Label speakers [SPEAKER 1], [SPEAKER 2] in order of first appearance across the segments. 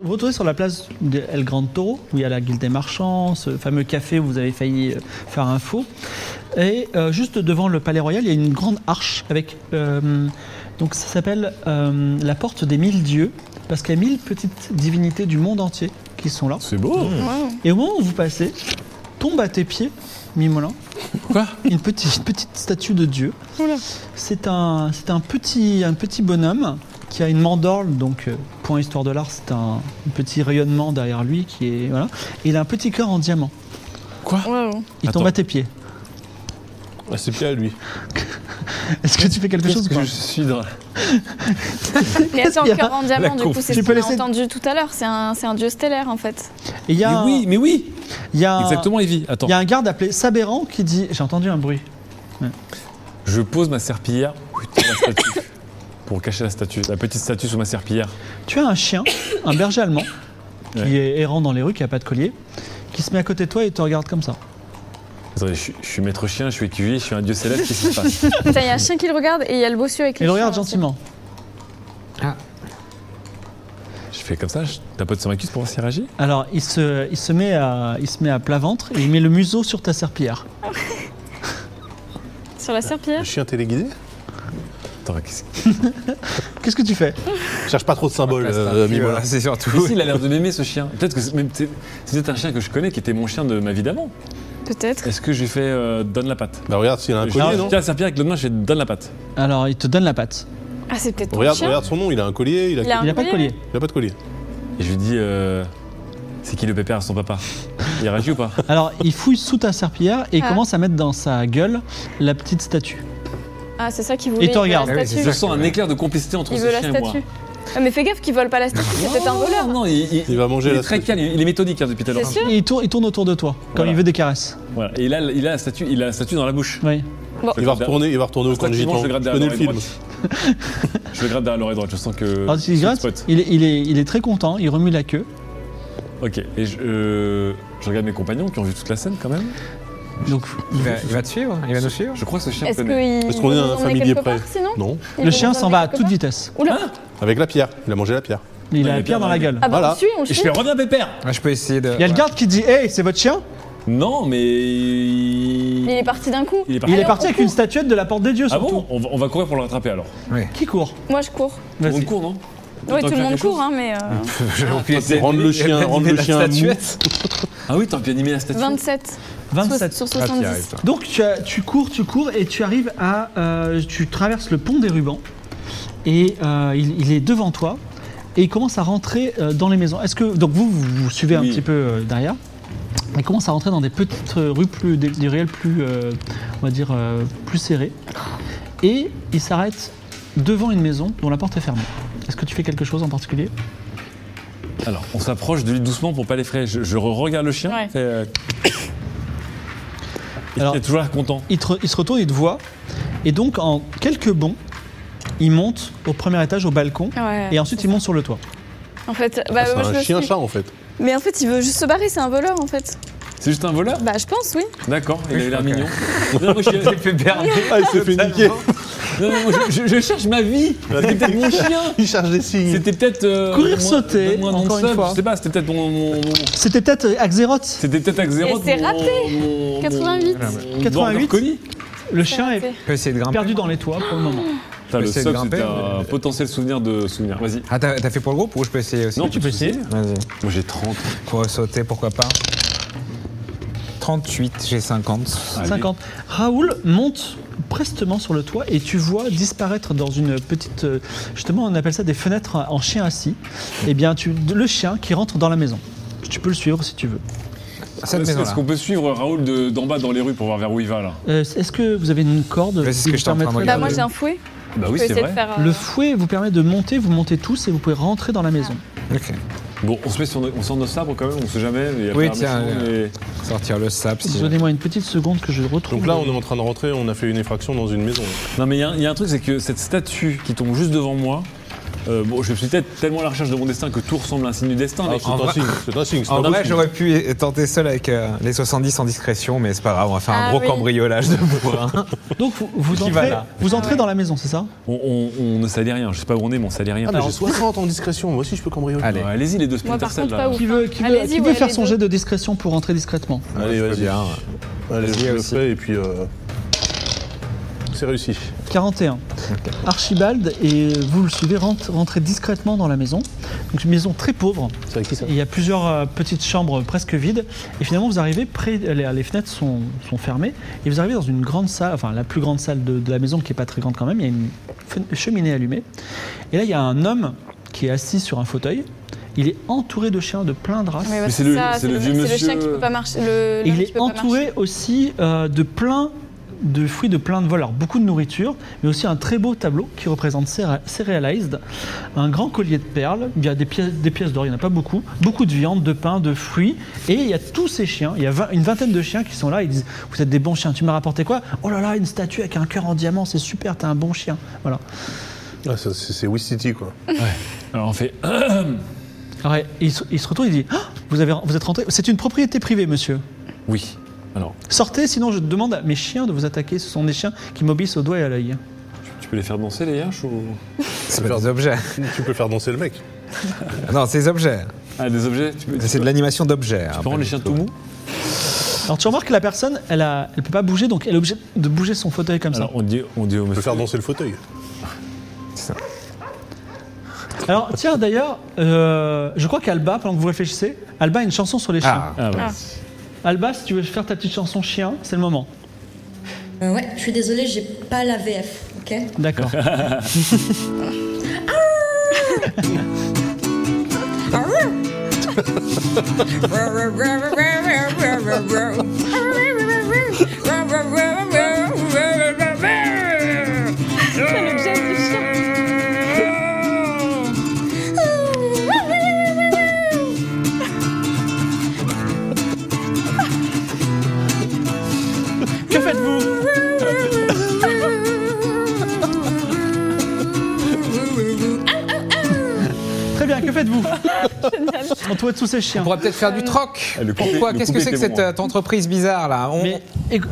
[SPEAKER 1] Vous vous retrouvez sur la place de El Gran Toro, où il y a la Guilde des Marchands, ce fameux café où vous avez failli euh, faire un faux. Et euh, juste devant le Palais Royal, il y a une grande arche avec. euh, donc ça s'appelle euh, la porte des mille dieux, parce qu'il y a mille petites divinités du monde entier qui sont là.
[SPEAKER 2] C'est beau
[SPEAKER 1] Et au moment où vous passez, tombe à tes pieds, Mimolin,
[SPEAKER 2] Quoi
[SPEAKER 1] une petite, une petite statue de Dieu. C'est un, c'est un, petit, un petit bonhomme qui a une mandorle, donc euh, point histoire de l'art, c'est un, un petit rayonnement derrière lui qui est. Voilà. Et il a un petit cœur en diamant.
[SPEAKER 2] Quoi
[SPEAKER 3] Waouh.
[SPEAKER 1] Il
[SPEAKER 2] Attends.
[SPEAKER 1] tombe à tes pieds.
[SPEAKER 2] Ah, C'est bien lui.
[SPEAKER 1] Est-ce que tu fais quelque chose
[SPEAKER 2] Qu'est-ce
[SPEAKER 1] ou pas
[SPEAKER 2] que je suis dans
[SPEAKER 3] Mais attends,
[SPEAKER 1] qu'il y a
[SPEAKER 3] cœur en diamant, du
[SPEAKER 2] conf.
[SPEAKER 3] coup, c'est
[SPEAKER 1] Tu
[SPEAKER 3] ce
[SPEAKER 1] peux
[SPEAKER 3] qu'on a
[SPEAKER 1] laisser-
[SPEAKER 3] entendu tout à l'heure. C'est un, c'est un dieu stellaire, en fait.
[SPEAKER 1] Et il y a
[SPEAKER 2] Mais oui, mais oui
[SPEAKER 1] un- il y a un-
[SPEAKER 2] Exactement, Evie. Attends,
[SPEAKER 1] Il y a un garde appelé Sabéran qui dit J'ai entendu un bruit.
[SPEAKER 2] je pose ma serpillière sur la statue. Pour cacher la statue, la petite statue sous ma serpillière.
[SPEAKER 1] Tu as un chien, un berger allemand, qui
[SPEAKER 2] Ouais.
[SPEAKER 1] est errant dans les rues, qui a pas de collier, qui se met à côté de toi et te regarde comme ça.
[SPEAKER 2] Attendez, je, suis- je suis maître chien, je suis écuyer, je suis un dieu céleste, qu'est-ce qui se passe
[SPEAKER 3] Putain, il y a un chien qui le regarde et il y a le bossu avec
[SPEAKER 1] Et
[SPEAKER 3] les
[SPEAKER 1] le
[SPEAKER 3] chiens,
[SPEAKER 1] regarde
[SPEAKER 3] là,
[SPEAKER 1] gentiment.
[SPEAKER 2] Je fais comme ça, je tapote sur ma cuisse pour voir s'il réagit.
[SPEAKER 1] Alors il se, il se met à, il se met à plat ventre et il met le museau sur ta serpillière.
[SPEAKER 3] c'est- Sur la serpillière
[SPEAKER 4] Le chien téléguidé
[SPEAKER 2] Attends, qu'est-ce que.
[SPEAKER 1] Qu'est-ce que tu fais
[SPEAKER 4] Cherche pas trop de symboles,
[SPEAKER 5] Voilà, c'est un
[SPEAKER 4] euh,
[SPEAKER 5] cul,
[SPEAKER 4] Mimola.
[SPEAKER 5] voilà, c'est
[SPEAKER 2] Mais
[SPEAKER 5] surtout.
[SPEAKER 2] si, il a l'air de m'aimer ce chien. Peut-être que c'est même- c'est c'est peut-être un chien que je connais qui était mon chien de ma vie d'avant.
[SPEAKER 3] Peut-être.
[SPEAKER 2] Est-ce que j'ai fait euh, donne la patte
[SPEAKER 4] Bah regarde s'il a un
[SPEAKER 2] Je-
[SPEAKER 4] collier,
[SPEAKER 2] je
[SPEAKER 4] non
[SPEAKER 2] tiens la serpillière avec l'autre main, je fais donne la patte.
[SPEAKER 1] Alors il te donne la patte.
[SPEAKER 3] Ah, c'est peut-être ton
[SPEAKER 4] Regarde,
[SPEAKER 3] chien.
[SPEAKER 4] regarde son nom, il a un collier, il a,
[SPEAKER 3] Il a un
[SPEAKER 1] Il n'a pas de collier.
[SPEAKER 4] il a pas de collier.
[SPEAKER 2] Et je lui dis euh, c'est qui le pépère à son papa Il réagit ou pas
[SPEAKER 1] Alors il fouille sous ta serpillière et il
[SPEAKER 3] Ah.
[SPEAKER 1] commence à mettre dans sa gueule la petite statue.
[SPEAKER 3] Ah, c'est ça qu'il voulait.
[SPEAKER 1] Et te
[SPEAKER 3] il veut la
[SPEAKER 1] regarde. Ah
[SPEAKER 5] oui,
[SPEAKER 3] statue.
[SPEAKER 2] Je sens un éclair de complicité entre
[SPEAKER 3] Il
[SPEAKER 2] ce
[SPEAKER 3] veut la
[SPEAKER 2] chien et moi.
[SPEAKER 3] statue. Ah, mais fais gaffe qu'il vole pas la statue, c'est peut-être un voleur.
[SPEAKER 2] Non, il,
[SPEAKER 4] Il va manger
[SPEAKER 2] il est
[SPEAKER 4] la
[SPEAKER 2] très
[SPEAKER 4] statue.
[SPEAKER 2] calme, il est méthodique hein, depuis tout à l'heure.
[SPEAKER 3] C'est sûr
[SPEAKER 1] Et il tourne, il tourne autour de toi comme
[SPEAKER 2] Voilà.
[SPEAKER 1] il veut des caresses.
[SPEAKER 2] Voilà. Et il a, il a la statue, il a la statue dans la bouche.
[SPEAKER 1] Oui.
[SPEAKER 4] Il va retourner, il va retourner au camp de
[SPEAKER 2] Instinctivement,
[SPEAKER 4] gitan.
[SPEAKER 2] je le
[SPEAKER 4] Je
[SPEAKER 2] gratte
[SPEAKER 4] connais
[SPEAKER 2] derrière
[SPEAKER 4] le
[SPEAKER 2] l'oreille
[SPEAKER 4] film.
[SPEAKER 2] Je le gratte derrière l'oreille droite, je sens que.
[SPEAKER 1] Alors, il,
[SPEAKER 2] je
[SPEAKER 1] gratte,
[SPEAKER 2] spot.
[SPEAKER 1] Ah, il, est- il est, il est très content, il remue la queue.
[SPEAKER 2] Ok, et je, euh, je regarde mes compagnons qui ont vu toute la scène quand même.
[SPEAKER 1] Donc
[SPEAKER 5] Il va, il va te suivre, il va nous suivre.
[SPEAKER 2] Je crois que ce chien
[SPEAKER 3] Est-ce
[SPEAKER 2] connaît.
[SPEAKER 3] qu'il.
[SPEAKER 4] Est-ce qu'on est
[SPEAKER 3] veut
[SPEAKER 4] un
[SPEAKER 3] nous emmener
[SPEAKER 4] familier
[SPEAKER 3] quelque
[SPEAKER 4] près
[SPEAKER 3] part, sinon
[SPEAKER 4] Non.
[SPEAKER 3] Il
[SPEAKER 1] le
[SPEAKER 3] veut
[SPEAKER 1] chien
[SPEAKER 3] nous
[SPEAKER 1] s'en
[SPEAKER 3] emmener
[SPEAKER 1] va à
[SPEAKER 3] quelque
[SPEAKER 1] toute
[SPEAKER 3] part
[SPEAKER 1] vitesse.
[SPEAKER 3] Oula
[SPEAKER 4] Avec la pierre, il a mangé la pierre.
[SPEAKER 1] Il
[SPEAKER 2] Ouais,
[SPEAKER 1] a la pierre dans la gueule.
[SPEAKER 3] Ah bah
[SPEAKER 4] Voilà.
[SPEAKER 3] on suit, on
[SPEAKER 2] Et je
[SPEAKER 3] suit.
[SPEAKER 2] fais regarde pépère
[SPEAKER 5] Ah, je peux essayer de.
[SPEAKER 1] Il y a le garde qui dit Hey, c'est votre chien
[SPEAKER 2] Non, mais.
[SPEAKER 3] Mais il
[SPEAKER 2] Il
[SPEAKER 3] est parti d'un coup.
[SPEAKER 2] est parti.
[SPEAKER 1] Il est
[SPEAKER 3] Alors,
[SPEAKER 1] parti
[SPEAKER 3] on
[SPEAKER 1] avec
[SPEAKER 3] court.
[SPEAKER 1] une statuette de la porte des dieux
[SPEAKER 2] Ah
[SPEAKER 1] surtout.
[SPEAKER 2] bon on va, on va courir pour le rattraper alors.
[SPEAKER 1] Qui court
[SPEAKER 3] Moi je cours.
[SPEAKER 2] Tout le
[SPEAKER 1] Vas-y.
[SPEAKER 2] monde court, non
[SPEAKER 3] Ouais,
[SPEAKER 2] Autant
[SPEAKER 3] tout le
[SPEAKER 2] faire
[SPEAKER 3] monde
[SPEAKER 2] quelque
[SPEAKER 3] court,
[SPEAKER 2] chose.
[SPEAKER 3] hein, mais. euh,
[SPEAKER 5] J'ai oublié de-
[SPEAKER 4] Rendre le chien- rendre le
[SPEAKER 5] la
[SPEAKER 4] chien mou.
[SPEAKER 5] statuette.
[SPEAKER 2] Ah oui, t'as bien animé la statue.
[SPEAKER 3] 27
[SPEAKER 1] 27.
[SPEAKER 3] sur
[SPEAKER 5] Ah, t'y
[SPEAKER 3] 70.
[SPEAKER 5] arrives, toi.
[SPEAKER 1] Donc tu, as- tu cours, tu cours et tu arrives à, euh, tu traverses le pont des rubans et euh, il, il est devant toi et il commence à rentrer euh, dans les maisons. Est-ce que donc vous vous, vous suivez un
[SPEAKER 2] Oui.
[SPEAKER 1] petit peu euh, derrière Il commence à rentrer dans des petites euh, rues plus, des, des ruelles plus, euh, on va dire euh, plus serrées et il s'arrête devant une maison dont la porte est fermée. Est-ce que tu fais quelque chose en particulier
[SPEAKER 2] Alors, on s'approche de lui doucement pour pas l'effrayer. Je, je regarde le chien.
[SPEAKER 3] Ouais.
[SPEAKER 2] Fait, euh, Et
[SPEAKER 1] Alors-
[SPEAKER 2] il est toujours l'air content.
[SPEAKER 1] il, te- il se retourne, il te voit et donc en quelques bonds, il monte au premier étage au balcon.
[SPEAKER 3] Ouais.
[SPEAKER 1] Et ensuite, il monte sur le toit.
[SPEAKER 3] En fait, bah,
[SPEAKER 4] Ah, C'est
[SPEAKER 3] moi, je
[SPEAKER 4] un
[SPEAKER 3] le suis.
[SPEAKER 4] chien-chat en fait.
[SPEAKER 3] Mais en fait, il veut juste se barrer, c'est un voleur en fait.
[SPEAKER 2] C'est juste un voleur
[SPEAKER 3] Bah, je pense, oui.
[SPEAKER 2] D'accord, il
[SPEAKER 5] Oui,
[SPEAKER 2] a
[SPEAKER 5] je
[SPEAKER 2] l'air
[SPEAKER 5] crois
[SPEAKER 2] mignon. Non, moi, je,
[SPEAKER 5] Il fait berner.
[SPEAKER 4] Ah, il s'est fait niquer.
[SPEAKER 2] non, non, moi, je- je- je cherche ma vie. C'était peut-être mon chien.
[SPEAKER 4] Il cherche des signes.
[SPEAKER 2] C'était peut-être. euh,
[SPEAKER 1] Courir,
[SPEAKER 2] mon-
[SPEAKER 1] sauter,
[SPEAKER 2] mon- mon
[SPEAKER 1] encore une
[SPEAKER 2] sub,
[SPEAKER 1] fois.
[SPEAKER 2] Je sais pas, c'était peut-être mon. mon- mon-
[SPEAKER 1] C'était peut-être Axeroth.
[SPEAKER 2] C'était peut-être Axéroth.
[SPEAKER 3] Et c'est
[SPEAKER 2] mon-
[SPEAKER 3] raté.
[SPEAKER 2] mon- Ah, mon-
[SPEAKER 3] 88.
[SPEAKER 2] mon
[SPEAKER 1] 88.
[SPEAKER 2] border collie.
[SPEAKER 1] Le chien est
[SPEAKER 3] Arrêtez.
[SPEAKER 5] Je peux essayer de grimper.
[SPEAKER 1] perdu dans les toits pour le moment.
[SPEAKER 2] Putain, le
[SPEAKER 5] essayer de
[SPEAKER 2] soc,
[SPEAKER 5] grimper,
[SPEAKER 2] c'était un
[SPEAKER 5] mais-
[SPEAKER 2] potentiel souvenir de souvenir. Vas-y.
[SPEAKER 5] Ah, t'as t'as fait pour le groupe ou je peux essayer aussi
[SPEAKER 2] Non, tu peux
[SPEAKER 1] essayer.
[SPEAKER 5] Vas-y.
[SPEAKER 2] Moi, j'ai 30.
[SPEAKER 5] Pour sauter, pourquoi pas. 38, j'ai 50.
[SPEAKER 2] Allez.
[SPEAKER 1] 50. Raoul monte prestement sur le toit et tu vois disparaître dans une petite. euh, Justement, on appelle ça des fenêtres en chien assis. Eh bien, tu, le chien qui rentre dans la maison. Tu peux le suivre si tu veux.
[SPEAKER 5] Cette
[SPEAKER 2] Est-ce est-ce
[SPEAKER 5] maison-là.
[SPEAKER 2] Ah, qu'on peut suivre Raoul de- d'en bas dans les rues pour voir vers où il va là
[SPEAKER 1] Euh, Est-ce que vous avez une corde
[SPEAKER 5] Ouais, c'est ce
[SPEAKER 1] qui
[SPEAKER 5] que
[SPEAKER 1] vous
[SPEAKER 5] j'étais en train de
[SPEAKER 1] permettrait
[SPEAKER 5] regarder.
[SPEAKER 3] Bah, moi j'ai un fouet.
[SPEAKER 2] Bah oui,
[SPEAKER 3] Je peux
[SPEAKER 2] c'est
[SPEAKER 3] essayer
[SPEAKER 2] vrai.
[SPEAKER 3] de faire, euh,
[SPEAKER 1] Le fouet vous permet de monter, vous montez tous et vous pouvez rentrer dans la maison.
[SPEAKER 5] Ok.
[SPEAKER 2] Bon, on se met sur nos, on sort nos sabres quand même, on sait jamais. mais il y a
[SPEAKER 5] Oui,
[SPEAKER 2] pas un
[SPEAKER 5] tiens,
[SPEAKER 2] méchant,
[SPEAKER 5] euh, Sortir le sable. Si...
[SPEAKER 1] Donnez-moi une petite seconde que je retrouve.
[SPEAKER 4] Donc là, on est en train de rentrer, on a fait une effraction dans une maison.
[SPEAKER 2] mais- Non, mais il y, a un- il y a un truc, c'est que cette statue qui tombe juste devant moi. euh, bon, je suis peut-être tellement à la recherche de mon destin que tout ressemble à un signe du destin.
[SPEAKER 4] Ah,
[SPEAKER 2] mais-
[SPEAKER 4] c'est
[SPEAKER 5] en
[SPEAKER 4] un
[SPEAKER 5] vrai-
[SPEAKER 4] signe, c'est un signe. c'est
[SPEAKER 5] En
[SPEAKER 4] un
[SPEAKER 5] vrai,
[SPEAKER 4] signe.
[SPEAKER 5] j'aurais pu e- tenter seul avec euh, les 70 en discrétion, mais c'est pas grave, on va faire un
[SPEAKER 3] Ah
[SPEAKER 5] gros
[SPEAKER 3] oui.
[SPEAKER 5] cambriolage de bourrin.
[SPEAKER 1] Donc vous, vous
[SPEAKER 5] Qui va
[SPEAKER 1] entrez,
[SPEAKER 5] là
[SPEAKER 1] vous entrez dans la maison, c'est ça
[SPEAKER 2] on, on- on ne salit rien, je sais pas où on est, mais on salit rien.
[SPEAKER 4] Ah, mais
[SPEAKER 2] Alors,
[SPEAKER 4] j'ai 60 en discrétion, moi aussi je peux cambrioler.
[SPEAKER 2] allez. y les deux
[SPEAKER 3] Moi,
[SPEAKER 2] splinter
[SPEAKER 3] par
[SPEAKER 2] cells,
[SPEAKER 3] contre,
[SPEAKER 2] là.
[SPEAKER 3] pas ouf.
[SPEAKER 1] Qui veut, qui veut-
[SPEAKER 3] Allez-y,
[SPEAKER 1] qui veut
[SPEAKER 3] ouais,
[SPEAKER 1] faire
[SPEAKER 3] les
[SPEAKER 1] son
[SPEAKER 3] deux.
[SPEAKER 1] jet de discrétion pour entrer discrètement
[SPEAKER 4] Allez,
[SPEAKER 5] Je peux
[SPEAKER 4] vas-y.
[SPEAKER 5] bien, ouais.
[SPEAKER 4] Allez, je le
[SPEAKER 5] aussi.
[SPEAKER 4] fais et puis. euh, C'est réussi.
[SPEAKER 1] 41. Archibald, et vous le suivez, rentre- rentrez discrètement dans la maison. Donc une maison très pauvre.
[SPEAKER 4] C'est avec qui ça
[SPEAKER 1] Il y a plusieurs euh, petites chambres presque vides. Et finalement, vous arrivez près. Les, les fenêtres sont, sont fermées. Et vous arrivez dans une grande salle, enfin la plus grande salle de, de la maison qui n'est pas très grande quand même. Il y a une fen- cheminée allumée. Et là, il y a un homme qui est assis sur un fauteuil. Il est entouré de chiens de plein de races.
[SPEAKER 3] Mais
[SPEAKER 2] Mais
[SPEAKER 3] parce
[SPEAKER 2] c'est
[SPEAKER 3] que
[SPEAKER 2] le-
[SPEAKER 3] ça,
[SPEAKER 2] c'est
[SPEAKER 3] C'est
[SPEAKER 2] le
[SPEAKER 3] le
[SPEAKER 2] vieux
[SPEAKER 3] c'est le chien
[SPEAKER 2] monsieur-
[SPEAKER 3] qui peut pas marcher. le-
[SPEAKER 1] Et
[SPEAKER 3] l'homme
[SPEAKER 1] il
[SPEAKER 3] qui
[SPEAKER 1] est
[SPEAKER 3] peut pas marcher.
[SPEAKER 1] entouré aussi euh, de plein de fruits de plein de vols, alors beaucoup de nourriture, mais aussi un très beau tableau qui représente Cere- Cerealized, un grand collier de perles, il y a des pièces, des pièces d'or, il n'y en a pas beaucoup, beaucoup de viande, de pain, de fruits, et il y a tous ces chiens, il y a vingt- une vingtaine de chiens qui sont là, ils disent, vous êtes des bons chiens, tu m'as rapporté quoi Oh là là, une statue avec un cœur en diamant, c'est super, t'es un bon chien. Voilà.
[SPEAKER 4] Ah, ça, C'est c'est Wii City quoi.
[SPEAKER 2] Alors, on fait. euh,
[SPEAKER 1] Alors, il, se- il se retourne, il dit, Ah, vous, avez, vous êtes rentré, c'est une propriété privée, monsieur.
[SPEAKER 2] Oui. Alors,
[SPEAKER 1] Sortez, sinon je demande à mes chiens de vous attaquer, ce sont des chiens qui m'obéissent au doigt et à l'œil.
[SPEAKER 2] tu peux les faire danser, les Yash ou...
[SPEAKER 5] C'est pas des objets.
[SPEAKER 4] Tu peux faire danser le mec.
[SPEAKER 5] Non, c'est des objets.
[SPEAKER 2] Ah, des objets tu peux, tu
[SPEAKER 5] C'est
[SPEAKER 2] peux-
[SPEAKER 5] de l'animation d'objets. hein,
[SPEAKER 2] tu peux rendre les chiens tout mous
[SPEAKER 1] Alors tu remarques que la personne, elle ne elle peut pas bouger, donc elle est obligée de bouger son fauteuil comme
[SPEAKER 2] Alors, on dit, on dit au
[SPEAKER 4] Tu peux
[SPEAKER 2] monsieur.
[SPEAKER 4] faire danser le fauteuil.
[SPEAKER 1] ça. Alors tiens d'ailleurs, euh, je crois qu'Alba, pendant que vous réfléchissez, Alba a une chanson sur les chiens.
[SPEAKER 5] Ah,
[SPEAKER 2] Ah, ouais.
[SPEAKER 1] Alba, si tu veux faire ta petite chanson chien, c'est le moment.
[SPEAKER 6] Euh, ouais, je suis désolée, j'ai pas la VF, ok
[SPEAKER 1] D'accord.
[SPEAKER 3] C'est le geste du chien.
[SPEAKER 1] que faites-vous Très bien, que faites-vous Entouré de tous ces
[SPEAKER 5] On
[SPEAKER 1] chiens.
[SPEAKER 5] pourrait peut-être faire du troc.
[SPEAKER 2] Ah, le couplet-
[SPEAKER 5] Pourquoi
[SPEAKER 2] le
[SPEAKER 5] Qu'est-ce que
[SPEAKER 2] couplet
[SPEAKER 5] c'est que
[SPEAKER 2] était
[SPEAKER 5] cette
[SPEAKER 2] bon,
[SPEAKER 5] euh, entreprise bizarre là On-
[SPEAKER 1] Mais éc-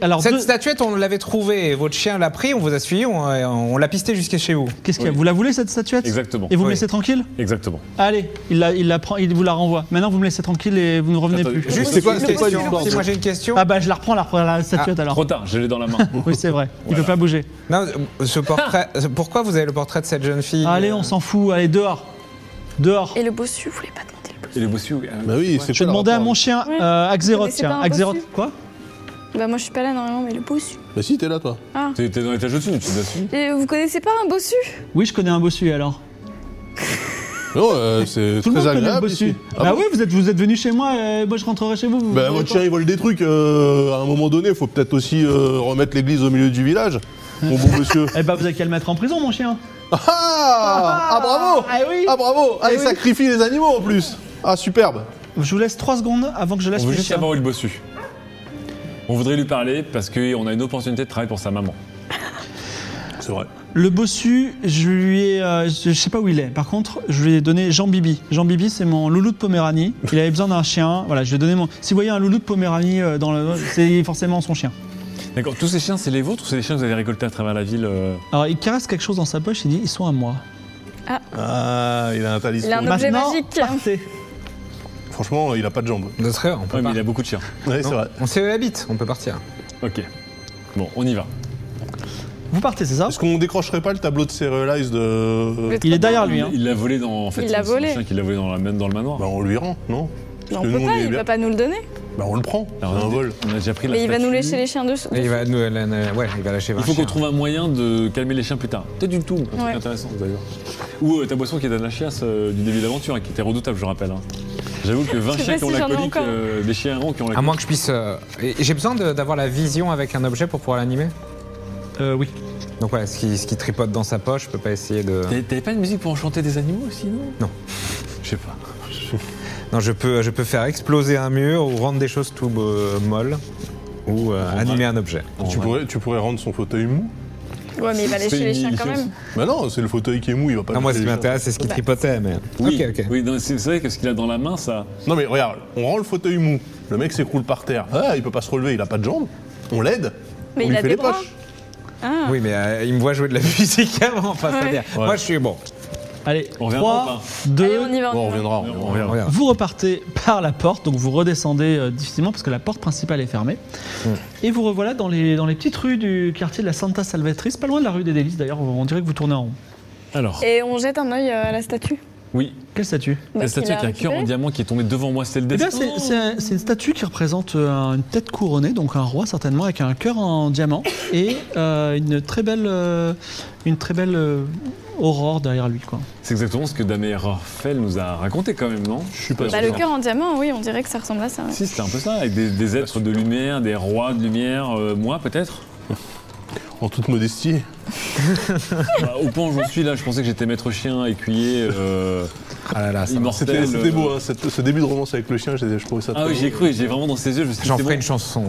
[SPEAKER 1] alors,
[SPEAKER 5] Cette
[SPEAKER 1] deux-
[SPEAKER 5] statuette, on l'avait trouvée. Votre chien l'a pris, on vous a suivi, on, euh, on l'a pisté jusqu'à chez vous.
[SPEAKER 1] qu'est-ce qu'il y a Vous la voulez cette statuette
[SPEAKER 2] Exactement.
[SPEAKER 1] Et vous me
[SPEAKER 5] Oui.
[SPEAKER 1] laissez tranquille
[SPEAKER 2] Exactement.
[SPEAKER 1] Allez, il, la, il, la prend, il vous la renvoie. Maintenant, vous me laissez tranquille et vous ne revenez
[SPEAKER 2] Attends,
[SPEAKER 1] plus.
[SPEAKER 2] je-
[SPEAKER 5] Juste
[SPEAKER 4] c'est quoi-
[SPEAKER 5] une
[SPEAKER 4] c'est quoi
[SPEAKER 5] question.
[SPEAKER 4] l'histoire
[SPEAKER 5] Si moi j'ai une question.
[SPEAKER 1] Ah bah je la reprends, la, reprends, la statuette alors.
[SPEAKER 2] Trop tard, je l'ai dans la main.
[SPEAKER 1] Oui, c'est vrai. Il peut pas bouger.
[SPEAKER 5] Non, euh, ce portrait. Pourquoi vous avez le portrait de cette jeune fille
[SPEAKER 1] Ah. Allez, on s'en fout. Allez, dehors. Dehors.
[SPEAKER 3] Et le bossu, vous voulez pas demander le
[SPEAKER 2] Et euh, le bossu oui.
[SPEAKER 4] Bah oui, c'est
[SPEAKER 1] Je vais
[SPEAKER 4] quoi le
[SPEAKER 1] demander à
[SPEAKER 4] rapport
[SPEAKER 1] mon chien,
[SPEAKER 3] Ouais.
[SPEAKER 1] euh, Axeroth,
[SPEAKER 3] Mais c'est
[SPEAKER 1] tiens.
[SPEAKER 3] pas un
[SPEAKER 1] Axeroth,
[SPEAKER 3] bossu.
[SPEAKER 1] quoi
[SPEAKER 3] bossu Bah moi je suis pas là normalement, mais le bossu.
[SPEAKER 4] Bah si, t'es là toi.
[SPEAKER 2] T'es t'es dans l'étage au-dessus, tu t'assumes.
[SPEAKER 3] Et vous connaissez pas un bossu
[SPEAKER 1] Oui, je connais un bossu alors.
[SPEAKER 4] Non, euh, c'est
[SPEAKER 1] Tout le
[SPEAKER 4] très
[SPEAKER 1] monde connaît le
[SPEAKER 4] agréable.
[SPEAKER 1] bossu.
[SPEAKER 4] ici.
[SPEAKER 1] Ah,
[SPEAKER 4] Ah bon
[SPEAKER 1] oui, vous êtes, vous êtes venu chez moi, euh, moi je rentrerai chez vous. vous
[SPEAKER 4] Bah,
[SPEAKER 1] vous voyez
[SPEAKER 4] votre chien, il vole des trucs. euh, à un moment donné, il faut peut-être aussi euh, remettre l'église au milieu du village. Mon bon monsieur.
[SPEAKER 1] pas Eh bah, vous avez qu'à le mettre en prison, mon chien.
[SPEAKER 4] Ah, ah, bravo
[SPEAKER 1] Ah oui
[SPEAKER 4] Ah, bravo Ah, il sacrifie les animaux en plus Ah, superbe
[SPEAKER 1] Je vous laisse 3 secondes avant que je
[SPEAKER 2] On
[SPEAKER 1] lâche
[SPEAKER 2] veut
[SPEAKER 1] le
[SPEAKER 2] juste
[SPEAKER 1] chien.
[SPEAKER 2] savoir où est le bossu. On voudrait lui parler parce qu'on a une opportunité de travailler pour sa maman.
[SPEAKER 4] C'est vrai.
[SPEAKER 1] Le bossu, je lui ai. euh, je je sais pas où il est. Par contre, je lui ai donné Jean Bibi. Jean Bibi, c'est mon loulou de Poméranie. Il avait besoin d'un chien. Voilà, je lui ai donné mon. Si vous voyez un loulou de Poméranie euh, dans le. C'est forcément son chien.
[SPEAKER 2] D'accord, tous ces chiens, c'est les vôtres ou c'est les chiens que vous avez récoltés à travers la ville euh
[SPEAKER 1] Alors, il caresse quelque chose dans sa poche, il dit Ils sont à moi.
[SPEAKER 4] Ah, il a un talisman.
[SPEAKER 3] Il a un objet
[SPEAKER 1] Maintenant,
[SPEAKER 3] magique.
[SPEAKER 1] partez.
[SPEAKER 4] Franchement, il a pas de jambes.
[SPEAKER 5] De très, on peut
[SPEAKER 2] Ouais, mais il
[SPEAKER 5] partir.
[SPEAKER 2] a beaucoup de chiens.
[SPEAKER 4] Ouais, c'est
[SPEAKER 5] Non,
[SPEAKER 4] vrai.
[SPEAKER 5] On sait où elle habite, on peut partir.
[SPEAKER 2] Ok. Bon, on y va.
[SPEAKER 1] Vous partez, c'est ça
[SPEAKER 4] Est-ce qu'on décrocherait pas le tableau de Serialized de...
[SPEAKER 3] Le
[SPEAKER 1] Il est derrière lui. Hein.
[SPEAKER 2] Il l'a volé dans. En fait,
[SPEAKER 3] Il l'a
[SPEAKER 2] c'est le
[SPEAKER 3] volé.
[SPEAKER 2] chien qu'il l'a volé dans, la, même dans le manoir.
[SPEAKER 4] Bah, on lui rend, non
[SPEAKER 3] Non,
[SPEAKER 4] que
[SPEAKER 3] on peut
[SPEAKER 4] nous, on
[SPEAKER 3] pas,
[SPEAKER 4] est
[SPEAKER 3] il
[SPEAKER 4] bien.
[SPEAKER 3] va pas nous le donner.
[SPEAKER 4] Bah, on le prend. C'est
[SPEAKER 2] Alors,
[SPEAKER 4] un
[SPEAKER 2] Ah, on a-
[SPEAKER 4] vol.
[SPEAKER 2] On a déjà pris la
[SPEAKER 3] Mais il va nous
[SPEAKER 2] statue.
[SPEAKER 3] lécher les chiens dessus.
[SPEAKER 5] Et il va, nous, elle- elle- elle- ouais, il va lâcher
[SPEAKER 2] Il faut qu'on trouve un moyen de calmer les chiens plus tard. Peut-être du tout, un truc
[SPEAKER 3] Ouais.
[SPEAKER 2] intéressant d'ailleurs. Ou euh, ta boisson qui est dans la chiasse euh, du début de l'aventure et qui était redoutable, je rappelle. hein. J'avoue que 20
[SPEAKER 3] sais
[SPEAKER 2] chiens
[SPEAKER 3] pas
[SPEAKER 2] qui ont
[SPEAKER 3] si
[SPEAKER 2] la
[SPEAKER 3] j'en ai
[SPEAKER 2] colique,
[SPEAKER 3] encore.
[SPEAKER 2] euh, des chiens errants qui ont la
[SPEAKER 5] À moins
[SPEAKER 2] colique.
[SPEAKER 5] que je puisse. euh, et- et J'ai besoin de- d'avoir la vision avec un objet pour pouvoir l'animer.
[SPEAKER 1] Euh, oui.
[SPEAKER 5] Donc ouais, ce qui, ce qui tripote dans sa poche, je peux pas essayer de.
[SPEAKER 2] T'avais t'avais pas une musique pour enchanter des animaux aussi, non
[SPEAKER 5] Non.
[SPEAKER 2] Je sais pas.
[SPEAKER 5] Non, je peux, je peux faire exploser un mur ou rendre des choses tout euh, molles ou euh, animer un objet.
[SPEAKER 4] Tu pourrais, tu pourrais rendre son fauteuil mou
[SPEAKER 3] Ouais, mais il va aller
[SPEAKER 2] C'est
[SPEAKER 3] chez les
[SPEAKER 2] une
[SPEAKER 3] chiens quand
[SPEAKER 2] initiation.
[SPEAKER 3] même.
[SPEAKER 4] Bah non, c'est le fauteuil qui est mou, il va pas
[SPEAKER 5] Non, Ah, moi, ce
[SPEAKER 4] lâcher
[SPEAKER 5] qui
[SPEAKER 4] les chiens.
[SPEAKER 5] m'intéresse, c'est ce qui
[SPEAKER 3] Bah.
[SPEAKER 5] tripotait, mais.
[SPEAKER 2] Oui,
[SPEAKER 5] ok, ok.
[SPEAKER 2] oui non, c'est c'est vrai que ce qu'il a dans la main, ça.
[SPEAKER 4] Non mais regarde, on rend le fauteuil mou, le mec s'écroule par terre, ah, il peut pas se relever, il a pas de jambes, on l'aide, on
[SPEAKER 3] Mais il
[SPEAKER 4] lui
[SPEAKER 3] a
[SPEAKER 4] fait
[SPEAKER 3] des
[SPEAKER 4] les
[SPEAKER 3] bras.
[SPEAKER 4] poches.
[SPEAKER 5] Oui, mais euh, il me voit jouer de la musique avant, enfin, c'est-à-dire.
[SPEAKER 4] Ouais.
[SPEAKER 5] Moi, je suis bon.
[SPEAKER 1] Allez,
[SPEAKER 2] On reviendra
[SPEAKER 1] 3,
[SPEAKER 3] Allez,
[SPEAKER 1] 2,
[SPEAKER 3] on y va.
[SPEAKER 4] Bon, on
[SPEAKER 3] On y va.
[SPEAKER 4] reviendra, on on reviendra.
[SPEAKER 5] Regarde.
[SPEAKER 1] Vous repartez par la porte, donc vous redescendez euh, difficilement parce que la porte principale est fermée. Et vous revoilà dans les, dans les petites rues du quartier de la Santa Salvatrice, pas loin de la rue des Délices d'ailleurs, on dirait que vous tournez en rond.
[SPEAKER 2] Alors,
[SPEAKER 3] Et on jette un œil euh, à la statue.
[SPEAKER 2] oui.
[SPEAKER 1] Quelle statue
[SPEAKER 3] Bah,
[SPEAKER 2] la
[SPEAKER 3] qu'il
[SPEAKER 2] statue avec un cœur en
[SPEAKER 3] récupérée.
[SPEAKER 2] diamant qui est tombée devant moi, c'est le
[SPEAKER 1] Eh bien,
[SPEAKER 2] destin.
[SPEAKER 1] c'est c'est un- c'est une statue qui représente euh, un- une tête couronnée, donc un roi certainement, avec un cœur en diamant et euh, une très belle, euh, une très belle euh, aurore derrière lui. Quoi.
[SPEAKER 2] C'est exactement ce que Damé Raphaël nous a raconté quand même, non Je suis pas
[SPEAKER 3] Bah, le cœur en diamant, oui, on dirait que ça ressemble à ça. ouais.
[SPEAKER 2] Si, c'était un peu ça, avec des, des êtres de lumière, des rois de lumière, euh, moi peut-être
[SPEAKER 4] En toute modestie.
[SPEAKER 2] Bah, Au point où j'en suis là, je pensais que j'étais maître chien, écuyer, euh,
[SPEAKER 5] Ah là là, ça va.
[SPEAKER 2] immortel.
[SPEAKER 4] C'était c'était
[SPEAKER 2] euh,
[SPEAKER 4] beau, hein, cette- ce début de romance avec le chien, je, je trouvais ça
[SPEAKER 2] Ah
[SPEAKER 4] trop-
[SPEAKER 2] oui, j'y ai cru, j'ai vraiment dans ses yeux, je me suis dit,
[SPEAKER 5] J'en
[SPEAKER 2] c'est
[SPEAKER 5] ferai une
[SPEAKER 2] bon.
[SPEAKER 5] chanson.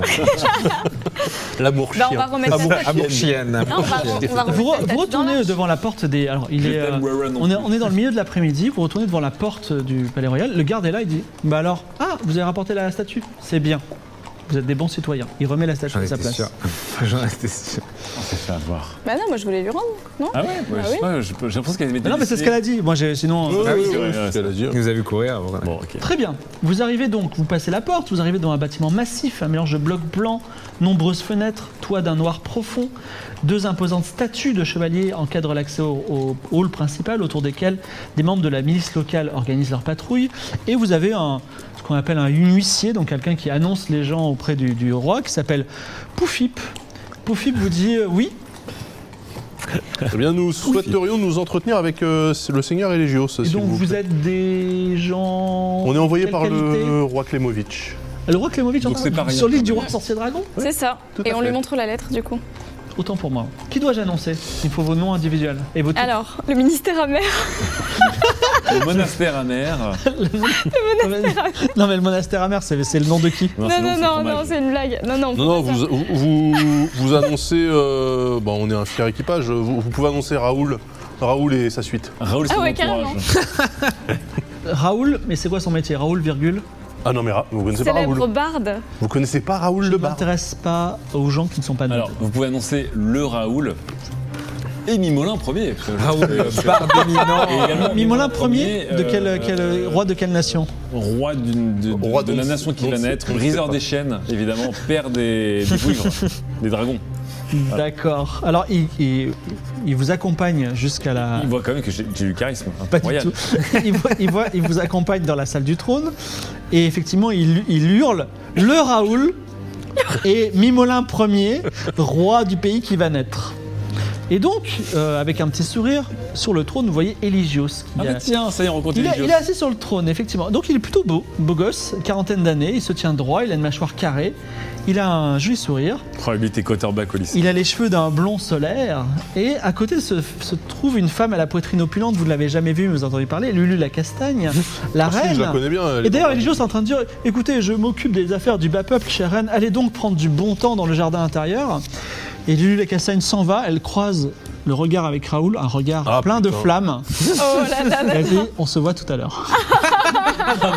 [SPEAKER 4] L'amour chien.
[SPEAKER 3] Bah, on va remettre la
[SPEAKER 5] Amour,
[SPEAKER 3] statue.
[SPEAKER 5] amour chienne.
[SPEAKER 3] Non, on va,
[SPEAKER 1] Vous,
[SPEAKER 3] on va
[SPEAKER 1] re-
[SPEAKER 3] remettre la
[SPEAKER 1] vous
[SPEAKER 3] statue dans
[SPEAKER 1] retournez
[SPEAKER 3] l'arche.
[SPEAKER 1] devant la porte des. Alors, il
[SPEAKER 2] Je
[SPEAKER 1] est, euh,
[SPEAKER 2] t'aime, Warren, non
[SPEAKER 1] on, est,
[SPEAKER 2] plus.
[SPEAKER 1] on est dans le milieu de l'après-midi, vous retournez devant la porte du Palais Royal, le garde est là, il dit Bah alors, ah, vous avez rapporté la statue C'est bien. Vous êtes des bons citoyens. Il remet la statue
[SPEAKER 5] J'en
[SPEAKER 1] à sa
[SPEAKER 5] étais
[SPEAKER 1] place.
[SPEAKER 5] sûr. J'en étais sûr.
[SPEAKER 2] On s'est fait avoir.
[SPEAKER 3] Bah non, moi je voulais lui rendre, non
[SPEAKER 2] Ah ouais, ouais,
[SPEAKER 3] Bah
[SPEAKER 2] je sais
[SPEAKER 3] oui.
[SPEAKER 2] pas, je peux- j'ai l'impression qu'elle
[SPEAKER 1] Mais non, mais c'est ce qu'elle a dit. Moi, j'ai- sinon. euh,
[SPEAKER 4] Ouais,
[SPEAKER 5] Ah oui,
[SPEAKER 4] ouais,
[SPEAKER 5] c'est
[SPEAKER 2] vrai,
[SPEAKER 4] ouais,
[SPEAKER 2] ouais,
[SPEAKER 4] c'est
[SPEAKER 2] c'est
[SPEAKER 4] la dire.
[SPEAKER 5] Il nous a vu courir. avant.
[SPEAKER 2] Bon, ok.
[SPEAKER 1] Très bien. Vous arrivez donc, vous passez la porte, vous arrivez dans un bâtiment massif, un mélange de blocs blancs, nombreuses fenêtres, toit d'un noir profond, deux imposantes statues de chevaliers encadrent l'accès au, au hall principal, autour desquels des membres de la milice locale organisent leur patrouille. Et vous avez un, ce qu'on appelle un huissier, donc quelqu'un qui annonce les gens auprès du, du roi, qui s'appelle Poufip. Poufip vous dit euh, oui,
[SPEAKER 4] Eh bien, nous souhaiterions nous entretenir avec euh, le Seigneur et les Géos,
[SPEAKER 1] et
[SPEAKER 4] s'il
[SPEAKER 1] donc
[SPEAKER 4] vous
[SPEAKER 1] vous
[SPEAKER 4] plaît.
[SPEAKER 1] êtes des gens.
[SPEAKER 4] On est envoyé
[SPEAKER 1] Quelle
[SPEAKER 4] par
[SPEAKER 1] qualité
[SPEAKER 4] le roi Klemovic.
[SPEAKER 1] Le roi Clémovitch
[SPEAKER 2] Donc c'est pas rien,
[SPEAKER 1] sur l'île
[SPEAKER 2] quand
[SPEAKER 1] du
[SPEAKER 2] même.
[SPEAKER 1] roi sorcier dragon
[SPEAKER 3] C'est ça.
[SPEAKER 4] Tout à
[SPEAKER 3] Et on
[SPEAKER 4] fait.
[SPEAKER 3] lui montre la lettre du coup.
[SPEAKER 1] Autant pour moi. Qui dois-je annoncer Il faut vos noms individuels et vos titres.
[SPEAKER 3] Alors, le ministère amer.
[SPEAKER 2] Le monastère amer.
[SPEAKER 1] non mais le monastère amer, c'est c'est le nom de qui
[SPEAKER 2] Non,
[SPEAKER 3] Non,
[SPEAKER 2] sinon,
[SPEAKER 3] non,
[SPEAKER 2] c'est
[SPEAKER 3] non,
[SPEAKER 2] trop mal.
[SPEAKER 3] non, c'est une blague. Non, non,
[SPEAKER 4] Non, non, vous, vous, vous- vous annoncez. euh, bon, on est un fier équipage. Vous, vous pouvez annoncer Raoul, Raoul et sa suite.
[SPEAKER 2] Raoul, c'est
[SPEAKER 3] Ah ouais,
[SPEAKER 2] mon
[SPEAKER 3] carrément.
[SPEAKER 2] entourage.
[SPEAKER 1] Raoul, mais c'est quoi son métier Raoul, virgule.
[SPEAKER 4] Ah non, mais Ra- vous connaissez pas
[SPEAKER 3] Célèbre
[SPEAKER 4] Raoul.
[SPEAKER 3] barde.
[SPEAKER 4] Vous connaissez pas Raoul
[SPEAKER 1] Je
[SPEAKER 4] le
[SPEAKER 1] ne
[SPEAKER 4] bar.
[SPEAKER 1] m'intéresse pas aux gens qui ne sont pas
[SPEAKER 2] Alors,
[SPEAKER 1] notés.
[SPEAKER 2] vous pouvez annoncer le Raoul et Mimolin premier. parce que je-
[SPEAKER 5] Raoul,
[SPEAKER 2] euh,
[SPEAKER 5] le barbe
[SPEAKER 2] et
[SPEAKER 5] éminent.
[SPEAKER 2] également
[SPEAKER 1] Mimolin premier, de quel,
[SPEAKER 2] euh,
[SPEAKER 1] quel, roi de quelle nation
[SPEAKER 2] Roi, d'une- de,
[SPEAKER 4] Roi
[SPEAKER 2] de
[SPEAKER 4] dont-
[SPEAKER 2] la nation qui
[SPEAKER 4] dont
[SPEAKER 2] va
[SPEAKER 4] c'est-
[SPEAKER 2] naître,
[SPEAKER 4] on ne sait
[SPEAKER 2] briseur
[SPEAKER 4] pas.
[SPEAKER 2] des chaînes, évidemment, père des, des bouivres, des dragons.
[SPEAKER 1] D'accord. Alors il, il- il vous accompagne jusqu'à la.
[SPEAKER 2] Il voit quand même que j'ai j'ai du charisme.
[SPEAKER 1] Ah. Pas du
[SPEAKER 2] incroyable.
[SPEAKER 1] tout. il, voit- il voit- il vous accompagne dans la salle du trône et effectivement il, il hurle le Raoul et Mimolin Ier, roi du pays qui va naître. Et donc, euh, avec un petit sourire, sur le trône, vous voyez Eligios. qui
[SPEAKER 2] Ah,
[SPEAKER 1] a-
[SPEAKER 2] mais tiens, ça y est, on rencontre
[SPEAKER 1] il, est-
[SPEAKER 2] Eligios.
[SPEAKER 1] il est assis sur le trône, effectivement. Donc il est plutôt beau, beau gosse, quarantaine d'années, il se tient droit, il a une mâchoire carrée, il a un joli sourire.
[SPEAKER 2] Oh, lui, t'es quarterback au lycée.
[SPEAKER 1] Il a les cheveux d'un blond solaire et à côté se, se trouve une femme à la poitrine opulente, vous ne l'avez jamais vue, mais vous entendez parler, Lulu la castagne, la
[SPEAKER 4] Ah si,
[SPEAKER 1] reine.
[SPEAKER 4] je la connais bien. elle
[SPEAKER 1] et
[SPEAKER 4] est
[SPEAKER 1] d'ailleurs,
[SPEAKER 4] pas mal.
[SPEAKER 1] Eligios est en train de dire écoutez, je m'occupe des affaires du bas peuple, chère reine, allez donc prendre du bon temps dans le jardin intérieur. Et Lulu la castagne s'en va, elle croise le regard avec Raoul, un regard
[SPEAKER 4] Ah,
[SPEAKER 1] plein de
[SPEAKER 4] putain.
[SPEAKER 1] flammes.
[SPEAKER 3] Oh là là là.
[SPEAKER 1] Elle dit on se voit tout à l'heure.
[SPEAKER 2] Ah non, putain,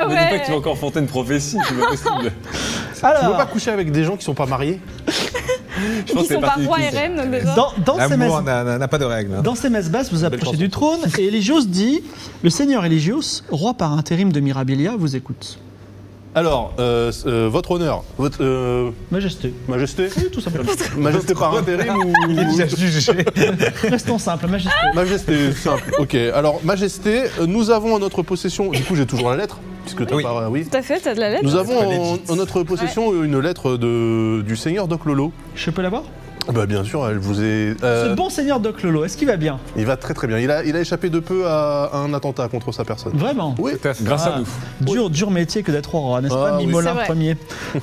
[SPEAKER 3] Ah
[SPEAKER 2] me dis
[SPEAKER 3] ouais.
[SPEAKER 2] pas que tu vas encore fanter une prophétie, c'est pas possible.
[SPEAKER 4] Tu veux pas
[SPEAKER 1] Alors,
[SPEAKER 4] coucher avec des gens qui sont pas mariés
[SPEAKER 2] Je pense
[SPEAKER 3] Qui
[SPEAKER 2] que c'est
[SPEAKER 3] sont pas
[SPEAKER 2] parti du
[SPEAKER 3] roi et
[SPEAKER 2] quiz.
[SPEAKER 3] reine déjà.
[SPEAKER 1] dans, dans ces messes-
[SPEAKER 5] L'amour n'a- n'a n'a pas de règles. hein.
[SPEAKER 1] Dans ces messes basses, vous approchez
[SPEAKER 4] chanson.
[SPEAKER 1] du trône et Eligios dit Le seigneur Eligios, roi par intérim de Mirabilia, vous écoute.
[SPEAKER 4] Alors, euh, c- euh, votre honneur, votre euh,
[SPEAKER 1] Majesté.
[SPEAKER 4] majesté,
[SPEAKER 1] Oui, tout simplement.
[SPEAKER 4] majesté par intérim ou
[SPEAKER 5] Il est déjà jugé.
[SPEAKER 1] Restons simples, majesté.
[SPEAKER 4] Majesté, simple. Ok. Alors, Majesté, euh, nous avons en notre possession. Du coup, j'ai toujours la lettre, puisque t'as
[SPEAKER 5] Oui.
[SPEAKER 4] pas. Oui.
[SPEAKER 3] Tout à fait, t'as de la lettre.
[SPEAKER 4] Nous avons
[SPEAKER 5] pas
[SPEAKER 4] en,
[SPEAKER 5] legit.
[SPEAKER 4] en notre possession une lettre de, du seigneur Doc Lolo.
[SPEAKER 1] Je peux l'avoir
[SPEAKER 4] Bah bien sûr, elle vous est. euh,
[SPEAKER 1] Ce bon seigneur Doc Lolo, est-ce qu'il va bien
[SPEAKER 4] Il va très très bien. Il a, il a échappé de peu à un attentat contre sa personne.
[SPEAKER 1] Vraiment
[SPEAKER 4] Oui.
[SPEAKER 5] Tout à fait.
[SPEAKER 2] Grâce
[SPEAKER 1] Ah.
[SPEAKER 2] à nous.
[SPEAKER 1] Dur, dur métier que d'être au roi, n'est-ce
[SPEAKER 4] Ah
[SPEAKER 1] pas
[SPEAKER 4] oui.
[SPEAKER 1] Mimolin
[SPEAKER 3] C'est vrai.
[SPEAKER 1] premier.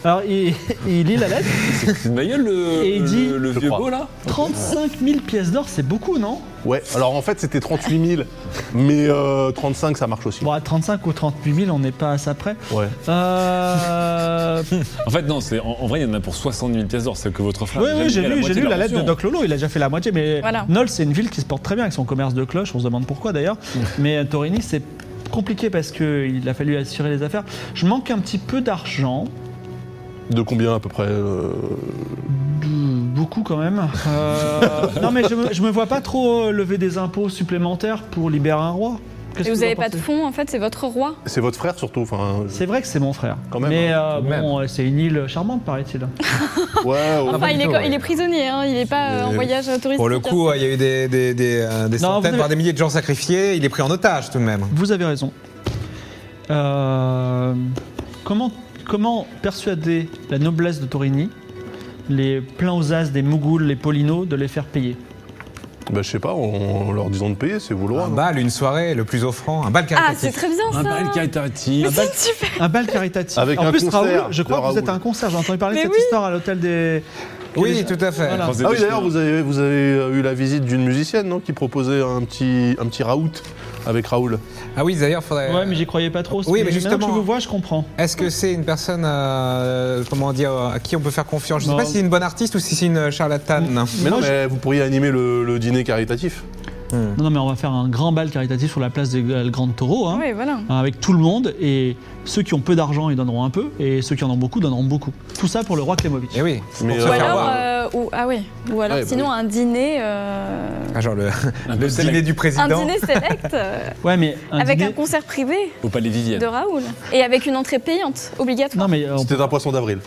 [SPEAKER 1] Alors, il, il lit la lettre.
[SPEAKER 2] C'est une bagnole, le,
[SPEAKER 1] Et il dit-
[SPEAKER 2] le, le
[SPEAKER 4] Je
[SPEAKER 2] vieux
[SPEAKER 4] crois.
[SPEAKER 2] beau, là
[SPEAKER 1] 35 000 pièces d'or, c'est beaucoup, non
[SPEAKER 4] Ouais. Alors en fait, c'était 38 000, mais euh, 35 ça marche aussi.
[SPEAKER 1] Bon, à 35 ou 38 000, on n'est pas à ça près.
[SPEAKER 4] Ouais.
[SPEAKER 1] Euh...
[SPEAKER 2] En fait, non, c'est- en, en vrai, il y en a pour 60 000 pièces d'or, c'est que votre frère.
[SPEAKER 1] oui,
[SPEAKER 2] n'a
[SPEAKER 1] oui,
[SPEAKER 2] jamais
[SPEAKER 1] j'ai
[SPEAKER 2] mis à
[SPEAKER 1] lu, j'ai
[SPEAKER 2] moitié
[SPEAKER 1] lu
[SPEAKER 2] hein.
[SPEAKER 1] la
[SPEAKER 2] leur
[SPEAKER 1] lettre de
[SPEAKER 2] pension.
[SPEAKER 1] Doc Lolo, il a déjà fait la moitié, mais
[SPEAKER 3] Voilà.
[SPEAKER 1] Nol, c'est une ville qui se porte très bien avec son commerce de cloches, on se demande pourquoi d'ailleurs. mais à Torini, c'est compliqué parce qu'il a fallu assurer les affaires. Je manque un petit peu d'argent,
[SPEAKER 4] De combien à peu près euh,
[SPEAKER 1] beaucoup quand même. Euh, non, mais je me, je me vois pas trop euh, lever des impôts supplémentaires pour libérer un roi. Qu'est-ce
[SPEAKER 3] Et
[SPEAKER 1] que
[SPEAKER 3] vous n'avez
[SPEAKER 1] en
[SPEAKER 3] pas de
[SPEAKER 1] pensez
[SPEAKER 3] fonds, en fait, c'est votre roi.
[SPEAKER 4] C'est votre frère surtout. Enfin.
[SPEAKER 1] C'est vrai que c'est mon frère.
[SPEAKER 4] Quand même,
[SPEAKER 1] Mais
[SPEAKER 4] hein,
[SPEAKER 1] euh,
[SPEAKER 5] quand
[SPEAKER 1] bon, euh, c'est une île charmante, paraît-il.
[SPEAKER 4] Ouais. bah, ouais.
[SPEAKER 1] Ah.
[SPEAKER 3] Enfin, il est,
[SPEAKER 5] plutôt,
[SPEAKER 3] co-
[SPEAKER 5] ouais.
[SPEAKER 3] il est prisonnier, hein, il n'est pas euh, en
[SPEAKER 5] Euh,
[SPEAKER 3] voyage touristique.
[SPEAKER 5] Pour le coup, il y a eu des, des- des, euh, des
[SPEAKER 1] Non, vous
[SPEAKER 5] centaines,
[SPEAKER 1] avez-
[SPEAKER 5] voire des milliers de gens sacrifiés. Il est pris en otage tout de même.
[SPEAKER 1] Vous avez raison. Euh, comment, comment persuader la noblesse de Torini, les pleins aux as des Mougouls, les Polinos, de les faire payer
[SPEAKER 4] Bah je sais pas. En, en leur disant de payer, c'est vous le roi.
[SPEAKER 1] Ah
[SPEAKER 5] Un
[SPEAKER 1] bah,
[SPEAKER 4] non
[SPEAKER 5] bal, une soirée, le plus offrant. Un bal
[SPEAKER 3] Ah,
[SPEAKER 5] caritatif.
[SPEAKER 3] c'est très bien ça
[SPEAKER 2] Un bal caritatif.
[SPEAKER 3] C'est super
[SPEAKER 1] Un bal caritatif.
[SPEAKER 4] Avec
[SPEAKER 1] en
[SPEAKER 4] un
[SPEAKER 1] plus,
[SPEAKER 4] concert
[SPEAKER 1] Raoul, je
[SPEAKER 4] de
[SPEAKER 1] crois que vous
[SPEAKER 4] Raoul.
[SPEAKER 1] êtes à un concert. J'ai entendu parler de
[SPEAKER 3] Mais
[SPEAKER 1] cette
[SPEAKER 3] oui.
[SPEAKER 1] histoire à l'hôtel des.
[SPEAKER 5] Oui, tout à fait.
[SPEAKER 1] Voilà.
[SPEAKER 2] Croisez
[SPEAKER 4] Ah oui
[SPEAKER 2] les
[SPEAKER 4] d'ailleurs
[SPEAKER 2] chemins.
[SPEAKER 4] vous avez vous avez euh, eu la visite d'une musicienne non, qui proposait un petit un petit raout avec Raoul.
[SPEAKER 5] Ah oui, d'ailleurs, faudrait.
[SPEAKER 4] Euh,
[SPEAKER 1] Ouais, mais j'y croyais pas trop.
[SPEAKER 5] Oui, mais
[SPEAKER 1] Maintenant que
[SPEAKER 5] justement.
[SPEAKER 1] je vous vois, je comprends.
[SPEAKER 5] Est-ce que c'est une personne, euh, comment dire, à qui on peut faire confiance Je ne sais
[SPEAKER 1] Non.
[SPEAKER 5] pas si c'est une bonne artiste ou si c'est une charlatane.
[SPEAKER 4] Mais
[SPEAKER 1] Moi,
[SPEAKER 4] non, mais vous pourriez animer le, le dîner caritatif.
[SPEAKER 1] Non, non, mais on va faire un grand bal caritatif sur la place des euh, le Grand Taureau. hein,
[SPEAKER 3] Oui, voilà.
[SPEAKER 1] Avec tout le monde, et ceux qui ont peu d'argent, ils donneront un peu, et ceux qui en ont beaucoup, donneront beaucoup. Tout ça pour le roi Klemovic.
[SPEAKER 5] Eh oui.
[SPEAKER 4] Mais,
[SPEAKER 5] Pour
[SPEAKER 4] euh,
[SPEAKER 5] se
[SPEAKER 3] Ou
[SPEAKER 4] Faut
[SPEAKER 5] faire
[SPEAKER 3] alors,
[SPEAKER 5] voir.
[SPEAKER 3] euh, ou, ah oui. Ou alors
[SPEAKER 4] Ouais, bah
[SPEAKER 3] sinon un dîner, euh,
[SPEAKER 5] Ah, genre le,
[SPEAKER 2] Un
[SPEAKER 5] le
[SPEAKER 2] peu
[SPEAKER 5] dîner
[SPEAKER 2] select
[SPEAKER 5] du
[SPEAKER 3] un
[SPEAKER 5] président.
[SPEAKER 3] dîner select euh,
[SPEAKER 1] Ouais, mais un
[SPEAKER 3] avec
[SPEAKER 1] dîner-
[SPEAKER 3] un concert privé
[SPEAKER 2] Au palais Vivienne.
[SPEAKER 3] de Raoul et avec une entrée payante
[SPEAKER 1] Non,
[SPEAKER 3] obligatoire.
[SPEAKER 1] mais euh, on-
[SPEAKER 4] C'était un poisson d'avril.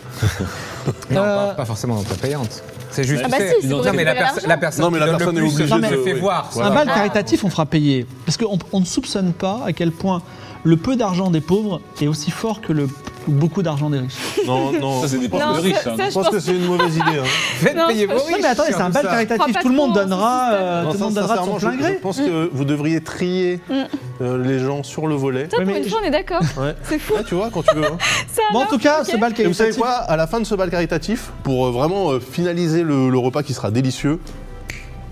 [SPEAKER 5] Non,
[SPEAKER 1] Euh,
[SPEAKER 5] pas, pas forcément d'entrée payante. C'est juste.
[SPEAKER 3] Ah bah
[SPEAKER 5] c'est-
[SPEAKER 3] si, c'est
[SPEAKER 2] Non,
[SPEAKER 3] pour
[SPEAKER 2] mais
[SPEAKER 5] Non, mais la,
[SPEAKER 3] récupérer
[SPEAKER 5] perso- la
[SPEAKER 3] l'argent.
[SPEAKER 5] personne.
[SPEAKER 4] Non, mais
[SPEAKER 5] qui
[SPEAKER 4] la
[SPEAKER 5] donne le
[SPEAKER 4] personne est
[SPEAKER 5] plus
[SPEAKER 4] obligée
[SPEAKER 5] se
[SPEAKER 1] de-
[SPEAKER 5] fait
[SPEAKER 4] oui.
[SPEAKER 5] voir.
[SPEAKER 4] Voilà.
[SPEAKER 1] un bal
[SPEAKER 3] Ah.
[SPEAKER 1] caritatif, on fera payer. Parce qu'on on ne soupçonne pas à quel point le peu d'argent des pauvres est aussi fort que le beaucoup d'argent des riches.
[SPEAKER 4] Non, non.
[SPEAKER 2] Ça, c'est des
[SPEAKER 4] je pense
[SPEAKER 2] portes
[SPEAKER 3] Non,
[SPEAKER 2] de
[SPEAKER 4] que-
[SPEAKER 2] riches.
[SPEAKER 3] ça-
[SPEAKER 2] hein.
[SPEAKER 3] ça,
[SPEAKER 4] Je pense que c'est une mauvaise idée. hein.
[SPEAKER 5] Faites
[SPEAKER 3] Non,
[SPEAKER 5] payer
[SPEAKER 3] c'est-
[SPEAKER 5] vos
[SPEAKER 3] Non,
[SPEAKER 5] riches.
[SPEAKER 1] Non, mais attendez, c'est un
[SPEAKER 5] comme
[SPEAKER 1] bal
[SPEAKER 5] ça.
[SPEAKER 1] caritatif.
[SPEAKER 3] Crois pas
[SPEAKER 1] Tout le monde
[SPEAKER 3] trop en ce
[SPEAKER 1] donnera, euh,
[SPEAKER 3] système.
[SPEAKER 4] Non,
[SPEAKER 1] tout le monde
[SPEAKER 4] sin-
[SPEAKER 1] donnera de son
[SPEAKER 4] sincèrement,
[SPEAKER 1] plein
[SPEAKER 4] je-
[SPEAKER 1] gré.
[SPEAKER 4] Je pense que vous devriez trier
[SPEAKER 3] Mm.
[SPEAKER 4] euh, les gens sur le volet.
[SPEAKER 3] Putain,
[SPEAKER 1] Ouais,
[SPEAKER 3] pour
[SPEAKER 1] mais
[SPEAKER 3] une
[SPEAKER 1] je-
[SPEAKER 3] fois, on est d'accord.
[SPEAKER 4] Ouais.
[SPEAKER 3] C'est fou.
[SPEAKER 4] Ouais, tu vois, quand tu veux. hein.
[SPEAKER 3] Ça,
[SPEAKER 1] Bon, en
[SPEAKER 3] alors,
[SPEAKER 1] tout cas,
[SPEAKER 3] ok.
[SPEAKER 1] ce bal
[SPEAKER 4] Et vous savez
[SPEAKER 1] caritatif.
[SPEAKER 4] quoi À la fin de ce bal caritatif, pour euh, vraiment euh, finaliser le, le repas qui sera délicieux,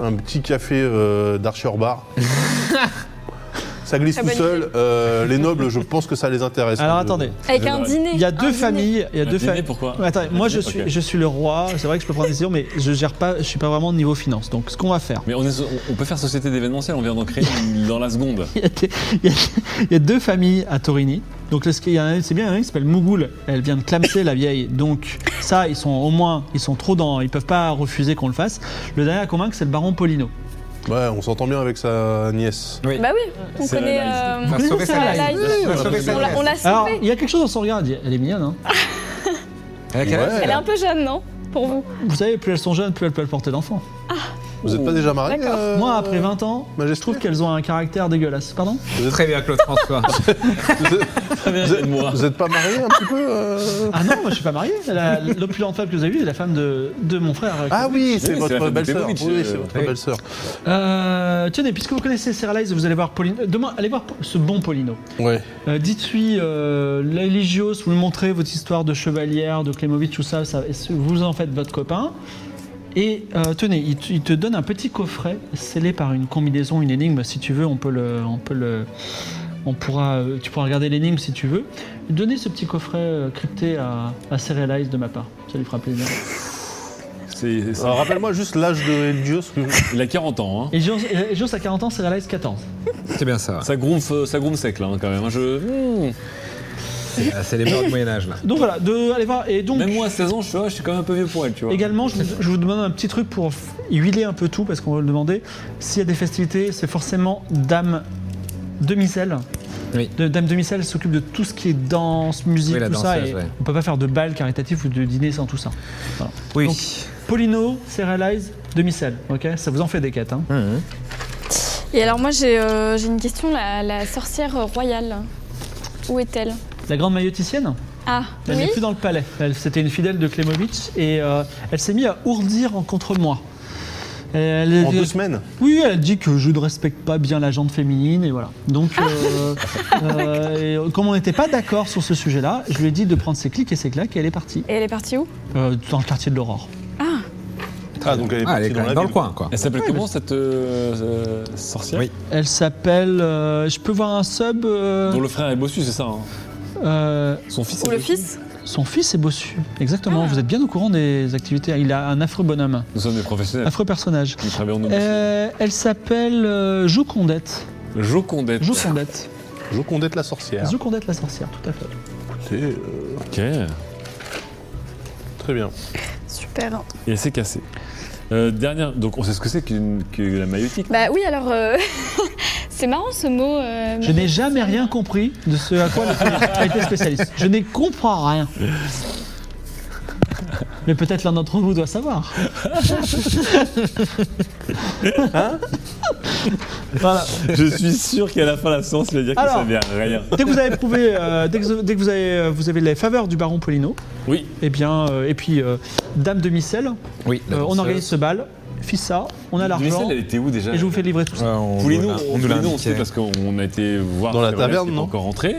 [SPEAKER 4] un petit café euh, d'Archer Bar. ça glisse
[SPEAKER 3] Ah,
[SPEAKER 4] tout
[SPEAKER 3] bonne
[SPEAKER 4] seul. euh, les nobles, je pense que ça les intéresse.
[SPEAKER 1] Alors
[SPEAKER 4] hein, de-
[SPEAKER 1] attendez,
[SPEAKER 3] Avec un
[SPEAKER 2] Un
[SPEAKER 3] dîner.
[SPEAKER 1] il y a
[SPEAKER 3] un
[SPEAKER 1] deux
[SPEAKER 3] dîner.
[SPEAKER 1] familles. Il y a
[SPEAKER 2] Un
[SPEAKER 1] deux
[SPEAKER 2] dîner,
[SPEAKER 1] familles.
[SPEAKER 2] pourquoi
[SPEAKER 1] Ouais, attendez,
[SPEAKER 2] Un
[SPEAKER 1] moi je
[SPEAKER 2] dîner,
[SPEAKER 1] suis,
[SPEAKER 2] ok.
[SPEAKER 1] je suis le roi. C'est vrai que je peux prendre des décisions, mais je gère pas. Je suis pas vraiment de niveau finance. Donc, ce qu'on va faire.
[SPEAKER 2] Mais on, est- on- on peut faire société d'événementiel, on vient d'en créer une dans la seconde.
[SPEAKER 1] Il y, a des- il y a- il y a deux familles à Torini. Donc le- il y en a une- c'est bien, il y en a une qui s'appelle Mougoul. Elle vient de clamser la vieille. Donc ça, ils sont au moins, ils sont trop dans, ils peuvent pas refuser qu'on le fasse. Le dernier à convaincre, c'est le baron Polino.
[SPEAKER 4] euh, Ouais, on s'entend bien avec sa nièce.
[SPEAKER 5] Oui.
[SPEAKER 3] Bah oui, on
[SPEAKER 2] C'est
[SPEAKER 3] connaît.
[SPEAKER 2] la
[SPEAKER 3] euh,
[SPEAKER 5] On va
[SPEAKER 1] Nous,
[SPEAKER 5] sauver
[SPEAKER 1] c'est
[SPEAKER 5] sa
[SPEAKER 3] la
[SPEAKER 5] life.
[SPEAKER 3] life.
[SPEAKER 5] On va sauver
[SPEAKER 2] On
[SPEAKER 5] sa
[SPEAKER 3] on l'a-
[SPEAKER 5] life.
[SPEAKER 3] on l'a
[SPEAKER 1] Alors
[SPEAKER 3] sauvée.
[SPEAKER 1] il y a quelque chose dans son regard. elle dit, Elle est mignonne. hein.
[SPEAKER 5] Elle a quel âge
[SPEAKER 4] Ouais.
[SPEAKER 3] Elle est un peu jeune, non Pour vous
[SPEAKER 1] Vous savez, plus elles sont jeunes, plus elles peuvent porter d'enfants.
[SPEAKER 4] Vous n'êtes pas déjà mariés
[SPEAKER 3] D'accord.
[SPEAKER 4] euh,
[SPEAKER 1] Moi, après 20 ans,
[SPEAKER 3] bah,
[SPEAKER 4] Majesté.
[SPEAKER 1] je trouve qu'elles ont un caractère dégueulasse. Pardon
[SPEAKER 5] Très bien, Claude François.
[SPEAKER 4] Vous êtes-
[SPEAKER 2] bien,
[SPEAKER 4] vous êtes-
[SPEAKER 2] Edmoura.
[SPEAKER 4] vous êtes pas mariés un petit peu euh
[SPEAKER 1] Ah non, moi je suis pas marié. La- L'opulente femme que vous avez vue, est la femme de, de mon frère.
[SPEAKER 4] Ah oui,
[SPEAKER 2] Oui,
[SPEAKER 4] c'est
[SPEAKER 2] c'est la
[SPEAKER 4] votre
[SPEAKER 2] femme de
[SPEAKER 4] belle-sœur.
[SPEAKER 2] Plémonique,
[SPEAKER 4] Oui,
[SPEAKER 2] euh,
[SPEAKER 4] c'est votre
[SPEAKER 5] oui.
[SPEAKER 4] belle-sœur.
[SPEAKER 1] Euh, tenez, puisque vous connaissez Serialize, vous allez voir Polino. Demain, allez voir ce bon Polino.
[SPEAKER 4] Ouais.
[SPEAKER 1] Euh, Dites-lui, euh, Léligios, vous lui montrez votre histoire de chevalière, de Klemovic, tout ça, ça- vous en faites votre copain. Et euh, tenez, il, te- il te donne un petit coffret scellé par une combinaison, une énigme, si tu veux, on peut le... On peut le on pourra, euh, tu pourras regarder l'énigme si tu veux. Donnez ce petit coffret euh, crypté à, à Serialize de ma part. Ça lui fera plaisir.
[SPEAKER 2] C'est- c'est-
[SPEAKER 4] Alors, Euh, Rappelle-moi juste l'âge de Eldios.
[SPEAKER 2] Il a 40 ans. Hein.
[SPEAKER 1] Et Jos et Jos a 40 ans, Serialize 14.
[SPEAKER 5] C'est bien ça.
[SPEAKER 2] Ça gronfle, euh, ça gronfle sec là hein, quand même. hein. Je...
[SPEAKER 5] C'est c'est les mœurs du Moyen-Âge, là.
[SPEAKER 1] Donc voilà, de, allez voir. Et donc,
[SPEAKER 2] Même moi à 16 ans, je suis, ah, je suis quand même un peu vieux pour elle, tu vois.
[SPEAKER 1] Également, je, vous- je vous demande un petit truc pour f- huiler un peu tout, parce qu'on va le demander. S'il y a des festivités, c'est forcément Dame Demi-Sel.
[SPEAKER 5] Oui.
[SPEAKER 1] De- Dame Demi-Sel s'occupe de tout ce qui est danse, musique,
[SPEAKER 5] Oui, la
[SPEAKER 1] tout ça.
[SPEAKER 5] danseuse,
[SPEAKER 1] Et
[SPEAKER 5] ouais.
[SPEAKER 1] On peut pas faire de bal caritatif ou de dîner sans tout ça.
[SPEAKER 5] Oui.
[SPEAKER 1] Donc, Polino, Serialize, Demi-Sel. Ok ça vous en fait des quêtes. hein.
[SPEAKER 5] Mhm.
[SPEAKER 3] Et alors, moi, j'ai euh, j'ai une question. La, la sorcière royale, où est-elle
[SPEAKER 1] La grande mailloticienne
[SPEAKER 3] Ah,
[SPEAKER 1] Elle n'est
[SPEAKER 3] oui
[SPEAKER 1] plus dans le palais. Elle- C'était une fidèle de Klemovitch et euh, elle s'est mise à ourdir en contre moi. Elle, elle-
[SPEAKER 4] En deux semaines
[SPEAKER 1] Oui, elle dit que je ne respecte pas bien la gente féminine et voilà. Donc, euh, euh, et, euh, comme on n'était pas d'accord sur ce sujet-là, je lui ai dit de prendre ses clics et ses claques et elle est partie
[SPEAKER 3] Et elle est partie où
[SPEAKER 1] euh, dans le quartier de l'Aurore.
[SPEAKER 4] Ah, donc elle est
[SPEAKER 5] Ah,
[SPEAKER 4] partie
[SPEAKER 5] elle est quand
[SPEAKER 4] dans,
[SPEAKER 5] même
[SPEAKER 4] la
[SPEAKER 5] dans le
[SPEAKER 4] ville.
[SPEAKER 5] coin, quoi.
[SPEAKER 2] Elle s'appelle comment cette euh, euh, sorcière
[SPEAKER 5] Oui.
[SPEAKER 1] Elle s'appelle. euh, je peux voir un sub. euh,
[SPEAKER 2] Dont le frère est bossu, c'est ça hein
[SPEAKER 1] euh,
[SPEAKER 2] Son fils
[SPEAKER 3] Ou
[SPEAKER 2] est
[SPEAKER 3] le
[SPEAKER 2] bossu
[SPEAKER 3] fils
[SPEAKER 1] son fils est bossu. Exactement.
[SPEAKER 3] Ah.
[SPEAKER 1] Vous êtes bien au courant des activités. Il a un affreux bonhomme,
[SPEAKER 2] Nous sommes des professionnels.
[SPEAKER 1] affreux personnage.
[SPEAKER 2] Nous travaillons nous.
[SPEAKER 1] Euh, elle s'appelle euh, Jocondette.
[SPEAKER 2] Jocondette.
[SPEAKER 1] Jocondette.
[SPEAKER 4] Jocondette la sorcière.
[SPEAKER 1] Jocondette la sorcière, tout à fait.
[SPEAKER 4] C'est euh,
[SPEAKER 2] Ok. Et
[SPEAKER 4] très bien.
[SPEAKER 3] Super.
[SPEAKER 2] elle s'est cassée. Euh, dernière, donc on sait ce que c'est qu'une que la maïotique.
[SPEAKER 3] Bah oui, alors. euh, c'est marrant ce mot. euh,
[SPEAKER 1] Je n'ai jamais rien compris de ce à quoi elle était- elle était spécialiste. Je ne comprends rien. Mais peut-être l'un d'entre vous doit savoir.
[SPEAKER 5] Hein
[SPEAKER 1] Voilà.
[SPEAKER 2] Je suis sûr qu'à la fin la séance, il va dire que
[SPEAKER 1] Alors.
[SPEAKER 2] ça vient rien.
[SPEAKER 1] Dès que vous avez prouvé, euh, dès, que, dès que vous avez, euh, vous avez les faveurs du baron Polino,
[SPEAKER 2] Oui.
[SPEAKER 1] eh bien, euh, et puis euh, Dame de Micelle,
[SPEAKER 5] Oui,
[SPEAKER 1] euh, on organise ce bal, Fissa, on a
[SPEAKER 2] Mais
[SPEAKER 1] l'argent,
[SPEAKER 2] celle, elle était où déjà
[SPEAKER 1] et je vous fais livrer tout ça.
[SPEAKER 5] on
[SPEAKER 2] Poulino,
[SPEAKER 5] nous l'a-
[SPEAKER 2] on,
[SPEAKER 5] nous l'a
[SPEAKER 2] Poulino, on
[SPEAKER 5] indiqué.
[SPEAKER 2] sait parce qu'on a été voir.
[SPEAKER 4] Dans la
[SPEAKER 2] Féroès,
[SPEAKER 4] taverne,
[SPEAKER 2] qui est
[SPEAKER 4] non
[SPEAKER 2] pas encore rentré.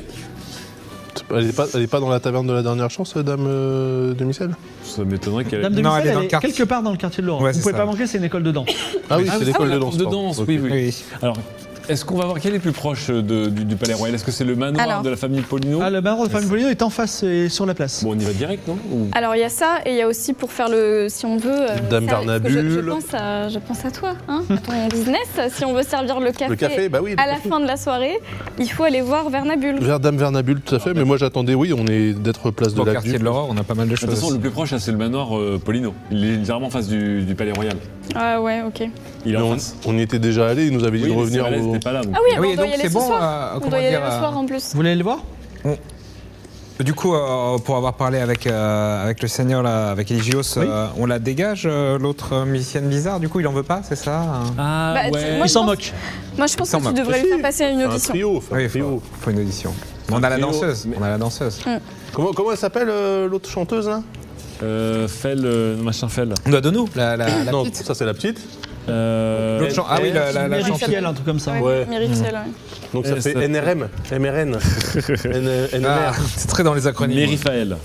[SPEAKER 4] Elle n'est pas, elle est pas dans la taverne de la dernière chance, euh, dame euh, de Micelle
[SPEAKER 2] Ça m'étonnerait qu'elle. Ah,
[SPEAKER 1] Dame de
[SPEAKER 5] Non, elle
[SPEAKER 1] Micelle,
[SPEAKER 5] est dans
[SPEAKER 1] elle est
[SPEAKER 5] le quartier.
[SPEAKER 1] quelque part dans le quartier de Laurent.
[SPEAKER 5] Ouais,
[SPEAKER 1] vous
[SPEAKER 5] c'est
[SPEAKER 1] pouvez
[SPEAKER 5] ça.
[SPEAKER 1] pas manquer, c'est une école de danse.
[SPEAKER 4] Ah oui,
[SPEAKER 2] Ah,
[SPEAKER 4] c'est l'école
[SPEAKER 2] la
[SPEAKER 4] de
[SPEAKER 2] prof
[SPEAKER 4] danse.
[SPEAKER 2] de
[SPEAKER 4] pardon.
[SPEAKER 2] danse,
[SPEAKER 4] Ok.
[SPEAKER 2] oui, oui.
[SPEAKER 5] Oui.
[SPEAKER 2] Alors, est-ce qu'on va voir quel est le plus proche de- du, du palais royal Est-ce que c'est le manoir
[SPEAKER 3] Alors.
[SPEAKER 2] de la famille Polino
[SPEAKER 1] Ah, le baron de Famille Polino est en face et sur la place.
[SPEAKER 2] Bon, on y va direct, non Ou-
[SPEAKER 3] Alors il y a ça, et il y a aussi pour faire le. Si on veut. euh,
[SPEAKER 4] Dame
[SPEAKER 3] servir- parce que Je, je
[SPEAKER 4] Barnabule.
[SPEAKER 3] pense à, je pense à toi, hein, à ton business. Si on veut servir le café,
[SPEAKER 4] Le café, bah oui.
[SPEAKER 3] à la fin de la soirée, il faut aller voir Vernabule.
[SPEAKER 4] Vers Dame Vernabule, tout à fait. Mais moi, j'attendais, oui, on est d'être place de
[SPEAKER 5] Au
[SPEAKER 4] la
[SPEAKER 5] quartier de l'Aurore, on a pas mal de
[SPEAKER 2] De toute
[SPEAKER 5] choses.
[SPEAKER 2] façon, le plus proche, là, c'est le manoir euh, Polino. Il est littéralement en face du, du palais royal.
[SPEAKER 3] Ah ouais, ok.
[SPEAKER 2] Il est
[SPEAKER 4] Mais
[SPEAKER 2] en
[SPEAKER 4] on,
[SPEAKER 2] face.
[SPEAKER 4] on y était déjà allé, il nous avait dit
[SPEAKER 2] Oui,
[SPEAKER 4] de
[SPEAKER 2] mais
[SPEAKER 4] revenir
[SPEAKER 2] Cérès
[SPEAKER 4] au-
[SPEAKER 2] n'était pas là. donc.
[SPEAKER 3] Ah oui,
[SPEAKER 5] Ah oui,
[SPEAKER 3] on doit
[SPEAKER 5] donc
[SPEAKER 3] y aller
[SPEAKER 5] c'est
[SPEAKER 3] ce
[SPEAKER 5] bon,
[SPEAKER 3] soir.
[SPEAKER 5] euh,
[SPEAKER 3] on
[SPEAKER 5] comment
[SPEAKER 3] doit y
[SPEAKER 5] dire,
[SPEAKER 3] aller le
[SPEAKER 5] euh,
[SPEAKER 3] soir en plus.
[SPEAKER 1] Vous voulez le voir
[SPEAKER 5] Du coup, euh, pour avoir parlé avec, euh, avec le seigneur, là, avec Eligios, euh, on la dégage, euh, l'autre euh, musicienne bizarre, du coup, il en veut pas, c'est ça hein
[SPEAKER 2] Ah
[SPEAKER 3] Bah, tu-
[SPEAKER 2] ouais.
[SPEAKER 3] moi,
[SPEAKER 1] Il
[SPEAKER 3] je
[SPEAKER 1] s'en
[SPEAKER 3] pense-
[SPEAKER 1] moque.
[SPEAKER 3] Moi, je pense
[SPEAKER 5] Ça
[SPEAKER 3] que tu
[SPEAKER 5] marche.
[SPEAKER 3] devrais lui
[SPEAKER 4] Si.
[SPEAKER 3] faire passer à une
[SPEAKER 4] un
[SPEAKER 3] audition.
[SPEAKER 4] trio. enfin, un
[SPEAKER 5] Oui,
[SPEAKER 4] trio.
[SPEAKER 5] faut, faut une audition. On a la
[SPEAKER 4] trio,
[SPEAKER 5] danseuse, on a la danseuse.
[SPEAKER 4] Comment, comment elle s'appelle euh, l'autre chanteuse là
[SPEAKER 2] Euh, Fell, euh, machin Fell.
[SPEAKER 5] On a de nous, la, la, la
[SPEAKER 4] Non,
[SPEAKER 5] petite.
[SPEAKER 4] ça c'est la petite.
[SPEAKER 2] Euh,
[SPEAKER 5] L'autre chan- Ah oui, la, la, la
[SPEAKER 1] Mary
[SPEAKER 5] chanteuse.
[SPEAKER 1] Fiel, un truc comme ça.
[SPEAKER 3] Ouais,
[SPEAKER 4] Ouais.
[SPEAKER 3] Mireille Fiel, ouais.
[SPEAKER 4] Donc
[SPEAKER 2] Euh,
[SPEAKER 4] ça fait
[SPEAKER 2] ça-
[SPEAKER 4] NRM, MRN, N-
[SPEAKER 5] Eh, Ah,
[SPEAKER 4] NMR.
[SPEAKER 5] c'est très dans les acronymes.
[SPEAKER 2] Mérifaël.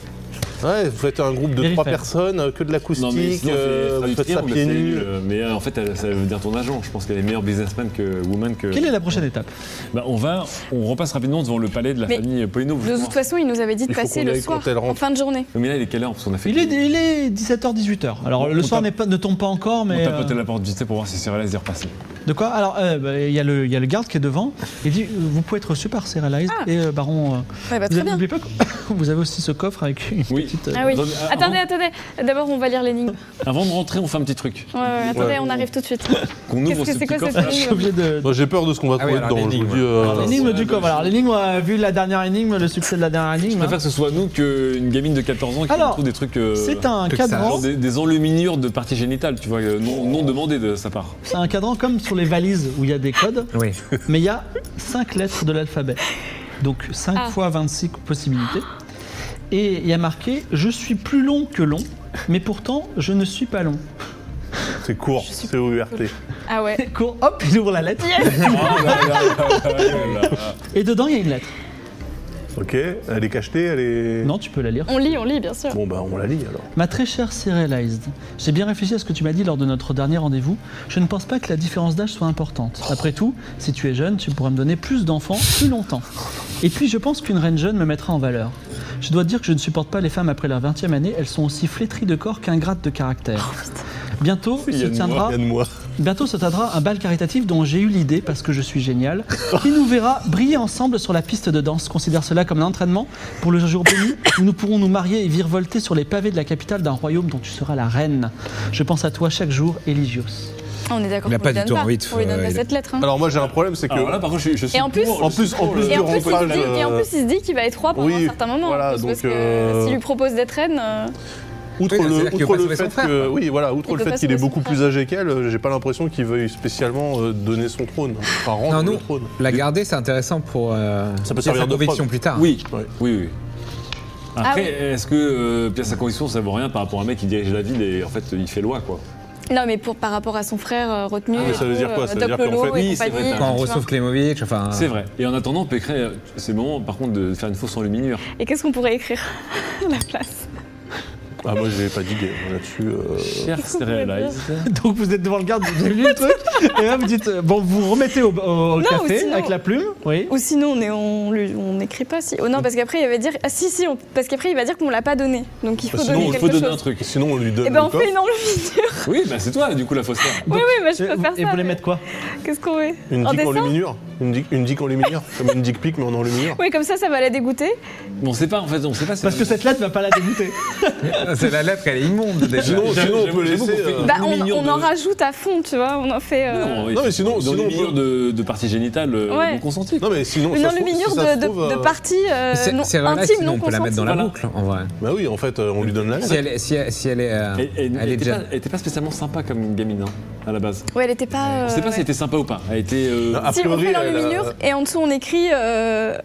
[SPEAKER 4] Ouais, vous faites un groupe de
[SPEAKER 1] Vérifère.
[SPEAKER 4] trois personnes, euh, que
[SPEAKER 2] Non
[SPEAKER 4] de
[SPEAKER 2] mais
[SPEAKER 4] l'acoustique,
[SPEAKER 2] sinon,
[SPEAKER 4] euh,
[SPEAKER 2] c'est
[SPEAKER 4] vous faites ça
[SPEAKER 2] traducteur,
[SPEAKER 4] pieds
[SPEAKER 2] mais c'est
[SPEAKER 4] nus.
[SPEAKER 2] nul. Mais euh, en fait, elle- ça veut dire ton agent. Je pense qu'elle est meilleure businessman que woman que.
[SPEAKER 1] Quelle est la prochaine étape
[SPEAKER 2] Bah, on va, on repasse rapidement devant le palais de la
[SPEAKER 3] Mais
[SPEAKER 2] famille Polino.
[SPEAKER 3] De toute façon, il nous avait dit de
[SPEAKER 4] Il faut
[SPEAKER 3] passer
[SPEAKER 4] qu'on
[SPEAKER 3] le
[SPEAKER 4] aille
[SPEAKER 3] soir,
[SPEAKER 4] quand elle rentre.
[SPEAKER 3] en fin de journée.
[SPEAKER 2] Mais là, il est quelle heure Parce qu'on a fait.
[SPEAKER 1] Il est, il est 17h-18h. Alors le
[SPEAKER 2] On
[SPEAKER 1] soir
[SPEAKER 2] tape-
[SPEAKER 1] n'est pas, ne tombe pas encore,
[SPEAKER 2] On
[SPEAKER 1] mais...
[SPEAKER 2] tapote à
[SPEAKER 1] euh,
[SPEAKER 2] la porte vite fait pour voir si Cyril est repassé.
[SPEAKER 1] de quoi Alors euh, bah, il y, a le- il y a le garde qui est devant. Il dit, euh, vous pouvez être reçu par Serialized et euh, Baron... euh,
[SPEAKER 3] Ah. Ouais, bah,
[SPEAKER 1] vous
[SPEAKER 3] très
[SPEAKER 1] avez-
[SPEAKER 3] bien.
[SPEAKER 1] n'oubliez pas que vous avez aussi ce coffre avec une
[SPEAKER 2] Oui.
[SPEAKER 1] petite... euh,
[SPEAKER 3] Ah oui.
[SPEAKER 2] Attendez, ah,
[SPEAKER 3] Attendez,
[SPEAKER 2] avant-
[SPEAKER 3] attendez. D'abord, on va lire l'énigme.
[SPEAKER 2] Avant de rentrer, on fait un petit truc.
[SPEAKER 3] Ouais, ouais, attendez,
[SPEAKER 4] Ouais.
[SPEAKER 3] on arrive tout de suite.
[SPEAKER 2] Qu'on ouvre
[SPEAKER 3] Qu'est-ce que
[SPEAKER 2] ce
[SPEAKER 3] c'est
[SPEAKER 2] petit
[SPEAKER 3] quoi
[SPEAKER 2] coffre.
[SPEAKER 3] cette
[SPEAKER 1] Je suis
[SPEAKER 3] énigme
[SPEAKER 1] obligé de...
[SPEAKER 4] Moi, j'ai peur de ce qu'on va
[SPEAKER 5] Ah oui,
[SPEAKER 4] trouver
[SPEAKER 5] alors, Ah,
[SPEAKER 4] dedans, je vous
[SPEAKER 5] l'énigme.
[SPEAKER 4] le dis. euh,
[SPEAKER 2] Alors,
[SPEAKER 1] L'énigme du
[SPEAKER 2] c'est la
[SPEAKER 1] coffre.
[SPEAKER 2] deuxième.
[SPEAKER 1] Alors l'énigme, euh, vu la dernière énigme, le succès de la dernière
[SPEAKER 2] bah, Je
[SPEAKER 1] énigme...
[SPEAKER 2] préfère
[SPEAKER 1] hein.
[SPEAKER 2] que ce soit nous qu'une gamine de 14 ans qui
[SPEAKER 1] Alors,
[SPEAKER 2] nous trouve des trucs. euh,
[SPEAKER 1] C'est un
[SPEAKER 5] que ça
[SPEAKER 1] cadran,
[SPEAKER 2] genre des, des enluminures de parties génitales, tu vois, euh, non, non demandées de sa part.
[SPEAKER 1] c'est un cadran comme sur les valises où il y a des codes,
[SPEAKER 5] Oui.
[SPEAKER 1] mais il y a 5 lettres de l'alphabet. Donc 5
[SPEAKER 3] Ah.
[SPEAKER 1] fois 26 possibilités. Et il y a marqué Je suis plus long que long, mais pourtant je ne suis pas long.
[SPEAKER 4] C'est court, c'est OURT.
[SPEAKER 3] Ah ouais.
[SPEAKER 1] Court, hop, il ouvre la lettre. Et dedans, il y a une lettre.
[SPEAKER 4] Ok, elle est cachetée, elle est.
[SPEAKER 1] Non, tu peux la lire.
[SPEAKER 3] On lit, on lit, bien sûr.
[SPEAKER 4] Bon, bah, on la lit alors.
[SPEAKER 1] Ma très chère Serialized, j'ai bien réfléchi à ce que tu m'as dit lors de notre dernier rendez-vous. Je ne pense pas que la différence d'âge soit importante. Après tout, si tu es jeune, tu pourras me donner plus d'enfants plus longtemps. Et puis, je pense qu'une reine jeune me mettra en valeur. Je dois te dire que je ne supporte pas les femmes après leur 20e année, elles sont aussi flétries de corps qu'ingrates de caractère. Bientôt se
[SPEAKER 2] Yann Moix,
[SPEAKER 1] tiendra
[SPEAKER 4] Yann moi.
[SPEAKER 1] Bientôt se tiendra un bal caritatif dont j'ai eu l'idée parce que je suis génial, qui nous verra briller ensemble sur la piste de danse. Considère cela comme un entraînement pour le jour béni où nous pourrons nous marier et virevolter sur les pavés de la capitale d'un royaume dont tu seras la reine. Je pense à toi chaque jour, Eligios.
[SPEAKER 3] Ah, On est d'accord
[SPEAKER 5] Il a
[SPEAKER 3] qu'on
[SPEAKER 5] pas
[SPEAKER 3] lui
[SPEAKER 5] du
[SPEAKER 3] donne
[SPEAKER 5] tout
[SPEAKER 3] pas.
[SPEAKER 5] envie de-
[SPEAKER 3] On lui donne
[SPEAKER 5] euh,
[SPEAKER 3] pas
[SPEAKER 5] il a-
[SPEAKER 3] cette lettre. hein.
[SPEAKER 4] Alors, moi, j'ai un problème,
[SPEAKER 5] Ah,
[SPEAKER 4] c'est que.
[SPEAKER 2] Alors là,
[SPEAKER 5] bah.
[SPEAKER 2] par contre, je, je suis.
[SPEAKER 3] Et en plus-
[SPEAKER 2] pour,
[SPEAKER 4] en
[SPEAKER 2] je
[SPEAKER 4] plus,
[SPEAKER 2] suis
[SPEAKER 4] en
[SPEAKER 2] pour
[SPEAKER 4] plus
[SPEAKER 2] le-
[SPEAKER 3] Et en,
[SPEAKER 4] du
[SPEAKER 3] plus, il se
[SPEAKER 4] remplage,
[SPEAKER 3] dit, et en
[SPEAKER 4] euh,
[SPEAKER 3] plus, il se dit qu'il va être roi pendant
[SPEAKER 4] oui,
[SPEAKER 3] un certain moment.
[SPEAKER 4] voilà,
[SPEAKER 3] en plus, parce
[SPEAKER 4] donc,
[SPEAKER 3] que
[SPEAKER 4] euh,
[SPEAKER 3] s'il lui propose d'être reine, euh,
[SPEAKER 4] Outre
[SPEAKER 5] Oui, c'est-à-dire
[SPEAKER 4] le,
[SPEAKER 5] qu'il
[SPEAKER 4] outre
[SPEAKER 5] peut
[SPEAKER 4] le
[SPEAKER 5] pas sauver son
[SPEAKER 4] fait
[SPEAKER 5] frère,
[SPEAKER 4] que,
[SPEAKER 5] quoi.
[SPEAKER 4] oui, voilà, outre
[SPEAKER 3] Il
[SPEAKER 4] le
[SPEAKER 3] peut pas
[SPEAKER 4] fait qu'il est
[SPEAKER 3] sauver son
[SPEAKER 4] beaucoup
[SPEAKER 3] frère.
[SPEAKER 4] plus âgé qu'elle, euh, j'ai pas l'impression qu'il veuille spécialement euh, donner son trône. Enfin, rendre
[SPEAKER 5] Non,
[SPEAKER 4] Oh, le
[SPEAKER 5] nous,
[SPEAKER 4] trône.
[SPEAKER 5] la garder, c'est intéressant pour. euh,
[SPEAKER 4] Ça peut
[SPEAKER 5] sa
[SPEAKER 4] servir de
[SPEAKER 5] conviction
[SPEAKER 4] preuve.
[SPEAKER 5] plus tard.
[SPEAKER 2] Oui,
[SPEAKER 4] Ouais.
[SPEAKER 2] oui, oui. Après,
[SPEAKER 3] Ah oui.
[SPEAKER 2] est-ce que euh, pièce à conviction, ça vaut rien par rapport à un mec qui dirige la ville et en fait il fait loi quoi
[SPEAKER 3] Non, mais pour, par rapport à son frère euh, retenu.
[SPEAKER 4] Ah, mais
[SPEAKER 3] et
[SPEAKER 4] ça veut
[SPEAKER 3] tout,
[SPEAKER 4] dire quoi
[SPEAKER 3] euh,
[SPEAKER 4] Ça veut
[SPEAKER 3] Doc
[SPEAKER 4] dire qu'en
[SPEAKER 3] Lolo
[SPEAKER 4] fait-
[SPEAKER 3] et
[SPEAKER 2] Oui, c'est vrai,
[SPEAKER 3] compagnie,
[SPEAKER 2] t'as-
[SPEAKER 3] tu
[SPEAKER 2] Quand
[SPEAKER 5] Quand on
[SPEAKER 3] vois.
[SPEAKER 5] retrouve Klimovic, enfin.
[SPEAKER 3] Ah.
[SPEAKER 5] euh,
[SPEAKER 2] C'est vrai. Et en attendant, Pécret, c'est le moment par contre de faire une fausse enluminure.
[SPEAKER 3] Et qu'est-ce qu'on pourrait écrire à la place
[SPEAKER 4] Ah, moi, j'ai pas d'idée là-dessus. euh,
[SPEAKER 2] Cher Serialize.
[SPEAKER 1] Donc vous êtes devant le garde, vous avez lu le truc, et là vous dites, euh, bon, vous remettez au, au
[SPEAKER 3] Non,
[SPEAKER 1] café
[SPEAKER 3] ou sinon-
[SPEAKER 1] avec la plume, oui.
[SPEAKER 3] Ou sinon, on est- on lui- on n'écrit pas. Si. Oh non, parce qu'après, il va dire. Ah si, si, on- parce qu'après, il va dire qu'on l'a pas donné. Donc il faut
[SPEAKER 4] Bah, sinon,
[SPEAKER 3] donner
[SPEAKER 2] il
[SPEAKER 3] quelque
[SPEAKER 2] faut donner un
[SPEAKER 3] chose.
[SPEAKER 2] truc.
[SPEAKER 4] Sinon, on lui donne
[SPEAKER 3] Eh ben,
[SPEAKER 4] le
[SPEAKER 3] on fait
[SPEAKER 4] coffre,
[SPEAKER 3] une enluminure.
[SPEAKER 2] Oui, bah c'est toi du coup la faussaire.
[SPEAKER 3] Oui, oui, mais je
[SPEAKER 1] Et
[SPEAKER 3] peux
[SPEAKER 1] vous-
[SPEAKER 3] faire
[SPEAKER 1] et
[SPEAKER 3] ça.
[SPEAKER 1] vous les
[SPEAKER 3] mais
[SPEAKER 1] mettre quoi
[SPEAKER 3] Qu'est-ce qu'on met
[SPEAKER 4] une
[SPEAKER 3] En
[SPEAKER 4] dick en
[SPEAKER 3] dessin
[SPEAKER 4] luminure. Une dick, une dick en luminure. Comme une dick pic, mais en enluminure.
[SPEAKER 3] Oui, comme ça, ça va la dégoûter.
[SPEAKER 2] Bon, on sait pas en fait, on sait pas si
[SPEAKER 1] Parce que cette lettre va pas la dégoûter.
[SPEAKER 5] Ah, C'est la lettre, elle est immonde déjà.
[SPEAKER 4] Sinon,
[SPEAKER 2] J'avoue-
[SPEAKER 4] sinon on
[SPEAKER 2] j'avoue-
[SPEAKER 4] peut
[SPEAKER 2] j'avoue
[SPEAKER 4] laisser.
[SPEAKER 2] qu'on fait
[SPEAKER 4] euh,
[SPEAKER 2] une
[SPEAKER 3] Bah, on,
[SPEAKER 2] enluminure
[SPEAKER 3] on en
[SPEAKER 2] de-
[SPEAKER 3] rajoute à fond, tu vois. On en fait. euh,
[SPEAKER 2] Non,
[SPEAKER 4] Non, mais sinon-
[SPEAKER 2] dans
[SPEAKER 4] sinon, on
[SPEAKER 2] l'enluminure de, de parties génitales euh,
[SPEAKER 3] Ouais.
[SPEAKER 2] non consenties.
[SPEAKER 4] Non, mais sinon.
[SPEAKER 3] une
[SPEAKER 4] ça se trouve-
[SPEAKER 3] enluminure
[SPEAKER 4] si ça se
[SPEAKER 3] de, de,
[SPEAKER 4] trouve,
[SPEAKER 3] de
[SPEAKER 4] euh,
[SPEAKER 3] parties euh,
[SPEAKER 5] C'est
[SPEAKER 3] non-
[SPEAKER 5] c'est relax,
[SPEAKER 3] intimes,
[SPEAKER 5] sinon
[SPEAKER 3] non
[SPEAKER 5] on peut la mettre dans la
[SPEAKER 2] Voilà.
[SPEAKER 5] boucle, en vrai.
[SPEAKER 4] Bah oui, en fait, euh, on lui donne la lettre.
[SPEAKER 5] Si elle, est- si elle- si elle est. euh,
[SPEAKER 2] Elle, elle-
[SPEAKER 5] elle
[SPEAKER 2] elle
[SPEAKER 5] est
[SPEAKER 2] était
[SPEAKER 5] déjà.
[SPEAKER 2] pas, elle était pas spécialement sympa comme gamine hein, à la base.
[SPEAKER 3] Ouais, elle était pas.
[SPEAKER 2] On sait pas si
[SPEAKER 3] euh,
[SPEAKER 2] elle
[SPEAKER 3] ouais.
[SPEAKER 2] était sympa ou pas. Elle était. euh,
[SPEAKER 4] Non, a
[SPEAKER 3] Si on
[SPEAKER 4] priori,
[SPEAKER 3] fait
[SPEAKER 4] elle a-
[SPEAKER 3] l'enluminure et en dessous on écrit euh,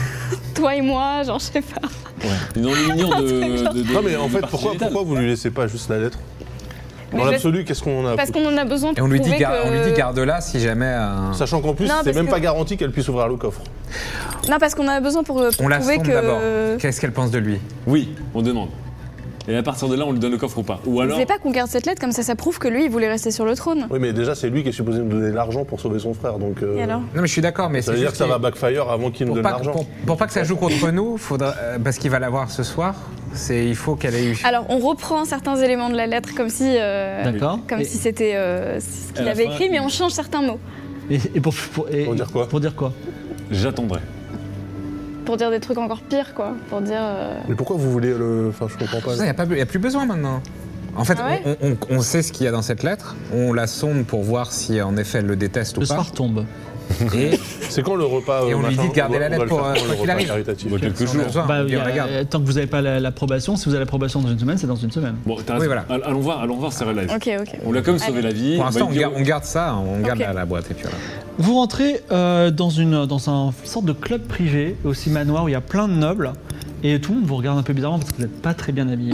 [SPEAKER 3] toi et moi, genre je sais pas.
[SPEAKER 4] Ah,
[SPEAKER 2] ouais, une enluminure de, de, de-
[SPEAKER 4] Non, mais en
[SPEAKER 2] de
[SPEAKER 4] fait,
[SPEAKER 2] parties
[SPEAKER 4] pourquoi,
[SPEAKER 2] génitales.
[SPEAKER 4] pourquoi vous lui laissez pas juste la lettre
[SPEAKER 3] Mais
[SPEAKER 4] Dans
[SPEAKER 3] je-
[SPEAKER 4] l'absolu, qu'est-ce qu'on en a à
[SPEAKER 3] Parce
[SPEAKER 4] foutre
[SPEAKER 3] qu'on en a besoin
[SPEAKER 5] Et
[SPEAKER 3] pour
[SPEAKER 5] on lui dit,
[SPEAKER 3] prouver
[SPEAKER 5] gar-
[SPEAKER 3] que-
[SPEAKER 5] on lui dit garde-la si jamais. euh,
[SPEAKER 4] Sachant qu'en plus,
[SPEAKER 3] Non,
[SPEAKER 4] c'est
[SPEAKER 3] parce
[SPEAKER 4] même
[SPEAKER 3] que-
[SPEAKER 4] pas garanti qu'elle puisse ouvrir le coffre.
[SPEAKER 3] Non parce qu'on en a besoin pour, euh, pour
[SPEAKER 5] On la
[SPEAKER 3] prouver
[SPEAKER 5] sonde d'abord.
[SPEAKER 3] que.
[SPEAKER 5] Qu'est-ce qu'elle pense de lui
[SPEAKER 2] Oui, on demande. Et à partir de là, on lui donne le coffre ou pas. Ou
[SPEAKER 3] Vous
[SPEAKER 2] alors.
[SPEAKER 3] voulez pas qu'on garde cette lettre comme ça, ça prouve que lui il voulait rester sur le trône.
[SPEAKER 4] Oui, mais déjà, c'est lui qui est supposé nous donner l'argent pour sauver son frère. Donc, euh,
[SPEAKER 3] Et alors
[SPEAKER 5] Non, mais je suis d'accord, mais
[SPEAKER 4] ça
[SPEAKER 5] c'est.
[SPEAKER 4] veut dire que
[SPEAKER 5] juste
[SPEAKER 4] ça
[SPEAKER 5] qu'il-
[SPEAKER 4] va backfire avant qu'il nous
[SPEAKER 5] Pour
[SPEAKER 4] donne
[SPEAKER 5] pas,
[SPEAKER 4] l'argent.
[SPEAKER 5] pour- pour pas que ça joue contre nous, faudra, euh, parce qu'il va l'avoir ce soir, c'est il faut qu'elle ait eu.
[SPEAKER 3] Alors on reprend certains éléments de la lettre comme si euh,
[SPEAKER 1] D'accord.
[SPEAKER 3] comme
[SPEAKER 1] et,
[SPEAKER 3] si c'était euh, ce
[SPEAKER 2] À
[SPEAKER 3] qu'il
[SPEAKER 2] la
[SPEAKER 3] avait
[SPEAKER 2] fin,
[SPEAKER 3] écrit, mais
[SPEAKER 2] il-
[SPEAKER 3] on change certains mots
[SPEAKER 1] et- et pour, pour- et-
[SPEAKER 4] Pour dire quoi
[SPEAKER 1] Pour dire quoi
[SPEAKER 2] J'attendrai.
[SPEAKER 3] pour dire des trucs encore pires quoi, pour dire. euh,
[SPEAKER 4] Mais pourquoi vous voulez le. Enfin, je comprends pas.
[SPEAKER 5] Il n'y a, pas- y a plus besoin maintenant. En fait,
[SPEAKER 3] Ah ouais
[SPEAKER 5] on, on- on sait ce qu'il y a dans cette lettre, on la sonde pour voir si en effet elle le déteste
[SPEAKER 1] Le
[SPEAKER 5] ou pas.
[SPEAKER 1] soir tombe.
[SPEAKER 5] Et
[SPEAKER 4] C'est quand le repas
[SPEAKER 5] Et
[SPEAKER 4] euh,
[SPEAKER 5] on lui
[SPEAKER 4] machin,
[SPEAKER 5] dit de garder
[SPEAKER 4] on
[SPEAKER 5] la
[SPEAKER 4] doit- on
[SPEAKER 5] lettre
[SPEAKER 4] doit
[SPEAKER 5] pour,
[SPEAKER 4] le faire
[SPEAKER 5] euh,
[SPEAKER 4] le
[SPEAKER 5] qu'il
[SPEAKER 4] repas
[SPEAKER 5] arrive.
[SPEAKER 4] caritatif.
[SPEAKER 2] Bon, quelques
[SPEAKER 5] si on a
[SPEAKER 2] jours.
[SPEAKER 5] besoin,
[SPEAKER 1] Bah,
[SPEAKER 5] Ah, on
[SPEAKER 1] il
[SPEAKER 5] dit,
[SPEAKER 1] y a-
[SPEAKER 5] regarde.
[SPEAKER 1] euh, tant que vous n'avez pas la- l'approbation, si vous avez l'approbation dans une semaine, c'est dans une semaine.
[SPEAKER 2] Bon, t'as
[SPEAKER 5] Oui,
[SPEAKER 2] raison.
[SPEAKER 5] voilà.
[SPEAKER 2] All- Allons voir, allons voir Sarah Live.
[SPEAKER 3] Ok ok.
[SPEAKER 2] On lui a quand même sauvé
[SPEAKER 3] Allez.
[SPEAKER 2] la vie.
[SPEAKER 5] Pour
[SPEAKER 2] on va
[SPEAKER 5] l'instant, on,
[SPEAKER 2] lui dire-
[SPEAKER 5] garde- on garde ça, on garde
[SPEAKER 3] Bah, Ok.
[SPEAKER 5] la, la boîte et puis voilà.
[SPEAKER 1] Vous rentrez euh, dans, une, dans un sorte de club privé, aussi manoir, où il y a plein de nobles, et tout le monde vous regarde un peu bizarrement parce que vous n'êtes pas très bien habillé.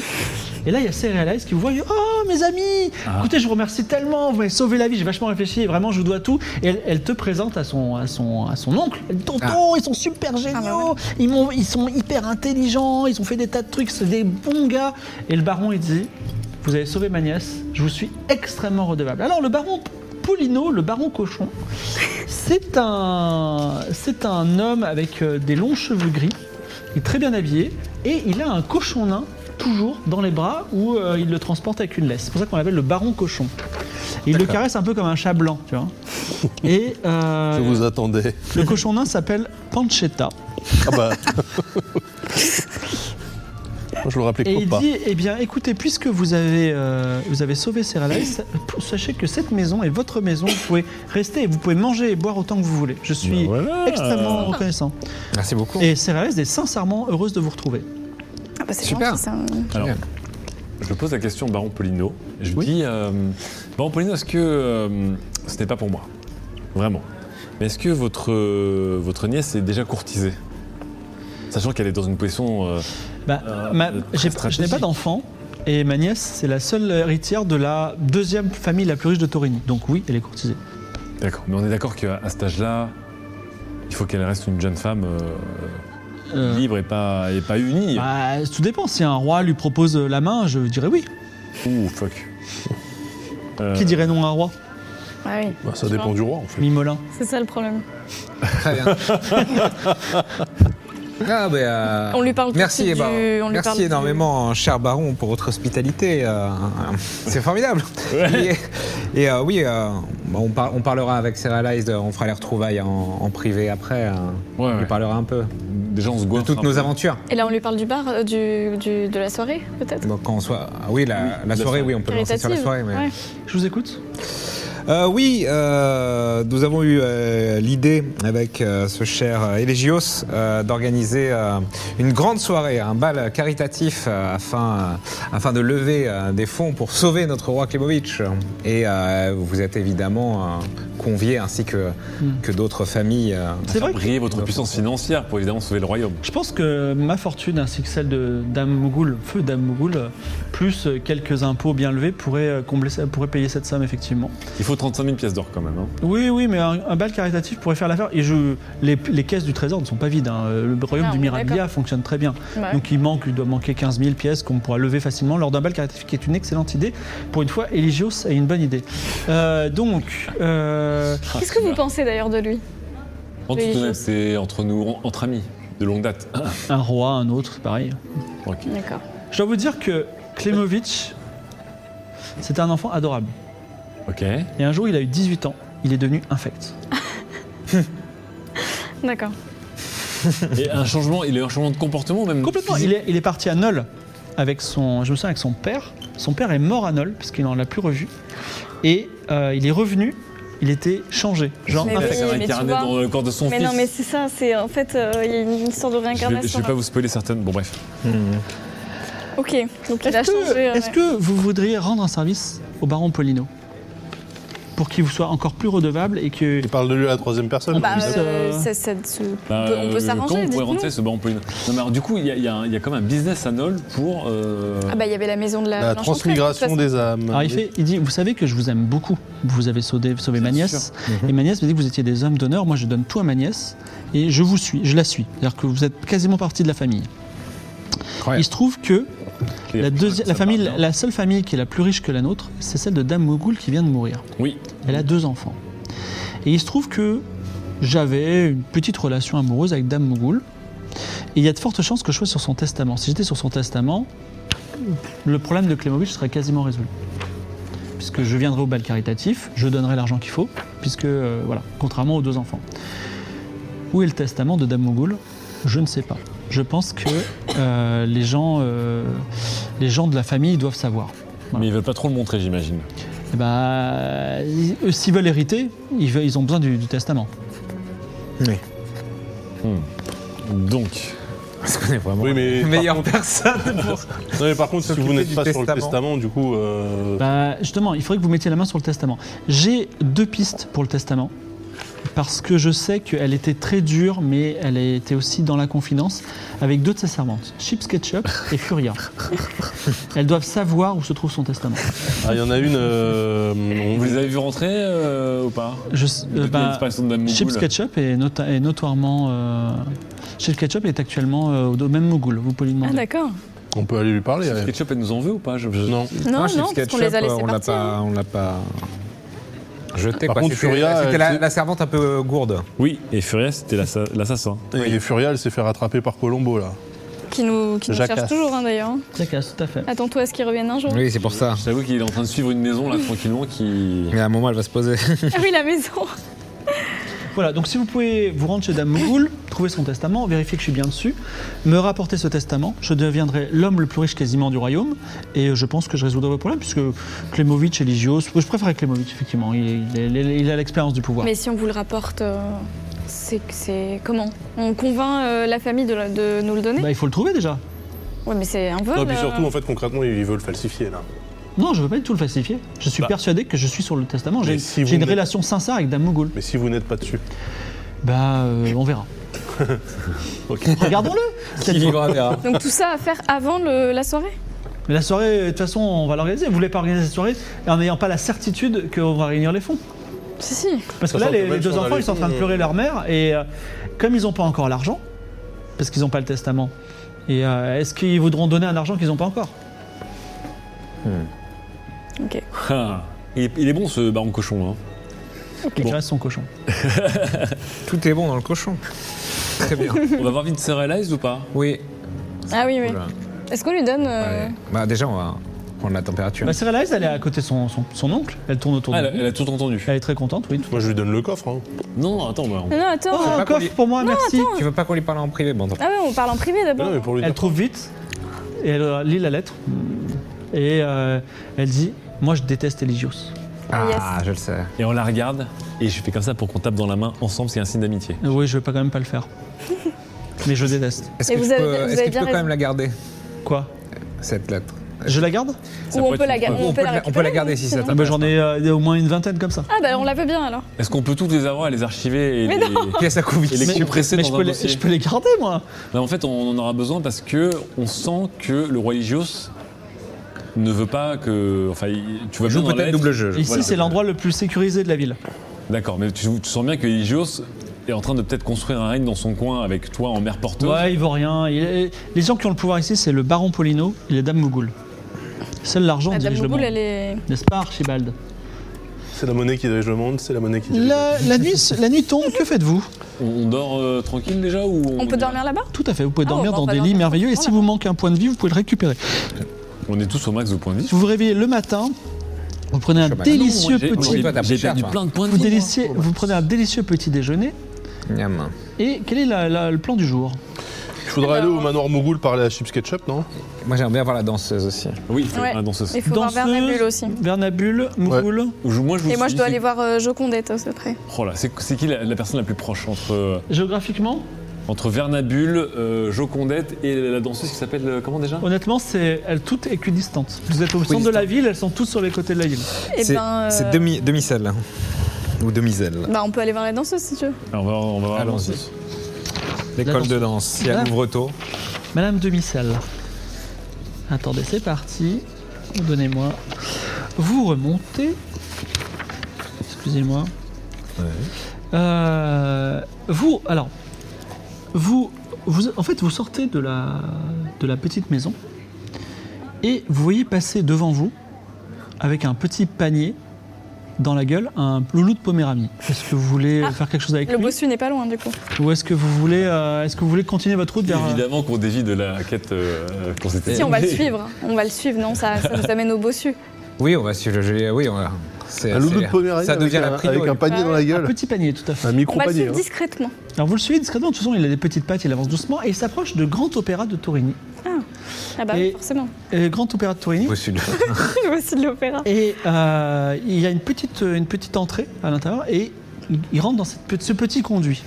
[SPEAKER 1] Et là, il y a Serialize qui vous voit, il dit, Oh, mes amis Écoutez, je vous remercie tellement, vous m'avez sauvé la vie, j'ai vachement réfléchi, et vraiment, je vous dois tout. Et elle, elle te présente à son, à son, à son oncle. Elle dit, Tonton, ils sont super géniaux, ils, m'ont- ils sont hyper intelligents, ils ont fait des tas de trucs, c'est des bons gars. Et le baron, il dit Vous avez sauvé ma nièce, je vous suis extrêmement redevable. Alors, le baron Polino, le baron cochon, c'est un, c'est un homme avec euh, des longs cheveux gris, il est très bien habillé, et il a un cochon nain toujours dans les bras où euh, il le transporte avec une laisse. C'est pour ça qu'on l'appelle le baron cochon. Et il le caresse un peu comme un chat blanc, tu vois. Et euh,
[SPEAKER 4] Je vous attendais.
[SPEAKER 1] le cochon nain s'appelle Panchetta.
[SPEAKER 4] Ah bah. Moi, je le rappelais
[SPEAKER 1] Et
[SPEAKER 4] que
[SPEAKER 1] il
[SPEAKER 4] pas.
[SPEAKER 1] dit, eh bien, écoutez, puisque vous avez, euh, vous avez sauvé Seralais, sa- sachez que cette maison est votre maison. Vous pouvez rester et vous pouvez manger et boire autant que vous voulez. Je
[SPEAKER 4] Ben
[SPEAKER 1] suis extrêmement reconnaissant.
[SPEAKER 5] Merci beaucoup.
[SPEAKER 1] Et Seralès est sincèrement heureuse de vous retrouver.
[SPEAKER 3] Ah bah, c'est
[SPEAKER 5] Super.
[SPEAKER 3] gentil, ça.
[SPEAKER 2] Alors,
[SPEAKER 5] Génial.
[SPEAKER 2] je pose la question au Baron Polino. Je lui
[SPEAKER 1] Oui.
[SPEAKER 2] dis, euh, Baron Polino, est-ce que euh, ce n'est pas pour moi Vraiment. Mais est-ce que votre, euh, votre nièce est déjà courtisée Sachant qu'elle est dans une position. euh,
[SPEAKER 1] Bah,
[SPEAKER 2] Euh,
[SPEAKER 1] ma-
[SPEAKER 2] euh,
[SPEAKER 1] j'ai- je n'ai
[SPEAKER 2] stratégique.
[SPEAKER 1] pas d'enfant et ma nièce, c'est la seule héritière de la deuxième famille la plus riche de Torini. Donc oui, elle est courtisée.
[SPEAKER 2] D'accord. Mais on est d'accord qu'à à cet âge-là, il faut qu'elle reste une jeune femme euh,
[SPEAKER 1] Euh,
[SPEAKER 2] libre et pas, et pas unie.
[SPEAKER 1] bah, tout dépend. Si un roi lui propose la main, je dirais oui.
[SPEAKER 2] Ouh, fuck. Euh,
[SPEAKER 1] Qui dirait non à un roi
[SPEAKER 3] Ah oui.
[SPEAKER 4] Bah, ça dépend du roi en fait.
[SPEAKER 1] Mimolin.
[SPEAKER 3] C'est ça le problème.
[SPEAKER 5] Très bien. Ah, bah, euh,
[SPEAKER 3] On lui parle tout
[SPEAKER 5] merci,
[SPEAKER 3] de suite
[SPEAKER 5] eh ben,
[SPEAKER 3] du- on lui
[SPEAKER 5] merci
[SPEAKER 3] parle du-
[SPEAKER 5] énormément, cher baron, pour votre hospitalité. euh, c'est formidable. Et, et, euh, oui, euh, bah, on, par- on parlera avec Serialized, euh, on fera les retrouvailles en, en privé après. euh,
[SPEAKER 2] Ouais,
[SPEAKER 5] on
[SPEAKER 2] ouais.
[SPEAKER 5] lui parlera un peu
[SPEAKER 2] Déjà, on se
[SPEAKER 5] de
[SPEAKER 2] goinfre.
[SPEAKER 5] toutes
[SPEAKER 2] un
[SPEAKER 5] nos
[SPEAKER 2] peu.
[SPEAKER 5] aventures.
[SPEAKER 3] Et là on lui parle du bar, euh, du, du- de la soirée peut-être.
[SPEAKER 5] Donc, quand on soit... ah oui, la, la soirée,
[SPEAKER 2] soirée.
[SPEAKER 5] oui, on peut lancer sur la
[SPEAKER 3] Caritative,
[SPEAKER 5] soirée. Mais...
[SPEAKER 3] ouais.
[SPEAKER 1] Je vous écoute.
[SPEAKER 5] Euh, oui, euh, nous avons eu euh, l'idée avec euh, ce cher euh, Elegios euh, d'organiser euh, une grande soirée, un bal caritatif euh, afin, euh, afin de lever euh, des fonds pour sauver notre roi Klimovic. Et euh, vous êtes évidemment euh, conviés ainsi que, que d'autres familles. euh,
[SPEAKER 1] C'est vrai que
[SPEAKER 2] Briller votre puissance financière pour évidemment sauver le royaume.
[SPEAKER 1] Je pense que ma fortune ainsi que celle de Dame Mougoul, feu Dame Mougoul, euh, plus euh, quelques impôts bien levés pourraient, euh, combler, ça- pourraient payer cette somme effectivement.
[SPEAKER 2] Il faut 35 000 pièces d'or quand même. hein.
[SPEAKER 1] Oui, oui, mais un, un bal caritatif pourrait faire l'affaire. Et je, les, les caisses du trésor ne sont pas vides. hein. Le royaume
[SPEAKER 3] Ah,
[SPEAKER 1] du
[SPEAKER 3] on est
[SPEAKER 1] Mirabilia
[SPEAKER 3] d'accord.
[SPEAKER 1] fonctionne très bien.
[SPEAKER 3] Ouais.
[SPEAKER 1] Donc il manque, il doit manquer 15 000 pièces qu'on pourra lever facilement lors d'un bal caritatif, qui est une excellente idée. Pour une fois, Eligios a une bonne idée. Euh, donc, euh,
[SPEAKER 3] Qu'est-ce que vous pensez d'ailleurs de lui
[SPEAKER 2] En
[SPEAKER 3] Oui,
[SPEAKER 2] toute
[SPEAKER 3] je-
[SPEAKER 2] honnêteté, entre nous, en- entre amis, de longue date.
[SPEAKER 1] un roi, un autre, c'est pareil.
[SPEAKER 2] Ok.
[SPEAKER 3] D'accord.
[SPEAKER 1] Je dois vous dire que Klemovic, c'était un enfant adorable.
[SPEAKER 2] Ok.
[SPEAKER 1] Et un jour, il a eu 18 ans. Il est devenu infect.
[SPEAKER 3] D'accord.
[SPEAKER 2] Et un changement, il y a eu un changement de comportement même.
[SPEAKER 1] Complètement.
[SPEAKER 2] physique
[SPEAKER 1] Il est, il est parti à Nol avec son, je me souviens, avec son père. Son père est mort à Nol parce qu'il n'en l'a plus revu. Et euh, il est revenu. Il était changé, genre
[SPEAKER 3] Mais
[SPEAKER 2] Il a
[SPEAKER 1] infect.
[SPEAKER 3] oui.
[SPEAKER 2] été
[SPEAKER 3] mais tu
[SPEAKER 2] incarné
[SPEAKER 3] vois.
[SPEAKER 2] dans le corps de son
[SPEAKER 3] Mais
[SPEAKER 2] fils.
[SPEAKER 3] non, mais c'est ça, c'est en fait, euh, il y a une histoire de
[SPEAKER 2] je vais, je
[SPEAKER 3] réincarnation.
[SPEAKER 2] vais pas vous spoiler certaines. Bon bref.
[SPEAKER 3] Ok, donc il a
[SPEAKER 1] ah, Est-ce que,
[SPEAKER 3] changé. euh,
[SPEAKER 1] est-ce que vous voudriez rendre un service au baron Polino pour qu'il vous soit encore plus redevable et que
[SPEAKER 4] Il parle de lui à la troisième personne.
[SPEAKER 3] Bah,
[SPEAKER 1] Plus,
[SPEAKER 3] euh,
[SPEAKER 1] euh,
[SPEAKER 3] ça- ça se-
[SPEAKER 2] Bah,
[SPEAKER 3] on peut- on peut
[SPEAKER 2] euh,
[SPEAKER 3] s'arranger,
[SPEAKER 2] Comment on pourrait
[SPEAKER 3] dites-nous.
[SPEAKER 2] rentrer ce baron Pauline Non mais alors du coup, il y a, il y a un- il y a quand même un business à Nol pour. euh,
[SPEAKER 3] Ah bah il y avait la maison de la,
[SPEAKER 4] La
[SPEAKER 3] l'enchanteresse, de
[SPEAKER 4] transmigration
[SPEAKER 3] toute façon.
[SPEAKER 4] des âmes.
[SPEAKER 1] Alors Ah, il, fait, il dit, vous savez que je vous aime beaucoup. Vous avez sauvé, sauvé ma
[SPEAKER 2] Bien
[SPEAKER 1] nièce. Et ma nièce m'a dit que vous étiez des hommes d'honneur. Moi, je donne tout à ma nièce. Et je vous suis, je la suis. C'est-à-dire que vous êtes quasiment partie de la famille.
[SPEAKER 5] Incroyable.
[SPEAKER 1] Il se trouve que
[SPEAKER 2] les-
[SPEAKER 1] la, deuxi-
[SPEAKER 2] ça
[SPEAKER 1] la, famille,
[SPEAKER 2] part bien.
[SPEAKER 1] la seule famille qui est la plus riche que la nôtre, c'est celle de Dame Mogul qui vient de mourir.
[SPEAKER 3] bah.
[SPEAKER 2] Oui.
[SPEAKER 1] Elle a deux enfants. Et il se trouve que j'avais une petite relation amoureuse avec Dame Mogul. Et il y a de fortes chances que je sois sur son testament. Si j'étais sur son testament, le problème de Klemovic serait quasiment résolu. Puisque je viendrai au bal caritatif, je donnerai l'argent qu'il faut, puisque, euh, voilà, contrairement aux deux enfants. Où est le testament de Dame Mogul Je ne sais pas. Je pense que euh, les, gens, euh, les gens de la famille doivent savoir. Voilà.
[SPEAKER 2] Mais ils veulent pas trop le montrer, j'imagine.
[SPEAKER 1] Eh ben, ils- eux, s'ils veulent hériter, ils, veulent- ils ont besoin du, du testament.
[SPEAKER 5] Oui.
[SPEAKER 2] Donc.
[SPEAKER 5] Parce qu'on est vraiment
[SPEAKER 4] Oui, mais
[SPEAKER 5] les
[SPEAKER 4] par
[SPEAKER 5] meilleures personnes pour
[SPEAKER 4] Non, mais par contre, si
[SPEAKER 5] S'occuper
[SPEAKER 4] vous n'êtes
[SPEAKER 5] du
[SPEAKER 4] pas sur le
[SPEAKER 5] testament.
[SPEAKER 4] testament, du coup. euh,
[SPEAKER 1] Bah, justement, il faudrait que vous mettiez la main sur le testament. J'ai deux pistes pour le testament. Parce que je sais qu'elle était très dure, mais elle était aussi dans la confidence avec deux de ses servantes, Chips Ketchup et Furia. Elles doivent savoir où se trouve son testament.
[SPEAKER 4] ah, il y en a une. euh, on-
[SPEAKER 2] Vous les avez vu rentrer euh, ou pas
[SPEAKER 1] Je, s- euh,
[SPEAKER 2] Depuis
[SPEAKER 1] bah,
[SPEAKER 2] la disparition de Dame Mougoul.
[SPEAKER 1] Chips Ketchup est, nota- est notoirement. euh, Chips Ketchup est actuellement euh, au domaine Mogul, vous pouvez lui
[SPEAKER 3] Ah
[SPEAKER 1] demander.
[SPEAKER 3] d'accord.
[SPEAKER 4] On peut aller lui parler.
[SPEAKER 2] Chips
[SPEAKER 4] ouais.
[SPEAKER 2] Ketchup, elle nous en veut ou pas Je- je-
[SPEAKER 4] Non.
[SPEAKER 3] Non,
[SPEAKER 5] Moi, chez
[SPEAKER 3] non, parce qu'on
[SPEAKER 5] SketchUp, euh,
[SPEAKER 3] les a laissés
[SPEAKER 5] on l'a
[SPEAKER 3] partir. hein,
[SPEAKER 5] pas, on l'a pas jeté.
[SPEAKER 4] Par
[SPEAKER 5] quoi.
[SPEAKER 4] contre,
[SPEAKER 5] C'était-
[SPEAKER 4] Furia,
[SPEAKER 5] c'était
[SPEAKER 4] elle
[SPEAKER 5] la,
[SPEAKER 4] s'est-
[SPEAKER 5] la servante un peu gourde.
[SPEAKER 2] Oui, et Furia, c'était l'assa- l'assassin.
[SPEAKER 4] Et Furia, elle s'est fait rattraper par Colombo, là.
[SPEAKER 3] Qui nous, qui nous
[SPEAKER 4] Jacasse.
[SPEAKER 3] cherche toujours hein, d'ailleurs.
[SPEAKER 1] Jacasse, tout à fait.
[SPEAKER 3] Attends-toi à ce qu'ils reviennent un jour.
[SPEAKER 5] Oui, c'est pour ça.
[SPEAKER 2] J'avoue qu'il est en train de suivre une maison là tranquillement qui.
[SPEAKER 5] Mais à un moment, elle va se poser.
[SPEAKER 3] Ah oui, la maison.
[SPEAKER 1] Voilà, donc si vous pouvez vous rendre chez Dame Mougoul, trouver son testament, vérifier que je suis bien dessus, me rapporter ce testament, je deviendrai l'homme le plus riche quasiment du royaume, et je pense que je résoudrai vos problèmes, puisque Klemovic et Ligios, je préférais Klemovic, effectivement, il, est- il est- il a l'expérience du pouvoir.
[SPEAKER 3] Mais si on vous le rapporte, euh, c'est c'est comment On convainc euh, la famille de, la- de nous le donner
[SPEAKER 1] Bah, il faut le trouver déjà.
[SPEAKER 3] Ouais, mais c'est un vol.
[SPEAKER 1] Oh
[SPEAKER 4] Non, puis
[SPEAKER 3] euh.
[SPEAKER 4] surtout, en fait, concrètement, il veut le falsifier, là.
[SPEAKER 1] Non, je veux pas du tout le falsifier. Je suis
[SPEAKER 4] Bah.
[SPEAKER 1] persuadé que je suis sur le testament. J'ai
[SPEAKER 4] Mais si
[SPEAKER 1] j'ai
[SPEAKER 4] vous
[SPEAKER 1] une
[SPEAKER 4] ne-
[SPEAKER 1] relation sincère avec Dame Mougoul.
[SPEAKER 4] Mais si vous n'êtes pas dessus.
[SPEAKER 1] Bah, euh, on verra. Regardons-le. Peut-être faut-
[SPEAKER 3] Donc tout ça à faire avant le- la soirée
[SPEAKER 1] Mais la soirée, de toute façon, on va l'organiser. Vous voulez pas organiser cette soirée en n'ayant pas la certitude qu'on va réunir les fonds
[SPEAKER 3] Si, si.
[SPEAKER 1] Parce que
[SPEAKER 4] Ça
[SPEAKER 1] là,
[SPEAKER 4] sent
[SPEAKER 1] les,
[SPEAKER 4] quand même
[SPEAKER 1] les deux
[SPEAKER 4] sur la
[SPEAKER 1] enfants, ils sont en train de
[SPEAKER 4] leçon,
[SPEAKER 1] pleurer leur mère. Et euh, comme ils n'ont pas encore l'argent, parce qu'ils n'ont pas le testament, et euh, est-ce qu'ils voudront donner un argent qu'ils n'ont pas encore
[SPEAKER 3] Ok.
[SPEAKER 2] Ah, il, est, il est bon ce baron cochon. Hein.
[SPEAKER 1] Il reste son cochon.
[SPEAKER 5] Tout est bon dans le cochon. Très bien.
[SPEAKER 2] On va voir vite Serialize ou pas
[SPEAKER 5] Oui.
[SPEAKER 3] Ah oui, oui.
[SPEAKER 5] Oula.
[SPEAKER 3] Est-ce qu'on lui donne euh,
[SPEAKER 5] Ouais. Bah, déjà, on va prendre la température.
[SPEAKER 1] Bah, Cyril Hayes, elle est à côté de son, son- son oncle. Elle tourne autour
[SPEAKER 2] Ah,
[SPEAKER 1] de
[SPEAKER 2] elle,
[SPEAKER 1] lui.
[SPEAKER 2] a- elle a tout entendu.
[SPEAKER 1] Elle est très contente, oui.
[SPEAKER 4] Moi, je lui donne le coffre. Hein.
[SPEAKER 2] Non, non, attends, bah, on-
[SPEAKER 3] Non, non,
[SPEAKER 1] Oh,
[SPEAKER 3] attends.
[SPEAKER 5] pas
[SPEAKER 1] un
[SPEAKER 5] qu'on
[SPEAKER 1] coffre
[SPEAKER 5] lui-
[SPEAKER 1] pour moi, merci.
[SPEAKER 3] attends.
[SPEAKER 5] Tu veux pas qu'on lui parle en privé Bon, tant pis.
[SPEAKER 3] Ah ouais, on parle en privé
[SPEAKER 4] Mais
[SPEAKER 3] d'abord.
[SPEAKER 4] non, mais pour lui
[SPEAKER 1] Elle
[SPEAKER 4] dire.
[SPEAKER 1] trouve vite, et elle euh, lit la lettre. Et euh, elle dit Moi, je déteste Eligios.
[SPEAKER 5] Ah, je le sais.
[SPEAKER 2] Et on la regarde, et je fais comme ça pour qu'on tape dans la main ensemble, c'est un signe d'amitié.
[SPEAKER 1] Euh, Oui, je vais pas quand même pas le faire. Mais je déteste.
[SPEAKER 5] Est-ce
[SPEAKER 3] Et
[SPEAKER 5] que
[SPEAKER 3] vous
[SPEAKER 5] tu
[SPEAKER 3] avez-
[SPEAKER 5] peux,
[SPEAKER 3] vous
[SPEAKER 5] est-ce que
[SPEAKER 3] avez
[SPEAKER 5] tu
[SPEAKER 3] bien
[SPEAKER 5] peux quand
[SPEAKER 3] raison.
[SPEAKER 5] même la garder,
[SPEAKER 1] Quoi
[SPEAKER 5] cette lettre
[SPEAKER 1] Je la garde
[SPEAKER 2] Ça
[SPEAKER 3] Ou on
[SPEAKER 2] être
[SPEAKER 3] peut la
[SPEAKER 2] une
[SPEAKER 3] garder.
[SPEAKER 2] preuve.
[SPEAKER 3] On peut la
[SPEAKER 5] la- on peut la
[SPEAKER 3] récupérer,
[SPEAKER 5] garder si
[SPEAKER 3] oui,
[SPEAKER 5] ça
[SPEAKER 3] c'est
[SPEAKER 1] Ah
[SPEAKER 5] t'intéresse.
[SPEAKER 1] bah j'en ai euh, au moins une vingtaine comme ça.
[SPEAKER 3] Ah bah on la veut bien alors.
[SPEAKER 2] Est-ce qu'on peut toutes les avoir et les archiver et
[SPEAKER 3] Mais
[SPEAKER 2] les...
[SPEAKER 5] Pièce à
[SPEAKER 2] Et les
[SPEAKER 5] Couvitz.
[SPEAKER 2] compresser
[SPEAKER 1] Mais
[SPEAKER 2] dans
[SPEAKER 1] je
[SPEAKER 2] un
[SPEAKER 1] peux, les,
[SPEAKER 2] dossier.
[SPEAKER 1] je peux les garder moi
[SPEAKER 2] Bah, en fait, on en aura besoin parce que on sent que le religios ne veut pas que. Enfin, il- tu vois bien
[SPEAKER 5] Joue
[SPEAKER 2] dans la
[SPEAKER 5] peut-être
[SPEAKER 2] lettre-
[SPEAKER 5] double jeu.
[SPEAKER 1] Ici
[SPEAKER 2] Voilà.
[SPEAKER 1] c'est l'endroit le plus sécurisé de la ville.
[SPEAKER 2] D'accord, mais tu, tu sens bien que Religios est en train de peut-être construire un règne dans son coin avec toi en mer porteuse.
[SPEAKER 1] Ouais, il vaut rien. Il est- Les gens qui ont le pouvoir ici c'est le baron Polino et la dame Mougoul. Seul l'argent
[SPEAKER 3] La dame
[SPEAKER 1] dirige le
[SPEAKER 3] Mougoul,
[SPEAKER 1] monde.
[SPEAKER 3] Ah bah, elle est.
[SPEAKER 1] N'est-ce pas Archibald
[SPEAKER 4] C'est la monnaie qui dirige le monde, c'est la monnaie qui dirige
[SPEAKER 1] la, la nuit, la nuit tombe, que faites-vous
[SPEAKER 2] On, on dort euh, tranquille déjà ou on,
[SPEAKER 3] On peut dormir là-bas
[SPEAKER 1] Tout à fait, vous pouvez
[SPEAKER 3] Ah,
[SPEAKER 1] dormir
[SPEAKER 3] bon,
[SPEAKER 1] dans
[SPEAKER 3] bah,
[SPEAKER 1] des
[SPEAKER 3] non,
[SPEAKER 1] lits
[SPEAKER 3] non,
[SPEAKER 1] merveilleux et si
[SPEAKER 3] voilà.
[SPEAKER 1] vous manquez un point de vie, vous pouvez le récupérer.
[SPEAKER 2] On est tous au max au point de vie.
[SPEAKER 1] Vous vous réveillez le matin, vous prenez un
[SPEAKER 5] Chemin.
[SPEAKER 1] délicieux
[SPEAKER 2] J'ai-
[SPEAKER 1] petit...
[SPEAKER 5] Oui, toi, t'as
[SPEAKER 2] j'ai- J'ai
[SPEAKER 5] plus cher,
[SPEAKER 2] perdu
[SPEAKER 5] toi.
[SPEAKER 2] plein de points de
[SPEAKER 1] Vous,
[SPEAKER 2] vie.
[SPEAKER 1] déliciez- vous prenez un délicieux petit déjeuner
[SPEAKER 5] Miam.
[SPEAKER 1] et quel est la- la- le plan du jour
[SPEAKER 4] Il faudrait aller au manoir Mougoul parler à Chips Ketchup, non
[SPEAKER 5] Moi, j'aimerais bien voir la danseuse aussi.
[SPEAKER 2] Oui, ah, il faut
[SPEAKER 3] Ouais.
[SPEAKER 2] un danseuse.
[SPEAKER 3] Il faut voir
[SPEAKER 1] Danseuse,
[SPEAKER 3] Vernabule aussi.
[SPEAKER 1] Vernabule, Mougoul.
[SPEAKER 2] Je- Moi, je vous
[SPEAKER 3] Et moi je dois
[SPEAKER 2] suis-
[SPEAKER 3] aller voir euh, Jocondette à ce près.
[SPEAKER 2] Oh là, c'est c'est qui la, la personne la plus proche entre, euh,
[SPEAKER 1] Géographiquement,
[SPEAKER 2] entre Vernabule, euh, Jocondette et la danseuse qui s'appelle euh, comment déjà
[SPEAKER 1] honnêtement, c'est elles toutes équidistantes. Vous êtes au centre de
[SPEAKER 5] Équidistantes.
[SPEAKER 1] la ville, elles sont toutes sur les côtés de la ville.
[SPEAKER 3] Et
[SPEAKER 5] C'est
[SPEAKER 3] ben. euh,
[SPEAKER 5] c'est demi, demi-selle. hein. Ou demi-selle.
[SPEAKER 3] Bah on peut aller voir la danseuse si tu veux.
[SPEAKER 2] Alors, On va, on va voir la
[SPEAKER 5] Allons-y.
[SPEAKER 2] danseuse.
[SPEAKER 5] L'école
[SPEAKER 1] danse-
[SPEAKER 5] de danse. Si
[SPEAKER 1] Ah.
[SPEAKER 5] elle ouvre tôt.
[SPEAKER 1] Madame Demi-Salle. Attendez, c'est parti. Donnez-moi. Vous remontez. Excusez-moi. Euh, vous, alors, vous, vous, en fait, vous sortez de la, de la petite maison et vous voyez passer devant vous, avec un petit panier dans la gueule, un loulou de Poméranie. Est-ce que vous voulez faire quelque chose avec
[SPEAKER 3] Le
[SPEAKER 1] lui
[SPEAKER 3] bossu n'est pas loin du coup.
[SPEAKER 1] Ou est-ce que vous voulez, euh, est-ce que vous voulez continuer votre route vers
[SPEAKER 2] Évidemment qu'on dévie de la quête euh, qu'on s'était
[SPEAKER 3] Si on va le
[SPEAKER 2] donnée.
[SPEAKER 3] suivre, hein. on va le suivre, non ça, ça nous amène au bossu.
[SPEAKER 5] Oui, on va suivre le jeu. Oui, on va. c'est-
[SPEAKER 4] Un loulou
[SPEAKER 5] c'est-
[SPEAKER 4] de Poméranie
[SPEAKER 5] Ça devient
[SPEAKER 4] avec,
[SPEAKER 5] la
[SPEAKER 4] un, avec
[SPEAKER 5] priorité.
[SPEAKER 4] un panier dans la
[SPEAKER 1] un
[SPEAKER 4] gueule.
[SPEAKER 1] petit Bah, panier Tout à fait.
[SPEAKER 4] Un
[SPEAKER 3] On va le
[SPEAKER 4] micro-panier. hein.
[SPEAKER 3] suivre discrètement.
[SPEAKER 1] Alors vous le suivez discrètement, de toute façon il a des petites pattes, il avance doucement et il s'approche de Grand Opéra de Torini.
[SPEAKER 3] Ah bah
[SPEAKER 1] Et-
[SPEAKER 3] oui, forcément.
[SPEAKER 1] Euh, Grand Opéra de Torini.
[SPEAKER 5] Bossu de-
[SPEAKER 3] Le bossu de l'opéra.
[SPEAKER 1] Et euh, il y a une petite, une petite entrée à l'intérieur et il- il rentre dans cette pe- ce petit conduit.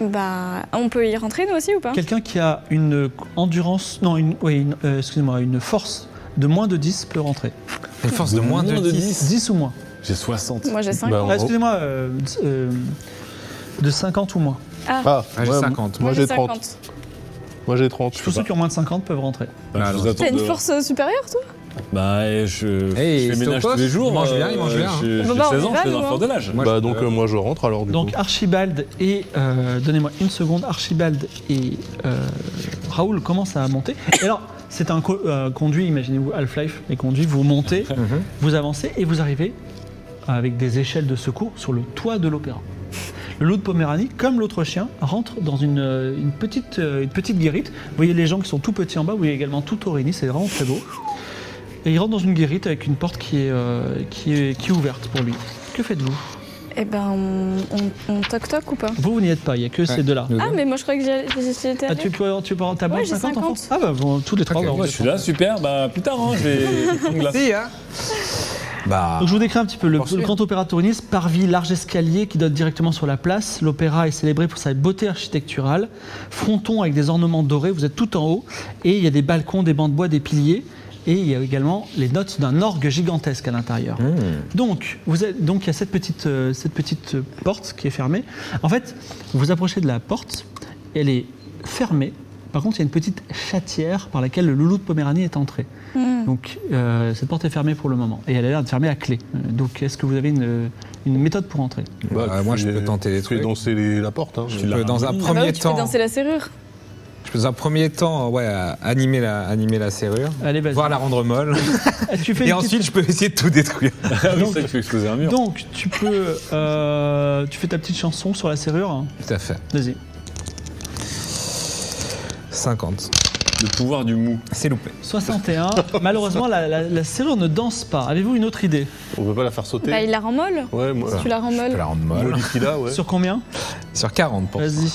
[SPEAKER 3] Bah on peut y rentrer nous aussi ou pas
[SPEAKER 1] Quelqu'un qui a une euh, endurance, non, une, oui, une- euh, excusez-moi, une force de moins de 10 peut rentrer.
[SPEAKER 5] Une force de moins de 10.
[SPEAKER 1] 10 ou moins.
[SPEAKER 2] J'ai 60.
[SPEAKER 3] Moi j'ai 5
[SPEAKER 4] Bah,
[SPEAKER 1] Ah, excusez-moi, euh, euh, de 50 ou moins.
[SPEAKER 4] Ah,
[SPEAKER 5] Ah, j'ai
[SPEAKER 4] ouais,
[SPEAKER 5] 50.
[SPEAKER 4] Moi j'ai 30.
[SPEAKER 3] 50.
[SPEAKER 4] Moi j'ai 30.
[SPEAKER 1] Tous ceux qui ont moins de 50 peuvent rentrer.
[SPEAKER 2] Bah, je vous
[SPEAKER 5] T'as
[SPEAKER 2] attends
[SPEAKER 3] T'as une
[SPEAKER 2] dehors.
[SPEAKER 3] force euh, supérieure toi
[SPEAKER 2] Bah, eh, je, je
[SPEAKER 5] Hey,
[SPEAKER 2] fais
[SPEAKER 5] c'est au
[SPEAKER 2] ménage
[SPEAKER 5] poste.
[SPEAKER 2] tous les jours.
[SPEAKER 5] Il mange bien, il mange bien, hein.
[SPEAKER 2] J'ai j'ai
[SPEAKER 3] Bon, bah, on
[SPEAKER 2] 16 ans,
[SPEAKER 3] y va,
[SPEAKER 2] je fais
[SPEAKER 3] nous,
[SPEAKER 2] un fort de l'âge.
[SPEAKER 5] Moi,
[SPEAKER 4] bah
[SPEAKER 5] je-
[SPEAKER 4] donc euh, moi je rentre alors du
[SPEAKER 1] Donc
[SPEAKER 4] coup.
[SPEAKER 1] Archibald et euh, donnez-moi une seconde. Archibald et euh, Raoul commencent à monter. Et alors c'est un co- euh, conduit. Imaginez-vous Half-Life. Les conduits. Vous montez, vous avancez et vous arrivez avec des échelles de secours sur le toit de l'opéra. Le loup de Poméranie, comme l'autre chien, rentre dans une, euh, une petite, euh, une petite guérite. Vous voyez les gens qui sont tout petits en bas, vous voyez également tout Aurélie, c'est vraiment très beau. Et il rentre dans une guérite avec une porte qui est, euh, qui est, qui est ouverte pour lui. Que faites-vous
[SPEAKER 3] Eh ben on, on- on toc toc ou pas
[SPEAKER 1] Vous, vous n'y êtes pas, il n'y a que ces deux-là.
[SPEAKER 3] Ah mais moi je croyais que j'y- j'y- j'y étais
[SPEAKER 1] Ah, tu
[SPEAKER 3] allée.
[SPEAKER 1] peux, tu peux, t'as moins
[SPEAKER 3] Ouais,
[SPEAKER 1] de
[SPEAKER 3] j'ai
[SPEAKER 1] 50 enfants
[SPEAKER 3] 50.
[SPEAKER 1] Ah bah bon, tous les trois.
[SPEAKER 5] Ok,
[SPEAKER 1] bah, on
[SPEAKER 2] Moi,
[SPEAKER 1] est
[SPEAKER 2] je suis
[SPEAKER 1] trois.
[SPEAKER 2] là, super. Bah, plus tard, hein, je vais prendre une glace.
[SPEAKER 5] Si, hein Bah.
[SPEAKER 1] Donc je vous décris un petit peu le,
[SPEAKER 5] Poursuivre.
[SPEAKER 1] le grand opéra tourniste, parvis, large escalier qui donne directement sur la place. L'opéra est célébré pour sa beauté architecturale, fronton avec des ornements dorés, vous êtes tout en haut, et il y a des balcons, des bancs de bois, des piliers, et il y a également les notes d'un orgue gigantesque à l'intérieur.
[SPEAKER 5] hmm,
[SPEAKER 1] Donc, vous êtes, donc il y a cette petite, euh, cette petite euh, porte qui est fermée. En fait, vous vous approchez de la porte, elle est fermée. Par contre, il y a une petite chatière par laquelle le loulou de Poméranie est entré. Donc, euh, cette porte est fermée pour le moment. Et elle a l'air de fermer à clé. Euh, Donc, est-ce que vous avez une, une méthode pour entrer
[SPEAKER 5] Bah,
[SPEAKER 4] Bah, tu
[SPEAKER 5] moi,
[SPEAKER 4] fais-
[SPEAKER 5] je peux tenter des
[SPEAKER 4] tu fais
[SPEAKER 5] trucs.
[SPEAKER 4] danser les- la porte. Hein.
[SPEAKER 5] Je peux, dans un
[SPEAKER 3] Ah bah
[SPEAKER 5] premier
[SPEAKER 3] oui, tu peux
[SPEAKER 5] temps,
[SPEAKER 3] danser la serrure.
[SPEAKER 5] je peux dans un premier temps, ouais, euh, animer la, animer la serrure,
[SPEAKER 1] Allez, vas-y. Ah,
[SPEAKER 5] voir la rendre molle,
[SPEAKER 1] Tu fais
[SPEAKER 5] et
[SPEAKER 1] une petite-
[SPEAKER 5] ensuite je peux essayer de tout détruire.
[SPEAKER 2] Ah oui, c'est vrai qu'il faut exploser un mur.
[SPEAKER 1] Donc, tu peux. euh, tu fais ta petite chanson sur la serrure. hein.
[SPEAKER 5] Tout à fait.
[SPEAKER 1] Vas-y.
[SPEAKER 5] 50.
[SPEAKER 2] Le pouvoir du mou.
[SPEAKER 5] C'est loupé.
[SPEAKER 1] 61. Malheureusement, la, la- la serrure ne danse pas. Avez-vous une autre idée
[SPEAKER 4] On peut pas la faire sauter.
[SPEAKER 3] Bah il la rend molle.
[SPEAKER 4] Ouais, moi.
[SPEAKER 3] Tu la rends
[SPEAKER 5] Je peux
[SPEAKER 3] molle.
[SPEAKER 5] la rendre molle.
[SPEAKER 4] Molly Killa, ouais.
[SPEAKER 1] Sur combien
[SPEAKER 5] Sur 40 pour.
[SPEAKER 1] Vas-y.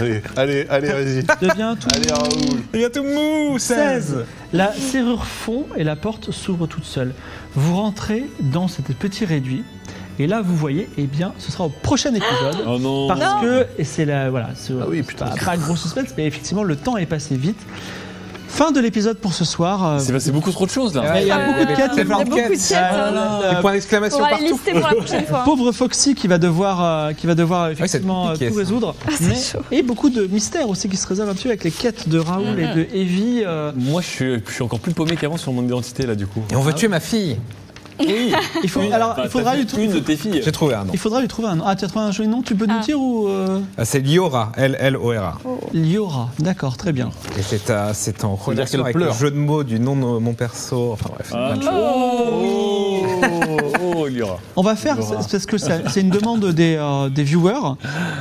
[SPEAKER 4] Allez, allez, allez, vas-y.
[SPEAKER 1] Deviens tout
[SPEAKER 4] Allez, Raoul.
[SPEAKER 5] Il y a tout mou
[SPEAKER 1] 16 La serrure fond et la porte s'ouvre toute seule. Vous rentrez dans cet petit réduit. Et là, vous voyez, eh bien, ce sera au prochain épisode.
[SPEAKER 2] Oh non
[SPEAKER 1] Parce que, et c'est la. Voilà, c'est
[SPEAKER 4] Ah oui,
[SPEAKER 1] c'est
[SPEAKER 4] putain.
[SPEAKER 1] pas, pas un gros suspense, mais effectivement, le temps est passé vite. Fin de l'épisode pour ce soir. Euh,
[SPEAKER 2] C'est passé beaucoup trop de choses
[SPEAKER 5] Ah,
[SPEAKER 2] là.
[SPEAKER 1] Il y a beaucoup de quêtes, il y a
[SPEAKER 3] Il y a
[SPEAKER 1] plein
[SPEAKER 3] beaucoup de quêtes.
[SPEAKER 5] Des points d'exclamation
[SPEAKER 3] On va les
[SPEAKER 5] partout.
[SPEAKER 3] lister pour la prochaine fois.
[SPEAKER 2] Ah,
[SPEAKER 1] Pauvre Foxy qui va devoir, euh, qui va devoir
[SPEAKER 5] c'est
[SPEAKER 1] effectivement euh,
[SPEAKER 5] compliqué,
[SPEAKER 1] tout
[SPEAKER 5] ça.
[SPEAKER 1] résoudre. Mais- et beaucoup de mystères aussi qui se réservent un petit peu avec les quêtes de Raoul et de Evie. euh,
[SPEAKER 2] Moi, je suis, je suis encore plus paumé qu'avant sur mon identité là, du coup.
[SPEAKER 5] Et on veut tuer ma fille.
[SPEAKER 1] il, faut,
[SPEAKER 2] Oui,
[SPEAKER 1] alors,
[SPEAKER 2] bah,
[SPEAKER 1] il faudra
[SPEAKER 2] t'as
[SPEAKER 1] lui
[SPEAKER 2] fait une de
[SPEAKER 1] trouver.
[SPEAKER 2] tes filles.
[SPEAKER 5] J'ai trouvé un nom.
[SPEAKER 1] Il faudra lui trouver un nom. Ah, tu as trouvé un joli nom, tu peux nous
[SPEAKER 3] Ah.
[SPEAKER 1] dire ou. euh,
[SPEAKER 5] Ah, C'est Liora, L-L-O-R-A.
[SPEAKER 1] Liora, d'accord, très bien.
[SPEAKER 5] Et c'est euh, c'est en relation
[SPEAKER 4] qu'elle
[SPEAKER 5] avec
[SPEAKER 4] pleure.
[SPEAKER 5] le jeu de mots du nom de mon perso. Enfin bref.
[SPEAKER 2] Ah. Oh, oh, Lyra.
[SPEAKER 1] On va faire, c'est- parce que ça- c'est une demande des, euh, des viewers,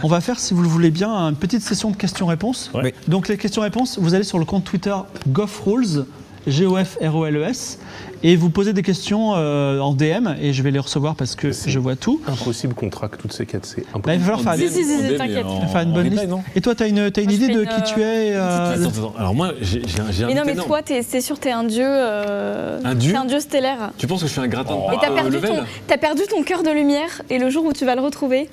[SPEAKER 1] on va faire, si vous le voulez bien, une petite session de questions-réponses.
[SPEAKER 2] Ouais.
[SPEAKER 5] Oui.
[SPEAKER 1] Donc les questions-réponses, vous allez sur le compte Twitter GoffRules, E G-O-F-R-O-L-E-S, et vous posez des questions euh, en DM, et je vais les recevoir parce que je vois tout.
[SPEAKER 4] Impossible qu'on traque toutes ces quêtes, c'est
[SPEAKER 1] Bah, il
[SPEAKER 4] impossible.
[SPEAKER 1] va falloir faire,
[SPEAKER 3] Si, si, si,
[SPEAKER 2] On
[SPEAKER 3] si,
[SPEAKER 2] dé-
[SPEAKER 3] t'inquiète.
[SPEAKER 2] mais en-
[SPEAKER 1] faire une
[SPEAKER 2] en
[SPEAKER 1] bonne
[SPEAKER 2] détail,
[SPEAKER 1] liste.
[SPEAKER 2] non
[SPEAKER 1] Et toi, t'as une, t'as une
[SPEAKER 3] Moi, je
[SPEAKER 1] idée
[SPEAKER 3] fais
[SPEAKER 1] de
[SPEAKER 3] une,
[SPEAKER 1] qui tu es euh,
[SPEAKER 2] Attends, attends, Alors moi, j'ai j'ai un j'ai un
[SPEAKER 3] Ah, Mais non,
[SPEAKER 2] mythe
[SPEAKER 3] mais
[SPEAKER 2] énorme.
[SPEAKER 3] toi, t'es- c'est sûr, t'es un dieu. euh,
[SPEAKER 2] Un dieu
[SPEAKER 3] T'es un dieu stellaire.
[SPEAKER 2] Tu penses que je suis un gratin de
[SPEAKER 3] Et t'as
[SPEAKER 2] euh,
[SPEAKER 3] perdu,
[SPEAKER 2] level
[SPEAKER 3] ton, t'as perdu ton cœur de lumière, et le jour où tu vas le retrouver,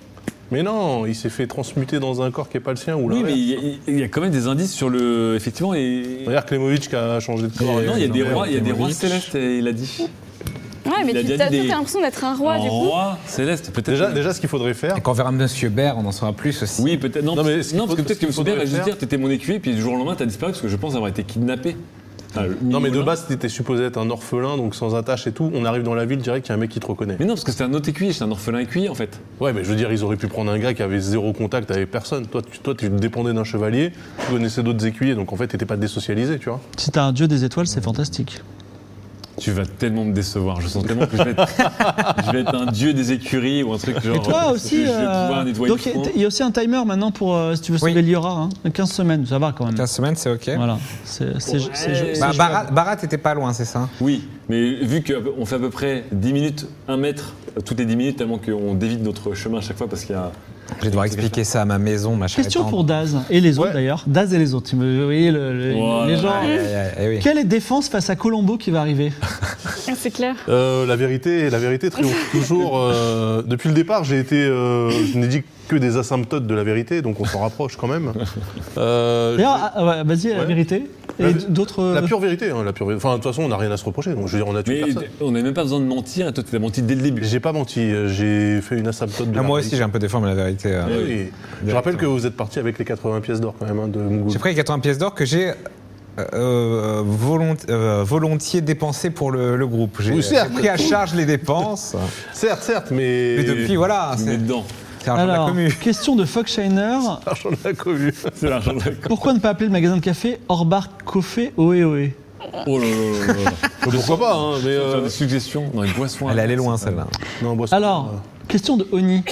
[SPEAKER 4] Mais non, il s'est fait transmuter dans un corps qui n'est pas le sien ou
[SPEAKER 2] Bah, Oui, mais
[SPEAKER 4] l'inverse.
[SPEAKER 2] il y a- il y, a quand même des indices sur le. Effectivement, et.
[SPEAKER 4] Regarde Klemovic qui a changé de
[SPEAKER 2] Et
[SPEAKER 4] corps.
[SPEAKER 2] non, il y a des
[SPEAKER 4] merde,
[SPEAKER 2] rois, il y a des rois
[SPEAKER 4] Klemovic.
[SPEAKER 2] célestes, et il a dit.
[SPEAKER 3] Ouais, mais
[SPEAKER 2] Il a
[SPEAKER 3] tu
[SPEAKER 2] bien
[SPEAKER 3] t'as
[SPEAKER 2] dit
[SPEAKER 3] toi,
[SPEAKER 2] des-
[SPEAKER 3] t'as l'impression d'être un roi,
[SPEAKER 2] Un
[SPEAKER 3] du coup.
[SPEAKER 2] roi céleste, peut-être.
[SPEAKER 4] Déjà, déjà, ce qu'il faudrait faire,
[SPEAKER 5] Et quand on verra Monsieur Baird, on en saura plus aussi.
[SPEAKER 2] Oui, peut-être. Non,
[SPEAKER 4] Non, mais
[SPEAKER 2] parce-
[SPEAKER 4] ce
[SPEAKER 2] non,
[SPEAKER 4] qu'il
[SPEAKER 2] parce que
[SPEAKER 4] faut-
[SPEAKER 2] peut-être
[SPEAKER 4] ce
[SPEAKER 2] que M.
[SPEAKER 4] qu'il
[SPEAKER 2] Baird va
[SPEAKER 4] faudrait
[SPEAKER 2] juste
[SPEAKER 4] faire-
[SPEAKER 2] dire t'étais mon écuyer, puis du jour au lendemain, t'as disparu, parce que je pense avoir été kidnappé. Enfin, le-
[SPEAKER 4] Non mais de
[SPEAKER 2] voilà.
[SPEAKER 4] base t'étais supposé être un orphelin donc sans attache et tout. On arrive dans la ville direct il y a un mec qui te reconnaît.
[SPEAKER 2] Mais non, parce que c'était un autre écuyer, c'est un orphelin écuyer en fait.
[SPEAKER 4] Ouais mais je veux dire ils auraient pu prendre un gars qui avait zéro contact avec personne. Toi tu, toi, tu dépendais d'un chevalier, tu connaissais d'autres écuyers donc en fait t'étais pas désocialisé tu vois.
[SPEAKER 1] Si t'as un dieu des étoiles, c'est fantastique.
[SPEAKER 2] Tu vas tellement me décevoir, je sens tellement que je vais être, je vais être un dieu des écuries ou un truc genre.
[SPEAKER 1] Et toi aussi,
[SPEAKER 2] Je vais
[SPEAKER 1] euh,
[SPEAKER 2] pouvoir nettoyer
[SPEAKER 1] donc
[SPEAKER 2] le front.
[SPEAKER 1] il y a aussi un timer maintenant pour euh, si tu veux
[SPEAKER 5] Oui.
[SPEAKER 1] sauver Liora, hein. 15 semaines, ça va quand même.
[SPEAKER 5] 15 semaines, c'est OK.
[SPEAKER 1] Voilà, c'est c'est-
[SPEAKER 2] Ouais.
[SPEAKER 1] c'est- c'est-
[SPEAKER 5] Bah,
[SPEAKER 1] c'est-
[SPEAKER 5] Barat, Barat était pas loin, c'est ça
[SPEAKER 2] Oui, mais vu qu'on fait à peu près 10 minutes, 1 mètre, euh, toutes les 10 minutes, tellement qu'on dévide notre chemin à chaque fois parce qu'il y a.
[SPEAKER 5] Je vais devoir expliquer ça à ma maison, ma chère
[SPEAKER 1] Question
[SPEAKER 5] étendre.
[SPEAKER 1] pour Daz et les autres
[SPEAKER 4] Ouais.
[SPEAKER 1] d'ailleurs. Daz et les autres, tu me- vous voyez le- le-
[SPEAKER 2] Voilà.
[SPEAKER 1] les gens.
[SPEAKER 5] Aïe, aïe, aïe, eh oui.
[SPEAKER 1] Quelle est défense face à Colombo qui va arriver
[SPEAKER 3] Ah, C'est clair.
[SPEAKER 4] Euh, la vérité la vérité triomphe toujours. euh, depuis le départ j'ai été euh, je n'ai dit que des asymptotes de la vérité donc on s'en rapproche quand même. Euh,
[SPEAKER 1] D'ailleurs, ah, ah, ouais, vas-y, la
[SPEAKER 4] Ouais.
[SPEAKER 1] vérité.
[SPEAKER 4] La-
[SPEAKER 1] Et d'autres. euh,
[SPEAKER 4] La pure vérité, hein, la pure vérité. Enfin, de toute façon, on n'a rien à se reprocher. Donc, je veux dire, on a tué
[SPEAKER 2] Mais
[SPEAKER 4] personne.
[SPEAKER 2] on n'a même pas besoin de mentir, et toi, tu as menti dès le début.
[SPEAKER 4] J'ai pas menti, euh, j'ai fait une asymptote de
[SPEAKER 5] Ah,
[SPEAKER 4] la
[SPEAKER 5] moi
[SPEAKER 4] vérité.
[SPEAKER 5] aussi, j'ai un peu déformé la vérité. euh.
[SPEAKER 4] Ah oui. Je rappelle que vous êtes parti avec les 80 pièces d'or quand même hein, de Mougoul.
[SPEAKER 5] J'ai pris les 80 pièces d'or que j'ai euh, euh, volont- euh, volontiers dépensées pour le, le groupe. J'ai
[SPEAKER 4] Oui,
[SPEAKER 5] j'ai
[SPEAKER 4] certes.
[SPEAKER 5] pris à charge les dépenses.
[SPEAKER 4] Certes, certes, mais.
[SPEAKER 5] Et depuis, voilà,
[SPEAKER 2] Mais
[SPEAKER 5] c'est
[SPEAKER 2] dedans,
[SPEAKER 5] c'est l'argent de la
[SPEAKER 1] Alors,
[SPEAKER 5] commu.
[SPEAKER 1] question de Foxshiner.
[SPEAKER 4] L'argent de la commu.
[SPEAKER 2] c'est l'argent de la com.
[SPEAKER 1] Pourquoi ne pas appeler le magasin de café Orbar Café Oé Oé
[SPEAKER 2] Oh là là là là là.
[SPEAKER 4] Pourquoi pas, hein, mais.
[SPEAKER 2] Faire
[SPEAKER 4] euh,
[SPEAKER 2] des suggestions dans les boissons.
[SPEAKER 5] Elle allait loin, celle-là.
[SPEAKER 4] Non, boisson.
[SPEAKER 1] Alors, question de Oni.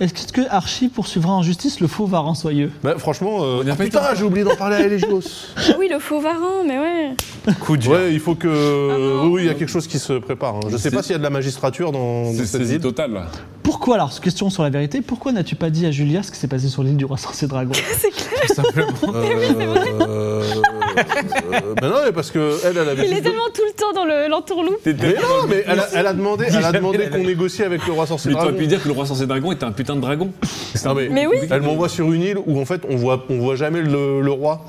[SPEAKER 1] Est-ce que Archie poursuivra en justice le faux Varan Soyeux
[SPEAKER 4] Bah, franchement, euh,
[SPEAKER 2] On y a
[SPEAKER 4] ah,
[SPEAKER 2] pas été.
[SPEAKER 4] putain, j'ai oublié d'en parler à Elegios.
[SPEAKER 3] Ah oui, le faux varan, mais ouais.
[SPEAKER 5] Coup dur.
[SPEAKER 4] ouais, il faut
[SPEAKER 3] Ah
[SPEAKER 4] que. oui, oui, il y a quelque chose qui se prépare. hein. Je
[SPEAKER 2] C'est-
[SPEAKER 4] sais pas s'il y a de la magistrature dans, dans
[SPEAKER 2] C'est
[SPEAKER 4] cette
[SPEAKER 2] saisie
[SPEAKER 4] ville.
[SPEAKER 2] totale. là.
[SPEAKER 1] Pourquoi alors Question sur la vérité. Pourquoi n'as-tu pas dit à Julia ce qui s'est passé sur l'île du roi sorcier dragon
[SPEAKER 3] Ah
[SPEAKER 4] Euh, euh, ben non, mais parce que elle, elle
[SPEAKER 2] Ah,
[SPEAKER 4] avait.
[SPEAKER 3] Il est tellement tout le temps dans le- l'entourloupe.
[SPEAKER 4] Mais non, mais elle a, elle a demandé, elle a demandé
[SPEAKER 5] Elle
[SPEAKER 4] qu'on négocie avec le roi sorcier.
[SPEAKER 2] Mais tu aurais
[SPEAKER 4] dragon.
[SPEAKER 2] pu dire que le roi censé dragon était un putain de dragon.
[SPEAKER 4] Non, mais,
[SPEAKER 3] Mais oui.
[SPEAKER 4] Elle m'envoie sur une île où en fait on voit, on voit jamais le, le roi.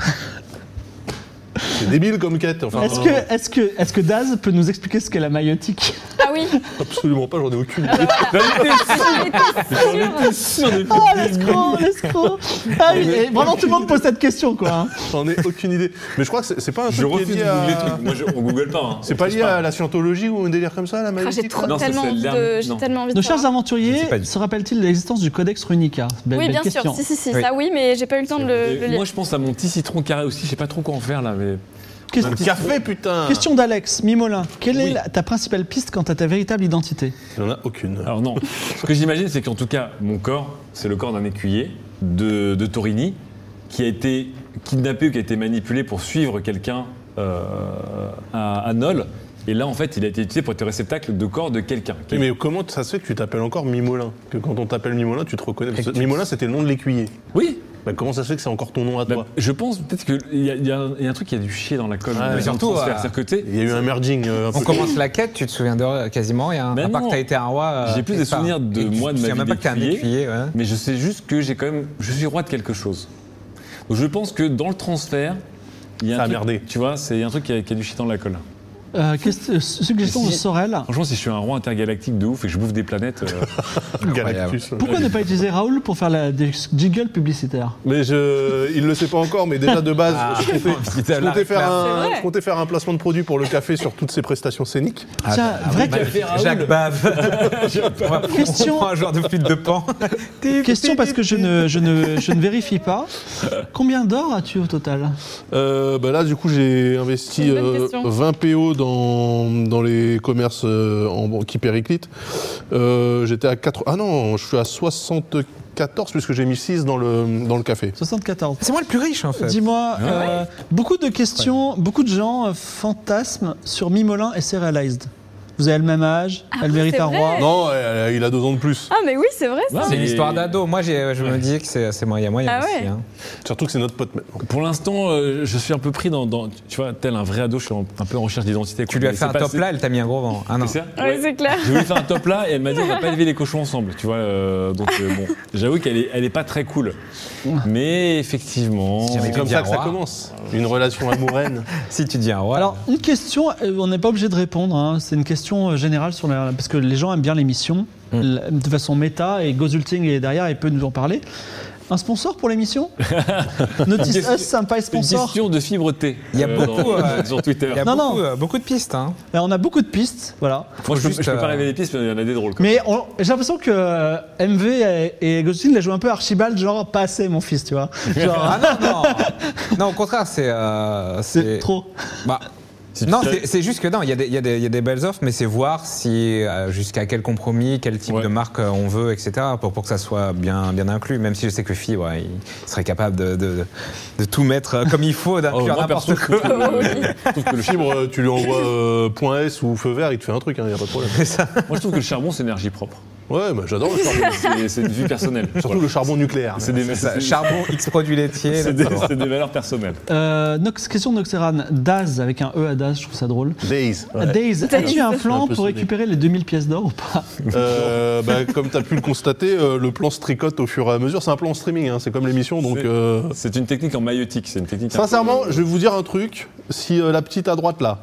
[SPEAKER 4] C'est débile comme quête. Enfin,
[SPEAKER 1] Est-ce que, est que, est que Daz peut nous expliquer ce qu'est la maïotique
[SPEAKER 3] Ah oui.
[SPEAKER 4] Absolument pas, j'en ai aucune. idée.
[SPEAKER 3] J'en étais sûre.
[SPEAKER 1] Oh, l'escroc, l'escroc Ah oui, et vraiment tout le monde pose cette question, quoi. hein.
[SPEAKER 4] J'en ai aucune idée. Mais je crois que c'est- c'est pas un
[SPEAKER 2] Je
[SPEAKER 4] truc qui est
[SPEAKER 2] refuse de
[SPEAKER 4] lié
[SPEAKER 2] googler
[SPEAKER 4] à...
[SPEAKER 2] trucs. Moi, je- on google pas. hein.
[SPEAKER 4] C'est
[SPEAKER 2] On
[SPEAKER 4] pas
[SPEAKER 2] triche
[SPEAKER 4] lié à la scientologie ou un délire comme ça, la
[SPEAKER 3] Ah, J'ai
[SPEAKER 4] maladie
[SPEAKER 3] trop
[SPEAKER 2] Non, ça,
[SPEAKER 3] tellement
[SPEAKER 2] c'est
[SPEAKER 3] envie
[SPEAKER 2] le
[SPEAKER 3] de.
[SPEAKER 2] dernier.
[SPEAKER 3] J'ai
[SPEAKER 2] Non.
[SPEAKER 3] tellement envie de.
[SPEAKER 1] Nos chers
[SPEAKER 3] savoir.
[SPEAKER 5] Je sais pas
[SPEAKER 1] aventuriers
[SPEAKER 5] du tout.
[SPEAKER 1] se rappelle-t-il de l'existence du Codex Runica Belle-
[SPEAKER 3] Oui,
[SPEAKER 1] belle
[SPEAKER 3] bien sûr.
[SPEAKER 1] question.
[SPEAKER 3] Si, si, si,
[SPEAKER 5] Oui.
[SPEAKER 3] ça oui, mais j'ai pas eu le temps de le,
[SPEAKER 2] Et
[SPEAKER 3] le lire.
[SPEAKER 2] Moi, je pense à mon petit citron carré aussi. Je sais pas trop quoi en faire là, mais.
[SPEAKER 1] Question-
[SPEAKER 4] Un café, putain
[SPEAKER 1] Question d'Alex Mimolin. Quelle est
[SPEAKER 2] Oui.
[SPEAKER 1] la- ta principale piste quant à ta véritable identité
[SPEAKER 4] Il y en a aucune.
[SPEAKER 5] Ah,
[SPEAKER 2] Alors non. Ce que j'imagine, c'est qu'en tout cas, mon corps, c'est le corps d'un écuyer de, de Torini qui a été kidnappé ou qui a été manipulé pour suivre quelqu'un euh, à, à Nol Et là, en fait, il a été utilisé pour être le réceptacle de corps de quelqu'un.
[SPEAKER 4] Oui, Mais comment ça se fait que tu t'appelles encore Mimolin Que quand on t'appelle Mimolin, tu te reconnais Parce que Mimolin, c'était le nom de l'écuyer.
[SPEAKER 2] Oui,
[SPEAKER 4] Bah, comment ça se fait que c'est encore ton nom à
[SPEAKER 2] Bah,
[SPEAKER 4] toi
[SPEAKER 2] je pense peut-être qu'il y, a- il y a un- il y a un truc qui a du chier dans la colle.
[SPEAKER 4] Ouais,
[SPEAKER 2] mais
[SPEAKER 5] surtout, euh,
[SPEAKER 2] C'est-à-dire que t'es-
[SPEAKER 4] Il y a eu un merging euh, un
[SPEAKER 5] On
[SPEAKER 4] peu-
[SPEAKER 5] commence la quête, tu te souviens de quasiment rien.
[SPEAKER 2] Ben
[SPEAKER 5] à part
[SPEAKER 2] non.
[SPEAKER 5] que t'as été un roi. euh,
[SPEAKER 2] J'ai plus des
[SPEAKER 5] et pas-
[SPEAKER 2] souvenirs de
[SPEAKER 5] et tu-
[SPEAKER 2] moi, de
[SPEAKER 5] tu
[SPEAKER 2] ma
[SPEAKER 5] sais
[SPEAKER 2] vie
[SPEAKER 5] même pas que t'es un
[SPEAKER 2] d'écuyer.
[SPEAKER 5] écuyer, ouais.
[SPEAKER 2] mais je sais juste que j'ai quand même, je suis roi de quelque chose. Donc je pense que dans le transfert, il y a un
[SPEAKER 4] Ça a
[SPEAKER 2] truc-
[SPEAKER 4] merdé.
[SPEAKER 2] Tu vois, c'est il y a un truc qui a, qui a du chier dans la colle.
[SPEAKER 1] Euh, qu'est-ce- euh, suggestion
[SPEAKER 2] Si-
[SPEAKER 1] de
[SPEAKER 5] Ah,
[SPEAKER 1] Sorel.
[SPEAKER 2] Franchement, si je suis un roi intergalactique de ouf et que je bouffe des planètes, euh,
[SPEAKER 4] Galactus.
[SPEAKER 1] Pourquoi ne pas utiliser Raoul pour faire la, des jiggles publicitaires
[SPEAKER 4] Mais je, il le sait pas encore, mais déjà de base,
[SPEAKER 5] Ah,
[SPEAKER 4] je, comptais,
[SPEAKER 5] putain,
[SPEAKER 4] je
[SPEAKER 5] la
[SPEAKER 4] comptais faire
[SPEAKER 5] réclame.
[SPEAKER 3] C'est
[SPEAKER 4] un,
[SPEAKER 3] vrai.
[SPEAKER 4] je comptais faire un placement de produit pour le café sur toutes ses prestations scéniques.
[SPEAKER 5] Ah, bah,
[SPEAKER 1] Tiens, vrai que-
[SPEAKER 5] Jacques Bave.
[SPEAKER 1] Question-
[SPEAKER 5] On prend un joueur de flûte de pan.
[SPEAKER 1] Question parce que je ne, je ne, je ne vérifie pas. Combien d'or as-tu au total
[SPEAKER 4] Euh, bah là, du coup, j'ai investi
[SPEAKER 3] C'est une bonne
[SPEAKER 4] euh,
[SPEAKER 3] question.
[SPEAKER 4] 20 PO dans, dans les commerces euh, en, qui périclitent. Euh, J'étais à 4. Ah non, je suis à 74 puisque j'ai mis 6 dans le, dans le café.
[SPEAKER 1] 74.
[SPEAKER 5] C'est moi le plus riche en fait.
[SPEAKER 1] Dis-moi, euh, beaucoup de questions, beaucoup de gens euh, fantasment sur Mimolin et Serialized. Vous avez le même âge, elle
[SPEAKER 3] Ah oui,
[SPEAKER 1] mérite
[SPEAKER 3] c'est
[SPEAKER 1] un roi.
[SPEAKER 3] vrai.
[SPEAKER 4] Non, euh, il a 2 ans de plus.
[SPEAKER 3] Ah, mais oui, c'est vrai ça.
[SPEAKER 2] Ouais,
[SPEAKER 5] C'est une
[SPEAKER 2] mais-
[SPEAKER 5] histoire d'ado. Moi, j'ai- euh, je me dis que c'est c'est moyen, moyen
[SPEAKER 3] Ah
[SPEAKER 5] aussi.
[SPEAKER 3] ouais.
[SPEAKER 5] hein.
[SPEAKER 4] Surtout que c'est notre pote maintenant.
[SPEAKER 2] pour l'instant, euh, je suis un peu pris dans, dans- tu vois, tel un vrai ado, je suis en- un peu en recherche d'identité.
[SPEAKER 5] Tu lui as fait un top là, elle t'a mis un gros vent. Ah non.
[SPEAKER 2] C'est ça
[SPEAKER 3] Ouais, c'est clair.
[SPEAKER 2] J'ai voulu faire un top là et elle m'a dit on va pas élever les cochons ensemble, tu vois. euh, donc euh, bon, j'avoue qu'elle est, elle est pas très cool. Mais effectivement.
[SPEAKER 5] Si j'avais
[SPEAKER 4] C'est comme
[SPEAKER 5] bien
[SPEAKER 4] ça que ça
[SPEAKER 5] roi.
[SPEAKER 4] commence. Une relation amoureuse.
[SPEAKER 5] Si tu dis un roi.
[SPEAKER 1] Alors, une question, euh, on n'est pas obligé de répondre, hein. c'est une question euh, générale, sur la- parce que les gens aiment bien l'émission,
[SPEAKER 2] Mm.
[SPEAKER 1] la- de façon méta, et Gozulting est derrière et peut nous en parler. Un sponsor pour l'émission Notice
[SPEAKER 2] Question-
[SPEAKER 1] Us, sympa et
[SPEAKER 2] Une
[SPEAKER 1] sponsor.
[SPEAKER 2] question de fibre T.
[SPEAKER 5] Il y a beaucoup,
[SPEAKER 2] dans-
[SPEAKER 5] euh,
[SPEAKER 2] sur Twitter.
[SPEAKER 5] il y a
[SPEAKER 1] Non,
[SPEAKER 5] beaucoup,
[SPEAKER 1] non.
[SPEAKER 5] euh, beaucoup de pistes. Hein.
[SPEAKER 1] Alors, on a beaucoup de pistes, voilà.
[SPEAKER 2] Moi, je, peux-
[SPEAKER 5] juste,
[SPEAKER 2] je peux
[SPEAKER 5] euh,
[SPEAKER 2] pas révéler les pistes, mais il y en a des drôles. Quoi.
[SPEAKER 1] Mais on- j'ai l'impression que euh, MV et, et Gozulting la jouent un peu Archibald, genre pas assez, mon fils, tu vois. Genre,
[SPEAKER 5] Ah non, non. non, au contraire, c'est. euh,
[SPEAKER 1] c'est trop.
[SPEAKER 5] Bah,
[SPEAKER 2] Si tu
[SPEAKER 5] non,
[SPEAKER 2] sais-
[SPEAKER 5] c'est c'est juste que non, il y, a des- il y a des- il y a des belles offres, mais c'est voir si euh, jusqu'à quel compromis, quel type
[SPEAKER 2] Ouais.
[SPEAKER 5] de marque euh, on veut, etc. Pour, pour que ça soit bien, bien inclus. Même si je sais que Fibre, ouais, il serait capable de, de- de tout mettre euh, comme il faut,
[SPEAKER 2] Oh,
[SPEAKER 5] d'inclure
[SPEAKER 2] moi, perso,
[SPEAKER 5] n'importe
[SPEAKER 2] je
[SPEAKER 5] quoi.
[SPEAKER 2] trouve que, euh, je trouve que le fibre,
[SPEAKER 4] Fibre, euh, tu lui envoies euh, point .s ou feu vert, il te fait un truc, il n'y a pas de problème.
[SPEAKER 2] moi, je trouve que le charbon, c'est énergie propre.
[SPEAKER 4] Ouais, bah, j'adore le charbon.
[SPEAKER 2] C'est c'est une vue personnelle.
[SPEAKER 4] Surtout
[SPEAKER 2] Voilà.
[SPEAKER 4] le charbon nucléaire.
[SPEAKER 2] C'est des,
[SPEAKER 5] Ça,
[SPEAKER 2] c'est-
[SPEAKER 5] Charbon, X produits laitiers.
[SPEAKER 2] c'est
[SPEAKER 5] là,
[SPEAKER 2] des,
[SPEAKER 5] ça va.
[SPEAKER 2] c'est des valeurs personnelles.
[SPEAKER 1] Euh, Nox, question de Noxeran, Daz, avec un E à Daz, je trouve ça drôle.
[SPEAKER 4] Days. ouais.
[SPEAKER 1] Days, as-tu un plan
[SPEAKER 4] Un peu
[SPEAKER 1] pour
[SPEAKER 4] sonné.
[SPEAKER 1] récupérer les 2000 pièces d'or ou pas
[SPEAKER 4] Euh, bah, comme tu as pu le constater, euh, le plan se tricote au fur et à mesure. C'est un plan en streaming, hein, c'est comme l'émission. Donc,
[SPEAKER 2] C'est-
[SPEAKER 4] euh,
[SPEAKER 2] C'est une technique en maïotique. C'est une technique. un peu-
[SPEAKER 4] sincèrement, je vais vous dire un truc. Si euh, la petite à droite là,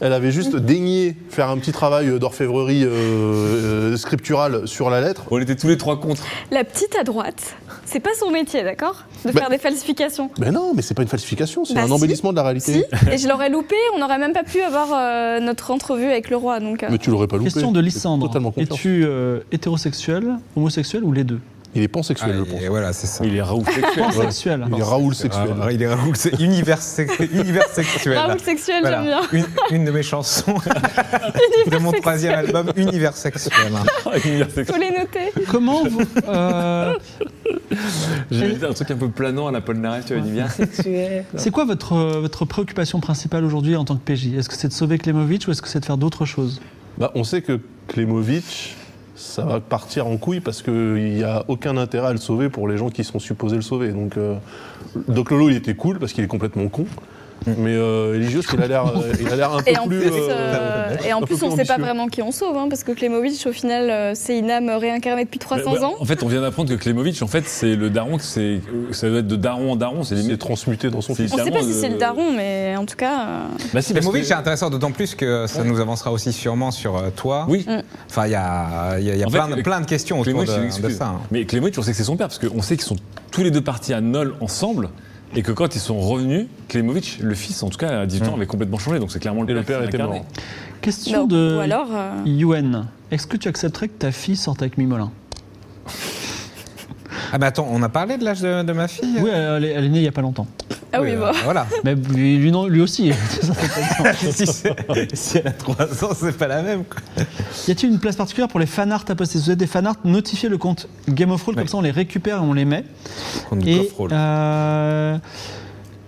[SPEAKER 4] elle avait juste daigné faire un petit travail euh, d'orfèvrerie euh, euh, scripturale sur la lettre,
[SPEAKER 2] On était tous les trois contre.
[SPEAKER 3] La petite à droite, c'est pas son métier, d'accord De
[SPEAKER 4] Bah-
[SPEAKER 3] faire des falsifications.
[SPEAKER 4] ben non, mais c'est pas une falsification, c'est
[SPEAKER 3] Bah
[SPEAKER 4] un
[SPEAKER 3] si.
[SPEAKER 4] embellissement de la réalité.
[SPEAKER 3] Si, et je l'aurais loupé, on n'aurait même pas pu avoir euh, notre entrevue avec le roi. Donc, euh,
[SPEAKER 4] Mais tu l'aurais pas loupé.
[SPEAKER 1] Question de Lysandre.
[SPEAKER 4] Totalement confiant.
[SPEAKER 1] Es-tu euh, hétérosexuel, homosexuel ou les deux
[SPEAKER 4] Il est
[SPEAKER 5] Ah,
[SPEAKER 4] pansexuel, je pense.
[SPEAKER 5] et voilà, c'est ça.
[SPEAKER 2] Il est raouf sexuel.
[SPEAKER 1] Pansexuel.
[SPEAKER 4] Il est Raoul sexuel.
[SPEAKER 5] Ah, il est Raoul, c'est univers, sex- univers sexuel.
[SPEAKER 3] Raoul Ah, sexuel,
[SPEAKER 5] Voilà.
[SPEAKER 3] j'aime bien.
[SPEAKER 5] Une, une de mes chansons de mon troisième album, Univers sexuel.
[SPEAKER 2] Univers sexuel.
[SPEAKER 3] Faut les noter.
[SPEAKER 1] Comment vous. euh,
[SPEAKER 2] J'ai dit un truc un peu planant à la Paul Naref, tu vois, univers sexuel.
[SPEAKER 1] c'est quoi votre, euh, votre préoccupation principale aujourd'hui en tant que PJ Est-ce que c'est de sauver Klemovic ou est-ce que c'est de faire d'autres choses
[SPEAKER 4] Bah, on sait que Klemovic, ça va partir en couille parce qu'il n'y a aucun intérêt à le sauver pour les gens qui sont supposés le sauver. Donc, euh, Doc Lolo, il était cool parce qu'il est complètement con. Mais euh, Eligios, il a l'air euh, il a l'air un peu
[SPEAKER 3] Et en
[SPEAKER 4] plus.
[SPEAKER 3] plus,
[SPEAKER 4] euh,
[SPEAKER 3] euh, et en
[SPEAKER 4] un peu
[SPEAKER 3] plus, on
[SPEAKER 4] plus
[SPEAKER 3] sait pas
[SPEAKER 4] ambitieux.
[SPEAKER 3] vraiment qui on sauve, hein, parce que Klemovic, au final, euh, c'est une âme réincarnée depuis 300
[SPEAKER 2] Ouais, ouais,
[SPEAKER 3] ans.
[SPEAKER 2] En fait, on vient d'apprendre que Klemovic, en fait, c'est le daron, que c'est, ça doit être de daron en daron, c'est
[SPEAKER 4] Il est
[SPEAKER 2] les
[SPEAKER 4] transmuté dans son
[SPEAKER 2] C'est-
[SPEAKER 4] fils.
[SPEAKER 3] On sait pas si
[SPEAKER 2] euh,
[SPEAKER 3] c'est le daron, mais en tout cas, euh,
[SPEAKER 2] Bah si,
[SPEAKER 5] Les
[SPEAKER 2] parce
[SPEAKER 5] movies,
[SPEAKER 2] que-
[SPEAKER 5] c'est intéressant, d'autant plus que ça nous avancera aussi sûrement sur euh, toi.
[SPEAKER 2] Oui.
[SPEAKER 5] Enfin, il y a, il y a- il y a
[SPEAKER 2] En
[SPEAKER 5] plein,
[SPEAKER 2] fait,
[SPEAKER 5] de, plein de questions autour
[SPEAKER 2] Clément, c'est une
[SPEAKER 5] de, de
[SPEAKER 2] excuse.
[SPEAKER 5] ça. hein.
[SPEAKER 2] Mais Clément, on sait que c'est son père, parce qu'on sait qu'ils sont tous les deux partis à Nol ensemble. Et que quand ils sont revenus, Klemovic, le fils, en tout cas à 18
[SPEAKER 5] Mmh.
[SPEAKER 2] ans, avait complètement changé. Donc c'est clairement le père.
[SPEAKER 4] Et le père
[SPEAKER 2] qui l'a
[SPEAKER 4] était
[SPEAKER 2] incarné.
[SPEAKER 4] mort.
[SPEAKER 1] Question
[SPEAKER 3] non.
[SPEAKER 1] de.
[SPEAKER 3] ou alors. euh,
[SPEAKER 1] Yuen, est-ce que tu accepterais que ta fille sorte avec Mimolin
[SPEAKER 5] Ah, mais attends, on a parlé de l'âge de, de ma fille
[SPEAKER 1] Oui, elle est, elle est née il y a pas longtemps.
[SPEAKER 3] Ah oui,
[SPEAKER 5] euh,
[SPEAKER 3] bah.
[SPEAKER 5] Voilà.
[SPEAKER 1] Mais lui, lui non- lui aussi. Ça fait pas longtemps.
[SPEAKER 5] si, c'est- si elle a 3 ans, c'est pas la même. quoi.
[SPEAKER 1] y a-t-il une place particulière pour les fanarts à poster Si vous êtes des fanarts, notifiez le compte Game of Roll, comme
[SPEAKER 5] Oui.
[SPEAKER 3] euh,
[SPEAKER 1] ça on les récupère et on les met.
[SPEAKER 5] Compte du
[SPEAKER 1] Et,
[SPEAKER 5] coffre-roll.
[SPEAKER 1] euh,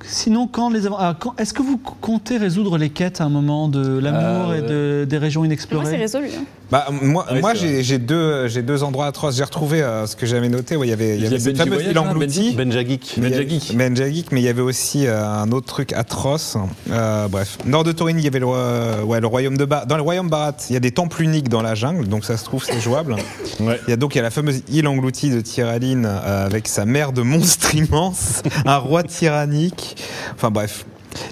[SPEAKER 1] Sinon, quand les avant- ah, quand- est-ce que vous comptez résoudre les quêtes à un moment de l'amour
[SPEAKER 4] Euh,
[SPEAKER 1] et de- des régions
[SPEAKER 3] Moi, c'est
[SPEAKER 1] inexplorées
[SPEAKER 3] résolu. hein.
[SPEAKER 5] Bah, moi,
[SPEAKER 2] Ah oui,
[SPEAKER 5] moi
[SPEAKER 2] c'est
[SPEAKER 5] j'ai j'ai deux, euh, j'ai deux endroits atroces. J'ai retrouvé euh, ce que j'avais noté. Ouais, Il y avait, il y avait cette
[SPEAKER 2] Benji
[SPEAKER 5] fameuse
[SPEAKER 2] Voyage,
[SPEAKER 5] île
[SPEAKER 2] là,
[SPEAKER 5] engloutie.
[SPEAKER 4] Benjagik.
[SPEAKER 5] Mais il y
[SPEAKER 2] Benja
[SPEAKER 5] avait-
[SPEAKER 2] Geek.
[SPEAKER 5] Benja Geek, mais il y avait aussi euh, un autre truc atroce. Euh, bref. Nord de Taurine, il y avait le, roi- euh, ouais, le royaume de Barat. Dans le royaume Barat, il y a des temples uniques dans la jungle, donc ça se trouve, c'est jouable.
[SPEAKER 2] Ouais.
[SPEAKER 5] Il y a donc il y a la fameuse île engloutie de Tyraline euh, avec sa mère de monstre immense, un roi tyrannique. Enfin bref.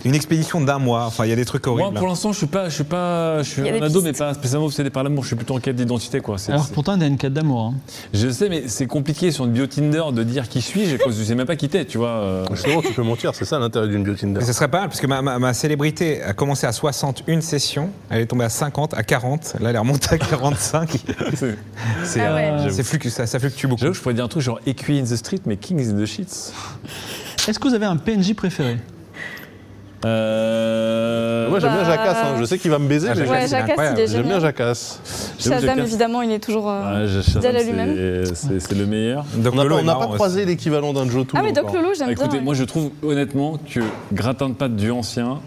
[SPEAKER 5] Une expédition d'un mois. Enfin, il y a des trucs
[SPEAKER 2] Moi,
[SPEAKER 5] horribles.
[SPEAKER 2] pour l'instant, je suis pas, je suis pas, je suis
[SPEAKER 3] Il y a
[SPEAKER 2] un
[SPEAKER 3] des
[SPEAKER 2] ado, mais
[SPEAKER 3] pistes.
[SPEAKER 2] pas spécialement obsédé par l'amour. Je suis plutôt en quête d'identité, quoi. C'est-
[SPEAKER 1] Alors
[SPEAKER 2] c'est-
[SPEAKER 1] pourtant, il y a une quête d'amour. hein.
[SPEAKER 2] Je sais, mais c'est compliqué sur une bio Tinder de dire qui suis-je, parce que je sais même pas qui t'es, tu vois. euh.
[SPEAKER 4] Justement, tu peux mentir, c'est ça l'intérêt d'une bio Tinder.
[SPEAKER 5] Mais ce serait pas mal, parce que ma, ma- ma célébrité a commencé à 60 une session, elle est tombée à 50, à 40, là elle est remontée à 45.
[SPEAKER 2] C'est-
[SPEAKER 5] C'est,
[SPEAKER 3] Ah ouais.
[SPEAKER 5] euh,
[SPEAKER 2] J'avoue.
[SPEAKER 5] c'est fluctu- ça, ça fluctue beaucoup.
[SPEAKER 2] J'avoue, je pourrais dire un truc genre Equi in the Street, mais Kings in the Sheets.
[SPEAKER 1] Est-ce que vous avez un PNJ préféré
[SPEAKER 2] Euh.
[SPEAKER 4] Moi j'aime bien
[SPEAKER 3] Bah-
[SPEAKER 4] Jacasse, hein. je sais qu'il va me baiser,
[SPEAKER 5] Ah,
[SPEAKER 4] mais
[SPEAKER 5] Jackass,
[SPEAKER 3] Ouais,
[SPEAKER 5] c'est
[SPEAKER 3] Jackass,
[SPEAKER 5] incroyable.
[SPEAKER 3] il est
[SPEAKER 4] j'aime bien
[SPEAKER 3] génial.
[SPEAKER 4] Jacasse.
[SPEAKER 2] J'avoue,
[SPEAKER 3] Shazam,
[SPEAKER 2] Jackass.
[SPEAKER 3] évidemment, il est toujours. euh,
[SPEAKER 2] Ouais, Bah, je- Shazam,
[SPEAKER 3] Fidèle à
[SPEAKER 2] c'est-
[SPEAKER 3] lui-même.
[SPEAKER 2] c'est c'est le meilleur.
[SPEAKER 5] Donc
[SPEAKER 4] On n'a
[SPEAKER 5] Lolo
[SPEAKER 4] pas,
[SPEAKER 5] est
[SPEAKER 4] on n'a pas
[SPEAKER 5] marrant
[SPEAKER 4] croisé l'équivalent d'un Jotou.
[SPEAKER 3] Ah oui, Doc
[SPEAKER 4] encore.
[SPEAKER 3] Lolo, j'aime bien.
[SPEAKER 2] Bah, Écoutez,
[SPEAKER 3] ouais.
[SPEAKER 2] moi je trouve honnêtement que gratin de pâte du ancien,
[SPEAKER 5] aussi.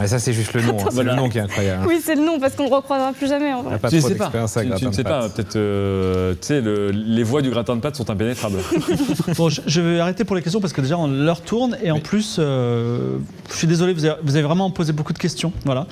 [SPEAKER 5] Ouais, ça c'est juste le nom, hein, c'est
[SPEAKER 2] Voilà.
[SPEAKER 5] le nom qui est incroyable.
[SPEAKER 3] Oui, c'est le nom, parce qu'on le recroisera plus jamais en
[SPEAKER 5] Il n'y a
[SPEAKER 3] vrai.
[SPEAKER 5] pas
[SPEAKER 2] tu
[SPEAKER 5] trop
[SPEAKER 2] sais pas.
[SPEAKER 5] d'expérience avec
[SPEAKER 2] Tu-
[SPEAKER 5] la
[SPEAKER 2] tu ne sais
[SPEAKER 5] pâte.
[SPEAKER 2] pas, peut-être. euh, tu sais, le- les voies du gratin de pâte sont impénétrables.
[SPEAKER 1] Bon, je, je vais arrêter pour les questions parce que déjà on leur tourne et en plus, euh, je suis désolé, vous avez, vous avez vraiment posé beaucoup de questions. Voilà.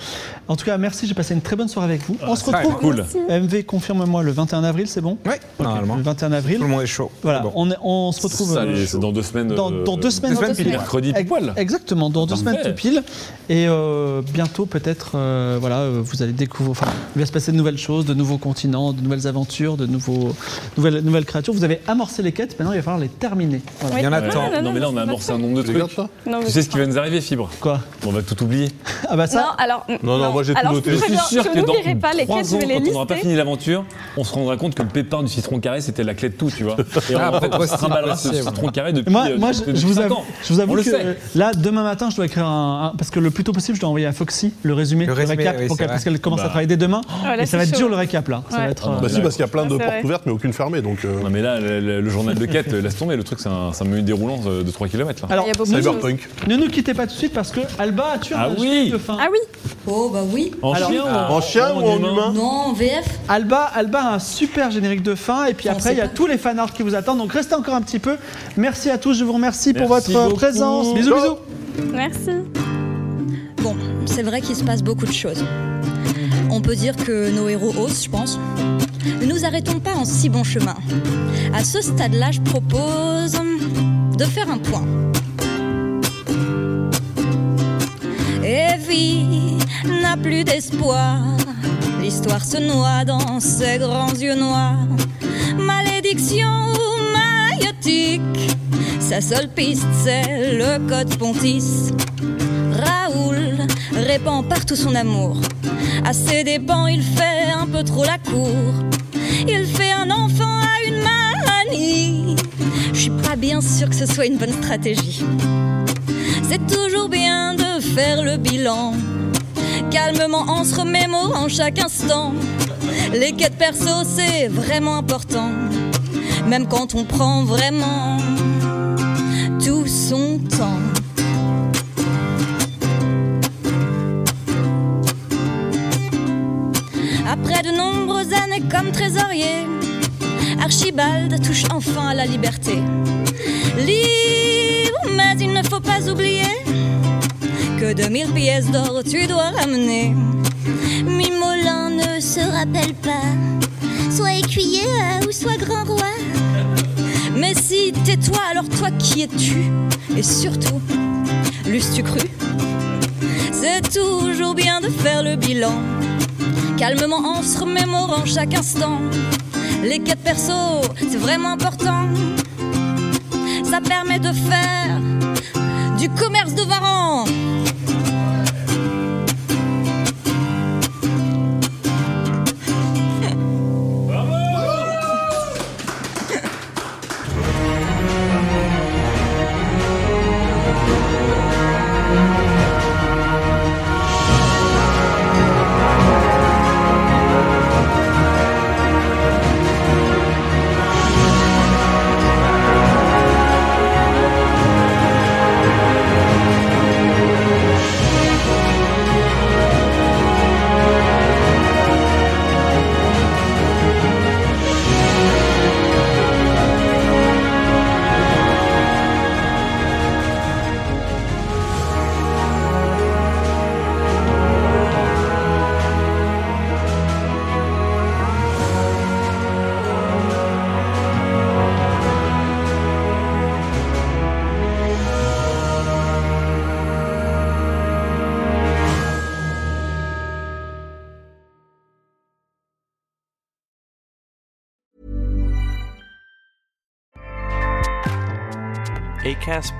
[SPEAKER 1] En tout cas, merci, j'ai passé une très bonne soirée avec
[SPEAKER 2] Ah,
[SPEAKER 1] vous. on se
[SPEAKER 5] ça,
[SPEAKER 1] retrouve.
[SPEAKER 2] cool.
[SPEAKER 1] MV, confirme-moi le 21 avril, c'est bon
[SPEAKER 5] Oui,
[SPEAKER 1] Le
[SPEAKER 5] normalement.
[SPEAKER 1] 21
[SPEAKER 5] Tout
[SPEAKER 1] avril.
[SPEAKER 5] le monde est chaud.
[SPEAKER 1] Voilà,
[SPEAKER 5] Bon.
[SPEAKER 1] on, est- on se retrouve
[SPEAKER 2] Ça,
[SPEAKER 1] euh,
[SPEAKER 2] les- c'est dans deux semaines.
[SPEAKER 1] dans,
[SPEAKER 2] euh,
[SPEAKER 1] dans deux semaines,
[SPEAKER 5] deux
[SPEAKER 1] tout
[SPEAKER 5] semaines,
[SPEAKER 1] pile.
[SPEAKER 2] mercredi
[SPEAKER 1] Ex-
[SPEAKER 2] poil.
[SPEAKER 1] Exactement, dans deux
[SPEAKER 2] Parfait.
[SPEAKER 1] semaines tout pile. Et euh, bientôt, peut-être, euh, voilà, euh, vous allez découvrir. Enfin, il va se passer de nouvelles choses, de nouveaux continents, de nouvelles aventures, de nouveaux, nouvelles, nouvelles créatures. Vous avez amorcé les quêtes, maintenant il va falloir les terminer. Voilà.
[SPEAKER 5] Il y en a
[SPEAKER 2] Ouais.
[SPEAKER 5] tant.
[SPEAKER 2] Non, mais là, on a amorcé un nombre de
[SPEAKER 4] Tu regardes
[SPEAKER 2] trucs.
[SPEAKER 4] ça
[SPEAKER 3] Non,
[SPEAKER 2] Tu
[SPEAKER 3] mais-
[SPEAKER 2] sais ce qui va nous arriver, Fibre
[SPEAKER 1] Quoi
[SPEAKER 2] On va tout oublier.
[SPEAKER 1] Ah bah
[SPEAKER 3] Non,
[SPEAKER 1] ça,
[SPEAKER 3] alors.
[SPEAKER 4] non, moi, j'ai tout
[SPEAKER 3] alors,
[SPEAKER 4] noté.
[SPEAKER 3] Je,
[SPEAKER 4] Je
[SPEAKER 3] préviens, je n'oublierai pas les
[SPEAKER 2] trois
[SPEAKER 3] quêtes, je vais les
[SPEAKER 2] quand on n'aura pas
[SPEAKER 3] lister.
[SPEAKER 2] fini l'aventure, on se rendra compte que le pépin du citron carré, c'était la clé de tout, tu vois. Et on
[SPEAKER 5] Ah,
[SPEAKER 2] en fait, on se
[SPEAKER 5] possible,
[SPEAKER 2] trimballera ce
[SPEAKER 5] possible.
[SPEAKER 2] citron carré depuis.
[SPEAKER 1] bah, moi,
[SPEAKER 2] euh,
[SPEAKER 1] moi je,
[SPEAKER 2] depuis
[SPEAKER 1] je vous
[SPEAKER 2] cinq
[SPEAKER 1] avoue,
[SPEAKER 2] ans.
[SPEAKER 1] je vous avoue
[SPEAKER 2] On le
[SPEAKER 1] que
[SPEAKER 2] sait.
[SPEAKER 1] euh, là, demain matin, je dois écrire un, un- Parce que le plus tôt possible, je dois envoyer à Foxy le résumé,
[SPEAKER 5] Le résumé,
[SPEAKER 1] récap,
[SPEAKER 5] oui,
[SPEAKER 1] pour
[SPEAKER 5] c'est
[SPEAKER 1] qu'elle-
[SPEAKER 5] vrai.
[SPEAKER 1] parce qu'elle commence à
[SPEAKER 2] Bah.
[SPEAKER 1] travailler dès demain.
[SPEAKER 3] Ouais, Ah, là,
[SPEAKER 1] et ça va
[SPEAKER 3] c'est
[SPEAKER 1] être
[SPEAKER 3] chaud.
[SPEAKER 1] dur le récap là. Ça
[SPEAKER 3] Ouais.
[SPEAKER 1] va être,
[SPEAKER 2] Ah, non,
[SPEAKER 1] euh,
[SPEAKER 4] Bah si, parce qu'il y a plein
[SPEAKER 3] Ah,
[SPEAKER 4] de
[SPEAKER 3] c'est
[SPEAKER 4] portes
[SPEAKER 3] vrai.
[SPEAKER 4] ouvertes, mais aucune fermée, donc. euh,
[SPEAKER 2] Non, mais là, le, le- le journal de quête, euh, laisse tomber, le truc, c'est un, c'est un menu déroulant euh, de 3 km. Là.
[SPEAKER 1] Alors,
[SPEAKER 3] Il y a beaucoup de choses.
[SPEAKER 4] Cyberpunk.
[SPEAKER 1] ne nous quittez pas tout de suite parce que Alba, as-tu un
[SPEAKER 2] Ah oui
[SPEAKER 1] générique de fin
[SPEAKER 3] Ah oui,
[SPEAKER 6] Oh bah oui.
[SPEAKER 2] En
[SPEAKER 1] Alors,
[SPEAKER 2] chien,
[SPEAKER 1] ah.
[SPEAKER 4] En chien ou en Uh, humain
[SPEAKER 6] Non, en VF
[SPEAKER 1] Alba, Alba a un super générique de fin et puis
[SPEAKER 6] On
[SPEAKER 1] après
[SPEAKER 6] sait
[SPEAKER 1] il y a
[SPEAKER 6] pas.
[SPEAKER 1] tous les fanarts qui vous attendent donc restez encore un petit peu. Merci à tous, je vous remercie pour
[SPEAKER 2] Merci
[SPEAKER 1] votre
[SPEAKER 2] beaucoup.
[SPEAKER 1] présence. Bisous
[SPEAKER 2] Ciao.
[SPEAKER 1] bisous.
[SPEAKER 3] merci.
[SPEAKER 6] Bon, c'est vrai qu'il se passe beaucoup de choses. On peut dire que nos héros osent, je pense. Ne nous arrêtons pas en si bon chemin. À ce stade-là, je propose hum, de faire un point. Evie n'a plus d'espoir. L'histoire se noie dans ses grands yeux noirs. Malédiction maïotique. Sa seule piste, c'est le code pontice. Raoul répand partout son amour. À ses dépens, il fait un peu trop la cour. Il fait un enfant à une manie. Je suis pas bien sûre que ce soit une bonne stratégie. C'est toujours bien de faire le bilan. Calmement en se remémorant chaque instant. Les quêtes perso, c'est vraiment important. Même quand on prend vraiment tout son temps. Après de nombreuses années comme trésorier, Archibald touche enfin à la liberté. Libre, mais il ne faut pas oublier que 2000 pièces d'or tu dois ramener. Mimolin ne se rappelle pas, soit écuyer euh, ou soit grand roi. Mais si tais-toi, alors toi qui es-tu Et surtout, l'eusses-tu cru C'est toujours bien de faire le bilan calmement en se remémorant chaque instant. Les quêtes perso, c'est vraiment important. Ça permet de faire du commerce de varan.
[SPEAKER 4] ACAST